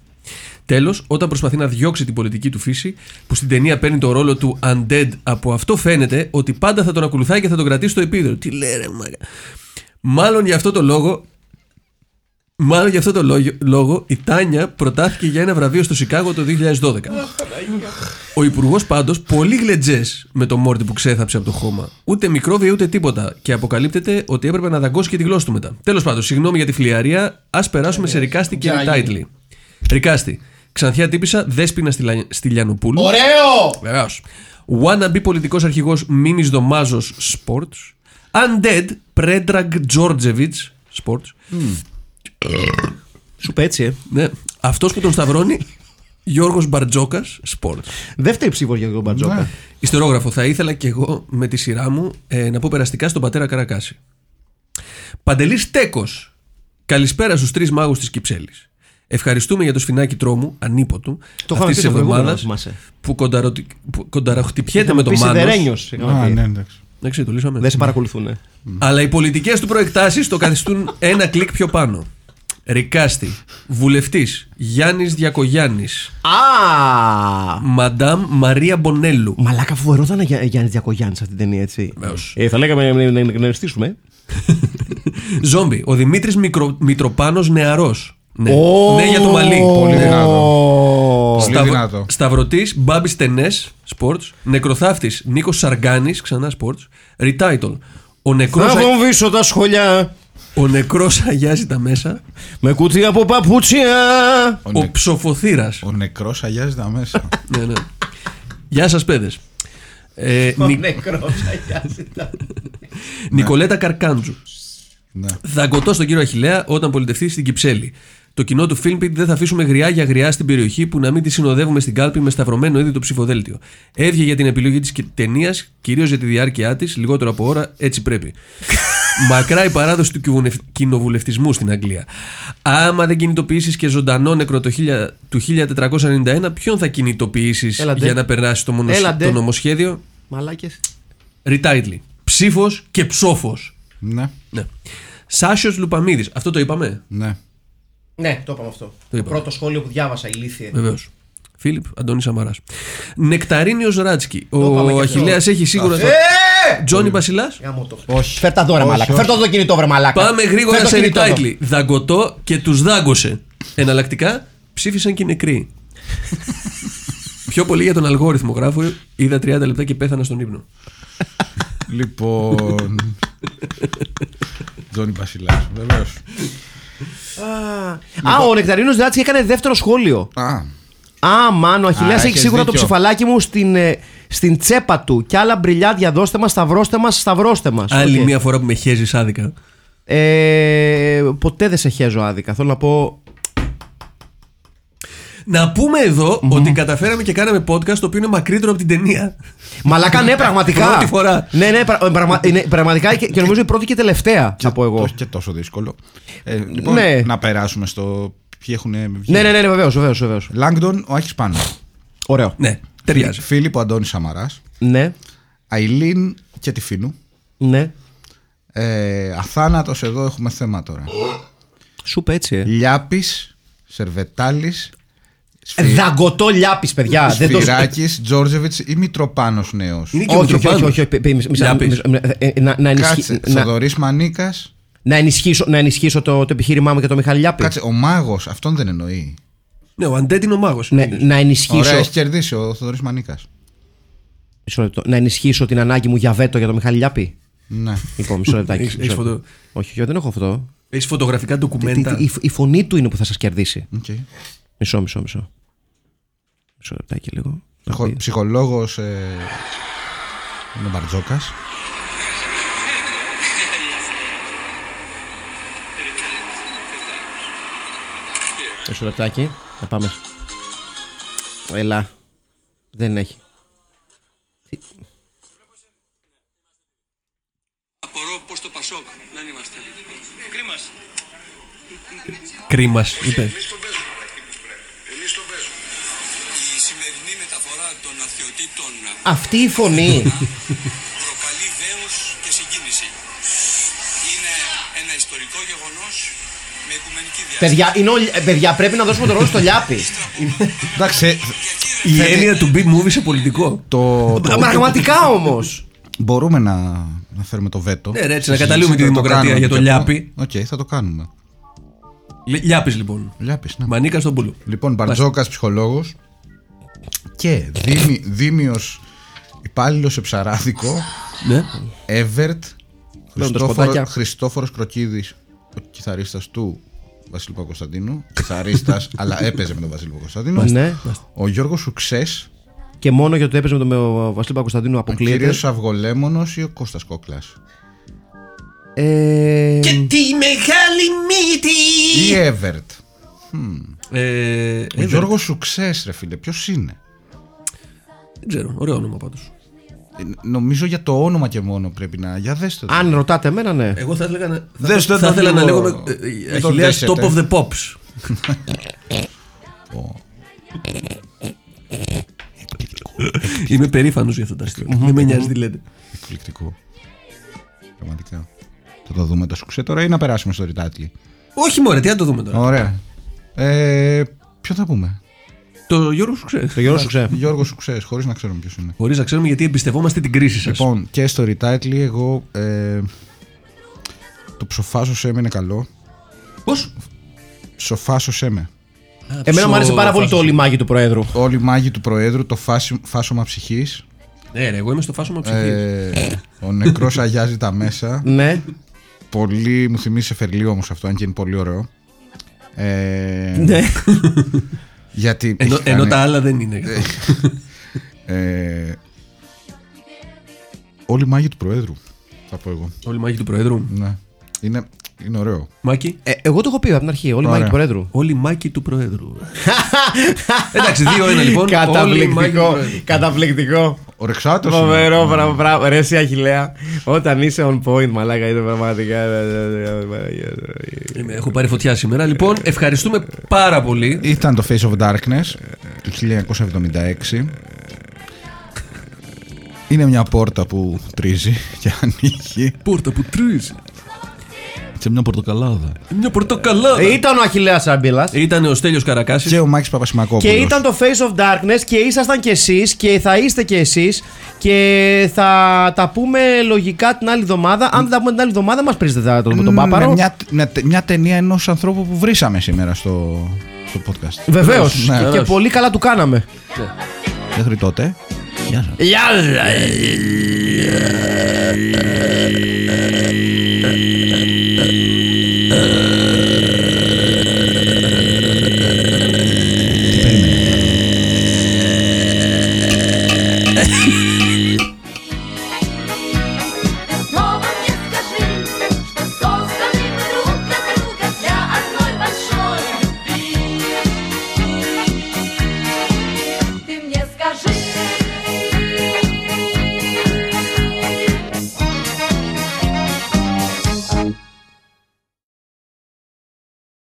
[SPEAKER 3] Τέλος, όταν προσπαθεί να διώξει την πολιτική του φύση, που στην ταινία παίρνει το ρόλο του undead, από αυτό φαίνεται ότι πάντα θα τον ακολουθάει και θα τον κρατήσει στο επίδορο. Τι λέει ρε μάγκα. Μάλλον για αυτό το λόγο. Μάλλον για αυτό το λόγο, λόγο η Τάνια προτάθηκε για ένα βραβείο στο Σικάγο το 2012. Ο υπουργός πάντως πολύ γλετζέ με το μόρτι που ξέθαψε από το χώμα. Ούτε μικρόβια ούτε τίποτα. Και αποκαλύπτεται ότι έπρεπε να δαγκώσει και τη γλώσσα του μετά. Τέλος πάντων, συγγνώμη για τη φλιαρία. Ας περάσουμε σε ρικάστη και ριτάιτλι. Ρικάστη. Ξανθιά τύπησα δέσπινα στη, Λα... στη Λιανουπούλου.
[SPEAKER 7] Ωραίο!
[SPEAKER 3] Βεβαίως. Wannabe πολιτικός αρχηγός Μίνης Δωμάζος Sports. Undead Predrag Georgievich Sports.
[SPEAKER 2] Σου πέτσι, ε.
[SPEAKER 3] Ναι. Αυτός που τον σταυρώνει, Γιώργος Μπαρτζόκας Sports.
[SPEAKER 2] Δεύτερη ψήφος για τον
[SPEAKER 1] Ναι.
[SPEAKER 2] Μπαρτζόκα.
[SPEAKER 3] Ιστερόγραφο, θα ήθελα και εγώ με τη σειρά μου ε, να πω περαστικά στον πατέρα Καρακάση. Παντελής Τέκος. Καλησπέρα στους τρεις μάγους της Κυψέλης. Ευχαριστούμε για το σφινάκι τρόμου, ανίποτου,
[SPEAKER 2] Το είχαμε
[SPEAKER 3] αυτή
[SPEAKER 2] πει
[SPEAKER 3] της
[SPEAKER 2] στο
[SPEAKER 3] εβδομάδα
[SPEAKER 2] προηγούμενο, θυμάσαι.
[SPEAKER 3] που, κονταρωτι- που κονταροχτυπιέται με
[SPEAKER 2] Είχαμε
[SPEAKER 3] το
[SPEAKER 2] πει
[SPEAKER 3] μάνο.
[SPEAKER 2] σιδερένιος, είχαμε
[SPEAKER 1] Α,
[SPEAKER 2] πει.
[SPEAKER 1] ναι, εντάξει.
[SPEAKER 3] Εντάξει, το λύσαμε.
[SPEAKER 2] Δεν σε παρακολουθούν.
[SPEAKER 3] Αλλά οι πολιτικές του προεκτάσεις το καθιστούν ένα κλικ πιο πάνω. Ρικάστη, βουλευτής Γιάννης Διακογιάννης,
[SPEAKER 2] Α!
[SPEAKER 3] Μαντάμ Μαρία Μπονέλου.
[SPEAKER 2] Μαλάκα φοβερό θα είναι για- Γιάννης Διακογιάννης σε αυτή την ταινία, έτσι.
[SPEAKER 3] Βεβαίως.
[SPEAKER 2] Ε, θα λέγαμε να- να εκνευστήσουμε.
[SPEAKER 3] Ζόμπι, ο Δημήτρης Μικρο... Μητροπάνος Νεαρός. Ναι.
[SPEAKER 2] Ω!
[SPEAKER 3] ναι, για το μαλλί.
[SPEAKER 1] Πολύ δυνατό.
[SPEAKER 2] Ω,
[SPEAKER 1] Πολύ δυνατό.
[SPEAKER 3] Σταυρωτής Μπάμπης Τενές, σπορτ. Νεκροθάφτης Νίκος Σαργάνης, ξανά σπορτ. Ριτάιτολ. Ο νεκρός
[SPEAKER 2] Θα βομβήσω τα σχολιά
[SPEAKER 3] ο νεκρός αγιάζει τα μέσα.
[SPEAKER 2] με κουτί από παπούτσια.
[SPEAKER 1] Ο,
[SPEAKER 3] Ο
[SPEAKER 1] νε...
[SPEAKER 3] ψοφοθύρας.
[SPEAKER 1] ο νεκρός αγιάζει τα
[SPEAKER 2] *laughs*
[SPEAKER 1] μέσα.
[SPEAKER 3] ναι, ναι. Γεια σας, παιδες. Ε, Νι- Νικολέτα Καρκάντζου.
[SPEAKER 1] ναι.
[SPEAKER 3] Δαγκωτό στον κύριο Αχηλέα όταν πολιτευτεί στην Κυψέλη. Το κοινό του Filmpit δεν θα αφήσουμε γριά για γριά στην περιοχή που να μην τη συνοδεύουμε στην κάλπη με σταυρωμένο ήδη το ψηφοδέλτιο. Έβγε για την επιλογή της ταινίας, κυρίως για τη διάρκεια της, λιγότερο από ώρα, έτσι πρέπει.
[SPEAKER 2] *laughs*
[SPEAKER 3] Μακρά η παράδοση του κυβουνευ- κοινοβουλευτισμού στην Αγγλία. Άμα δεν κινητοποιήσεις και ζωντανό νεκρό το χίλια- του 1491, ποιον θα κινητοποιήσεις
[SPEAKER 2] Έλατε.
[SPEAKER 3] για να περάσεις το, μονοσ...
[SPEAKER 2] Έλατε.
[SPEAKER 3] το νομοσχέδιο.
[SPEAKER 2] Μαλάκες.
[SPEAKER 3] Ριτάιτλι. Ψήφος και ψόφος.
[SPEAKER 1] Ναι,
[SPEAKER 3] Ναι. Σάσιος Λουπαμίδης. Αυτό το είπαμε.
[SPEAKER 1] ναι.
[SPEAKER 2] Ναι, το είπαμε αυτό. Το,
[SPEAKER 3] είπαμε.
[SPEAKER 2] πρώτο σχόλιο που διάβασα, ηλίθιε.
[SPEAKER 3] Βεβαίως. Φίλιπ Αντώνης Σαμαράς. Νεκταρίνιος Ράτσκι.
[SPEAKER 2] είπαμε και
[SPEAKER 3] Ο
[SPEAKER 2] αυτό. Ε!
[SPEAKER 3] Αχηλέα έχει σίγουρα. το- Τζόνι Βασιλάς.
[SPEAKER 2] Γάμο το.
[SPEAKER 1] Όχι.
[SPEAKER 2] Φέρ τα εδώ, ρε μαλάκα. Φέρ το εδώ το κινητό, βρε μαλάκα.
[SPEAKER 3] Πάμε
[SPEAKER 2] Φέρ
[SPEAKER 3] γρήγορα
[SPEAKER 2] το
[SPEAKER 3] σε
[SPEAKER 2] κινητό εδώ.
[SPEAKER 3] ριτάιτλι. Δαγκωτό και τους δάγκωσε. Εναλλακτικά ψήφισαν και οι νεκροί. Πιο πολύ για τον αλγόριθμο γράφω. Είδα 30 λεπτά και πέθανα στον ύπνο.
[SPEAKER 1] Λοιπόν. Τζόνι Βασιλάς, βεβαίως.
[SPEAKER 2] Α,
[SPEAKER 1] Λοιπόν.
[SPEAKER 2] ο Νεκταρίνος Δράτση έκανε δεύτερο σχόλιο.
[SPEAKER 1] Α,
[SPEAKER 2] Α, μάνο, Αχιλέα
[SPEAKER 1] Α,
[SPEAKER 2] έχει
[SPEAKER 1] έχεις
[SPEAKER 2] σίγουρα το
[SPEAKER 1] δίκιο.
[SPEAKER 2] ψηφαλάκι μου στην, ε, στην τσέπα του. Κι άλλα μπριλιάδια, δώστε μας, σταυρώστε μας, σταυρώστε μας.
[SPEAKER 3] Άλλη μια φορά που με χέζεις άδικα.
[SPEAKER 2] Ε, ποτέ δεν σε χέζω άδικα. Θέλω να πω.
[SPEAKER 3] Να πούμε εδώ ότι καταφέραμε και κάναμε podcast το οποίο είναι μακρύτερο από την ταινία.
[SPEAKER 2] Μαλακά, ναι, πραγματικά.
[SPEAKER 3] Πρώτη φορά.
[SPEAKER 2] Ναι, ναι, πρα- πραγμα- είναι πραγματικά και, και νομίζω η πρώτη και τελευταία, θα πω εγώ.
[SPEAKER 1] όχι και τόσο δύσκολο. Ε, λοιπόν,
[SPEAKER 2] Ναι.
[SPEAKER 1] να περάσουμε στο ποιοι έχουν βγει.
[SPEAKER 2] Ναι, ναι, ναι, ναι βεβαίως, βεβαίως. Βεβαίως.
[SPEAKER 1] Λάγκντον, ο Άχης Πάνο.
[SPEAKER 2] Ωραίο.
[SPEAKER 3] Ναι, ταιριάζει.
[SPEAKER 1] Φίλιππο Αντώνης Σαμαράς.
[SPEAKER 2] Ναι,
[SPEAKER 1] Αιλίν και τη Φίνου.
[SPEAKER 2] ναι.
[SPEAKER 1] Ε, αθάνατος εδώ έχουμε θέμα τώρα.
[SPEAKER 2] Σου είπε έτσι, ε.
[SPEAKER 1] Λιάπης, Σερβετάλης,
[SPEAKER 2] Ε, Δαγκωτό λιάπης, παιδιά. Δεν το Ε,
[SPEAKER 1] Σφυράκης, Τζόρζεβιτς ή Μητροπάνος νέος.
[SPEAKER 3] Είναι και ο
[SPEAKER 2] όχι, όχι, όχι,
[SPEAKER 3] Μητροπάνος.
[SPEAKER 2] όχι, όχι, μισά- μισά-
[SPEAKER 3] Λιάπης.
[SPEAKER 2] μισά- ε, να- να ενισχύ-
[SPEAKER 1] Κάτσε,
[SPEAKER 2] να-
[SPEAKER 1] Θοδωρής Μανίκας.
[SPEAKER 2] να ενισχύσω- Να ενισχύσω το το επιχείρημά μου και το Μιχάλη Λιάπη.
[SPEAKER 1] Κάτσε, ο Μάγος, αυτόν δεν εννοεί.
[SPEAKER 3] Ναι, ο Αντέτ είναι ο μάγος.
[SPEAKER 2] Ναι, να
[SPEAKER 1] Ωραία,
[SPEAKER 2] ενισχύσω.
[SPEAKER 1] έχεις κερδίσει ο Θοδωρής Μανίκας.
[SPEAKER 2] Μισό λεπτό. Να ενισχύσω την ανάγκη μου για βέτο για τον Μιχάλη Λιάπη.
[SPEAKER 1] Ναι.
[SPEAKER 2] Λοιπόν, μισό λεπτάκι.
[SPEAKER 3] Έχεις-
[SPEAKER 2] μισό
[SPEAKER 3] έχεις
[SPEAKER 2] λεπτό.
[SPEAKER 3] φωτο- Ε,
[SPEAKER 2] Όχι, όχι, δεν έχω αυτό.
[SPEAKER 3] Έχεις φωτογραφικά
[SPEAKER 2] Τι- τι-
[SPEAKER 3] ντοκουμέντα.
[SPEAKER 2] Η, η φωνή του είναι που θα σας κερδίσει.
[SPEAKER 1] οκ.
[SPEAKER 2] Μισό, μισό, μισό. Μισό λεπτάκι λίγο.
[SPEAKER 1] Ψυχο- Ψυχολόγος ε, είναι ο Μπαρτζόκας.
[SPEAKER 2] Μισό λεπτάκι. Να πάμε. Ελά. Δεν έχει.
[SPEAKER 7] Απορώ πως το Πασόκ δεν είμαστε. Κρίμα.
[SPEAKER 3] Κρίμα, είπε.
[SPEAKER 7] Η σημερινή μεταφορά των αθεωτήτων
[SPEAKER 2] Αυτή η φωνή.
[SPEAKER 7] προκαλεί δέος και συγκίνηση. Είναι ένα ιστορικό γεγονός με οικουμενική διάσταση.
[SPEAKER 2] παιδιά, είναι ο Λι- ε, παιδιά, πρέπει να δώσουμε το ρόλο στο Λιάπη.
[SPEAKER 1] Εντάξει, ε,
[SPEAKER 3] Η έννοια του big movie σε πολιτικό.
[SPEAKER 1] το,
[SPEAKER 2] Μα-
[SPEAKER 1] το-
[SPEAKER 2] Πραγματικά όμως.
[SPEAKER 1] μπορούμε να, να φέρουμε το βέτο.
[SPEAKER 3] Ναι, ρε, έτσι,
[SPEAKER 1] Στη
[SPEAKER 3] να καταλύουμε
[SPEAKER 1] συζήτηση,
[SPEAKER 3] τη
[SPEAKER 1] θα
[SPEAKER 3] δημοκρατία
[SPEAKER 1] κάνουμε
[SPEAKER 3] για το
[SPEAKER 1] και αυτό.
[SPEAKER 3] Λιάπη.
[SPEAKER 1] Οκ, θα το κάνουμε.
[SPEAKER 3] Λιάπης λοιπόν.
[SPEAKER 1] Λιάπης, ναι.
[SPEAKER 3] Μανίκας στον πουλού.
[SPEAKER 1] Λοιπόν, Μπαρτζόκας ψυχολόγος και δήμη, Δήμιος υπάλληλος σε ψαράδικο
[SPEAKER 3] Ναι.
[SPEAKER 1] Εύερτ
[SPEAKER 2] σποτάκια.
[SPEAKER 1] Χριστόφορο, Χριστόφορος Κροκίδης ο κιθαρίστας του Βασίλη Παπακοσταντίνου κιθαρίστας αλλά έπαιζε με τον Βασίλη Παπακοσταντίνου
[SPEAKER 2] Ναι.
[SPEAKER 1] ο Γιώργος Σουξές
[SPEAKER 2] Και μόνο γιατί το έπαιζε με τον με ο Βασίλη Παπακοσταντίνου
[SPEAKER 1] ο
[SPEAKER 2] αποκλείεται.
[SPEAKER 1] κύριος Αυγολέμονος ή ο Κώστας Κόκλας
[SPEAKER 2] Ε,
[SPEAKER 3] τη μεγάλη μύτη.
[SPEAKER 1] ή Εύερτ
[SPEAKER 3] Ε,
[SPEAKER 1] ο
[SPEAKER 3] ε,
[SPEAKER 1] Γιώργος Σουξές ρε φίλε ποιος είναι
[SPEAKER 3] Δεν ξέρω. Ωραίο όνομα πάντως.
[SPEAKER 1] Ε, Νομίζω για το όνομα και μόνο πρέπει να. Για δέστε το.
[SPEAKER 2] Αν ρωτάτε εμένα, ναι.
[SPEAKER 3] Εγώ θα ήθελα να.
[SPEAKER 1] Δεν
[SPEAKER 3] θα,
[SPEAKER 1] στο
[SPEAKER 3] θα ήθελα να
[SPEAKER 1] λίγο-
[SPEAKER 3] λέγομαι. ε,
[SPEAKER 1] μην το
[SPEAKER 3] Αχιλέας
[SPEAKER 1] δέσετε.
[SPEAKER 3] top of the pops. Είμαι περήφανος για αυτά τα αστεία. Δεν με νοιάζει τι λέτε.
[SPEAKER 1] Εκπληκτικό. Πραγματικά. Θα το δούμε το σκουξέ τώρα ή να περάσουμε στο ρητάτλι.
[SPEAKER 3] Όχι μωρέ, τι να το δούμε τώρα.
[SPEAKER 1] Ωραία. Ε, ποιο θα πούμε.
[SPEAKER 3] Το Γιώργος σου ξέρεις.
[SPEAKER 2] Το γιο σου ξέρεις.
[SPEAKER 1] Γιώργος Σουξέ, χωρίς να ξέρουμε ποιος είναι.
[SPEAKER 3] Χωρίς να ξέρουμε γιατί εμπιστευόμαστε την κρίση σας.
[SPEAKER 1] Λοιπόν, και στο ρητάτλι εγώ. Ε, το ψοφάσο έμενε καλό.
[SPEAKER 3] Πώς.
[SPEAKER 1] Ψοφάσο με.
[SPEAKER 2] Εμένα μου άρεσε πάρα πολύ το λιμάκι του Προέδρου.
[SPEAKER 1] Όλοι οι μάγοι του Προέδρου, το φάσι- φάσομα ψυχής.
[SPEAKER 3] Ναι, ρε, εγώ είμαι στο φάσμα ψυχής.
[SPEAKER 1] Ε, ο νεκρός αγιάζει τα μέσα.
[SPEAKER 2] Ναι.
[SPEAKER 1] Πολύ μου θυμίζει Σεφερλί όμως αυτό, αν και είναι πολύ ωραίο. Ε,
[SPEAKER 2] Ναι.
[SPEAKER 1] Γιατί.
[SPEAKER 3] Ενώ,
[SPEAKER 1] έχει κάνει-
[SPEAKER 3] ενώ τα άλλα δεν είναι.
[SPEAKER 1] Ε, όλοι οι μάγοι του Προέδρου, θα πω εγώ.
[SPEAKER 3] Όλοι οι μάγοι του Προέδρου.
[SPEAKER 1] Ναι. Είναι Είναι ωραίο.
[SPEAKER 3] Μάκη.
[SPEAKER 2] Ε, εγώ το έχω πει από την αρχή. Όλοι
[SPEAKER 1] Ωραία.
[SPEAKER 2] μάκη του Προέδρου.
[SPEAKER 3] Όλοι Μάκη του Προέδρου.
[SPEAKER 2] *laughs*
[SPEAKER 3] Εντάξει, δύο-ένα λοιπόν. Όλοι Μάκη του
[SPEAKER 2] Καταπληκτικό.
[SPEAKER 3] Προέδρου.
[SPEAKER 2] Καταπληκτικό.
[SPEAKER 1] Ορεξάτο.
[SPEAKER 2] Φοβερό
[SPEAKER 1] Ναι.
[SPEAKER 2] πράγμα, πράγμα. Ρε, εσύ Αχηλέα, όταν είσαι on point, μαλάκα, είναι πραγματικά.
[SPEAKER 3] Είμαι- Έχω πάρει φωτιά σήμερα. Λοιπόν, ευχαριστούμε πάρα πολύ.
[SPEAKER 2] Ε.
[SPEAKER 1] Ήταν το Face of Darkness του 1976. Είναι μια πόρτα που τρίζει *laughs* και ανοίγει
[SPEAKER 3] Πόρτα που τρίζει.
[SPEAKER 1] σε μια πορτοκαλάδα.
[SPEAKER 3] Μια πορτοκαλάδα.
[SPEAKER 2] Ε, Ήταν ο Αχηλέα Αμπίλα.
[SPEAKER 3] Ήταν ο Στέλιος Καρακάσης.
[SPEAKER 1] Και ο Μάκης
[SPEAKER 2] Και
[SPEAKER 1] Παπασημακόπουλος.
[SPEAKER 2] ήταν το Face of Darkness και ήσασταν κι εσείς και θα είστε κι εσείς και θα τα πούμε λογικά την άλλη εβδομάδα. Αν δεν τα πούμε την άλλη εβδομάδα, μας πρίζετε τα- τον, τον
[SPEAKER 1] Μ,
[SPEAKER 2] Πάπαρο.
[SPEAKER 1] με Μια, μια, μια ταινία ενός ανθρώπου που βρήσαμε σήμερα στο, στο podcast.
[SPEAKER 2] Βεβαίως.
[SPEAKER 1] Ναι.
[SPEAKER 2] και πολύ καλά του κάναμε.
[SPEAKER 1] Μέχρι τότε. Γεια σας.
[SPEAKER 2] Γεια σας.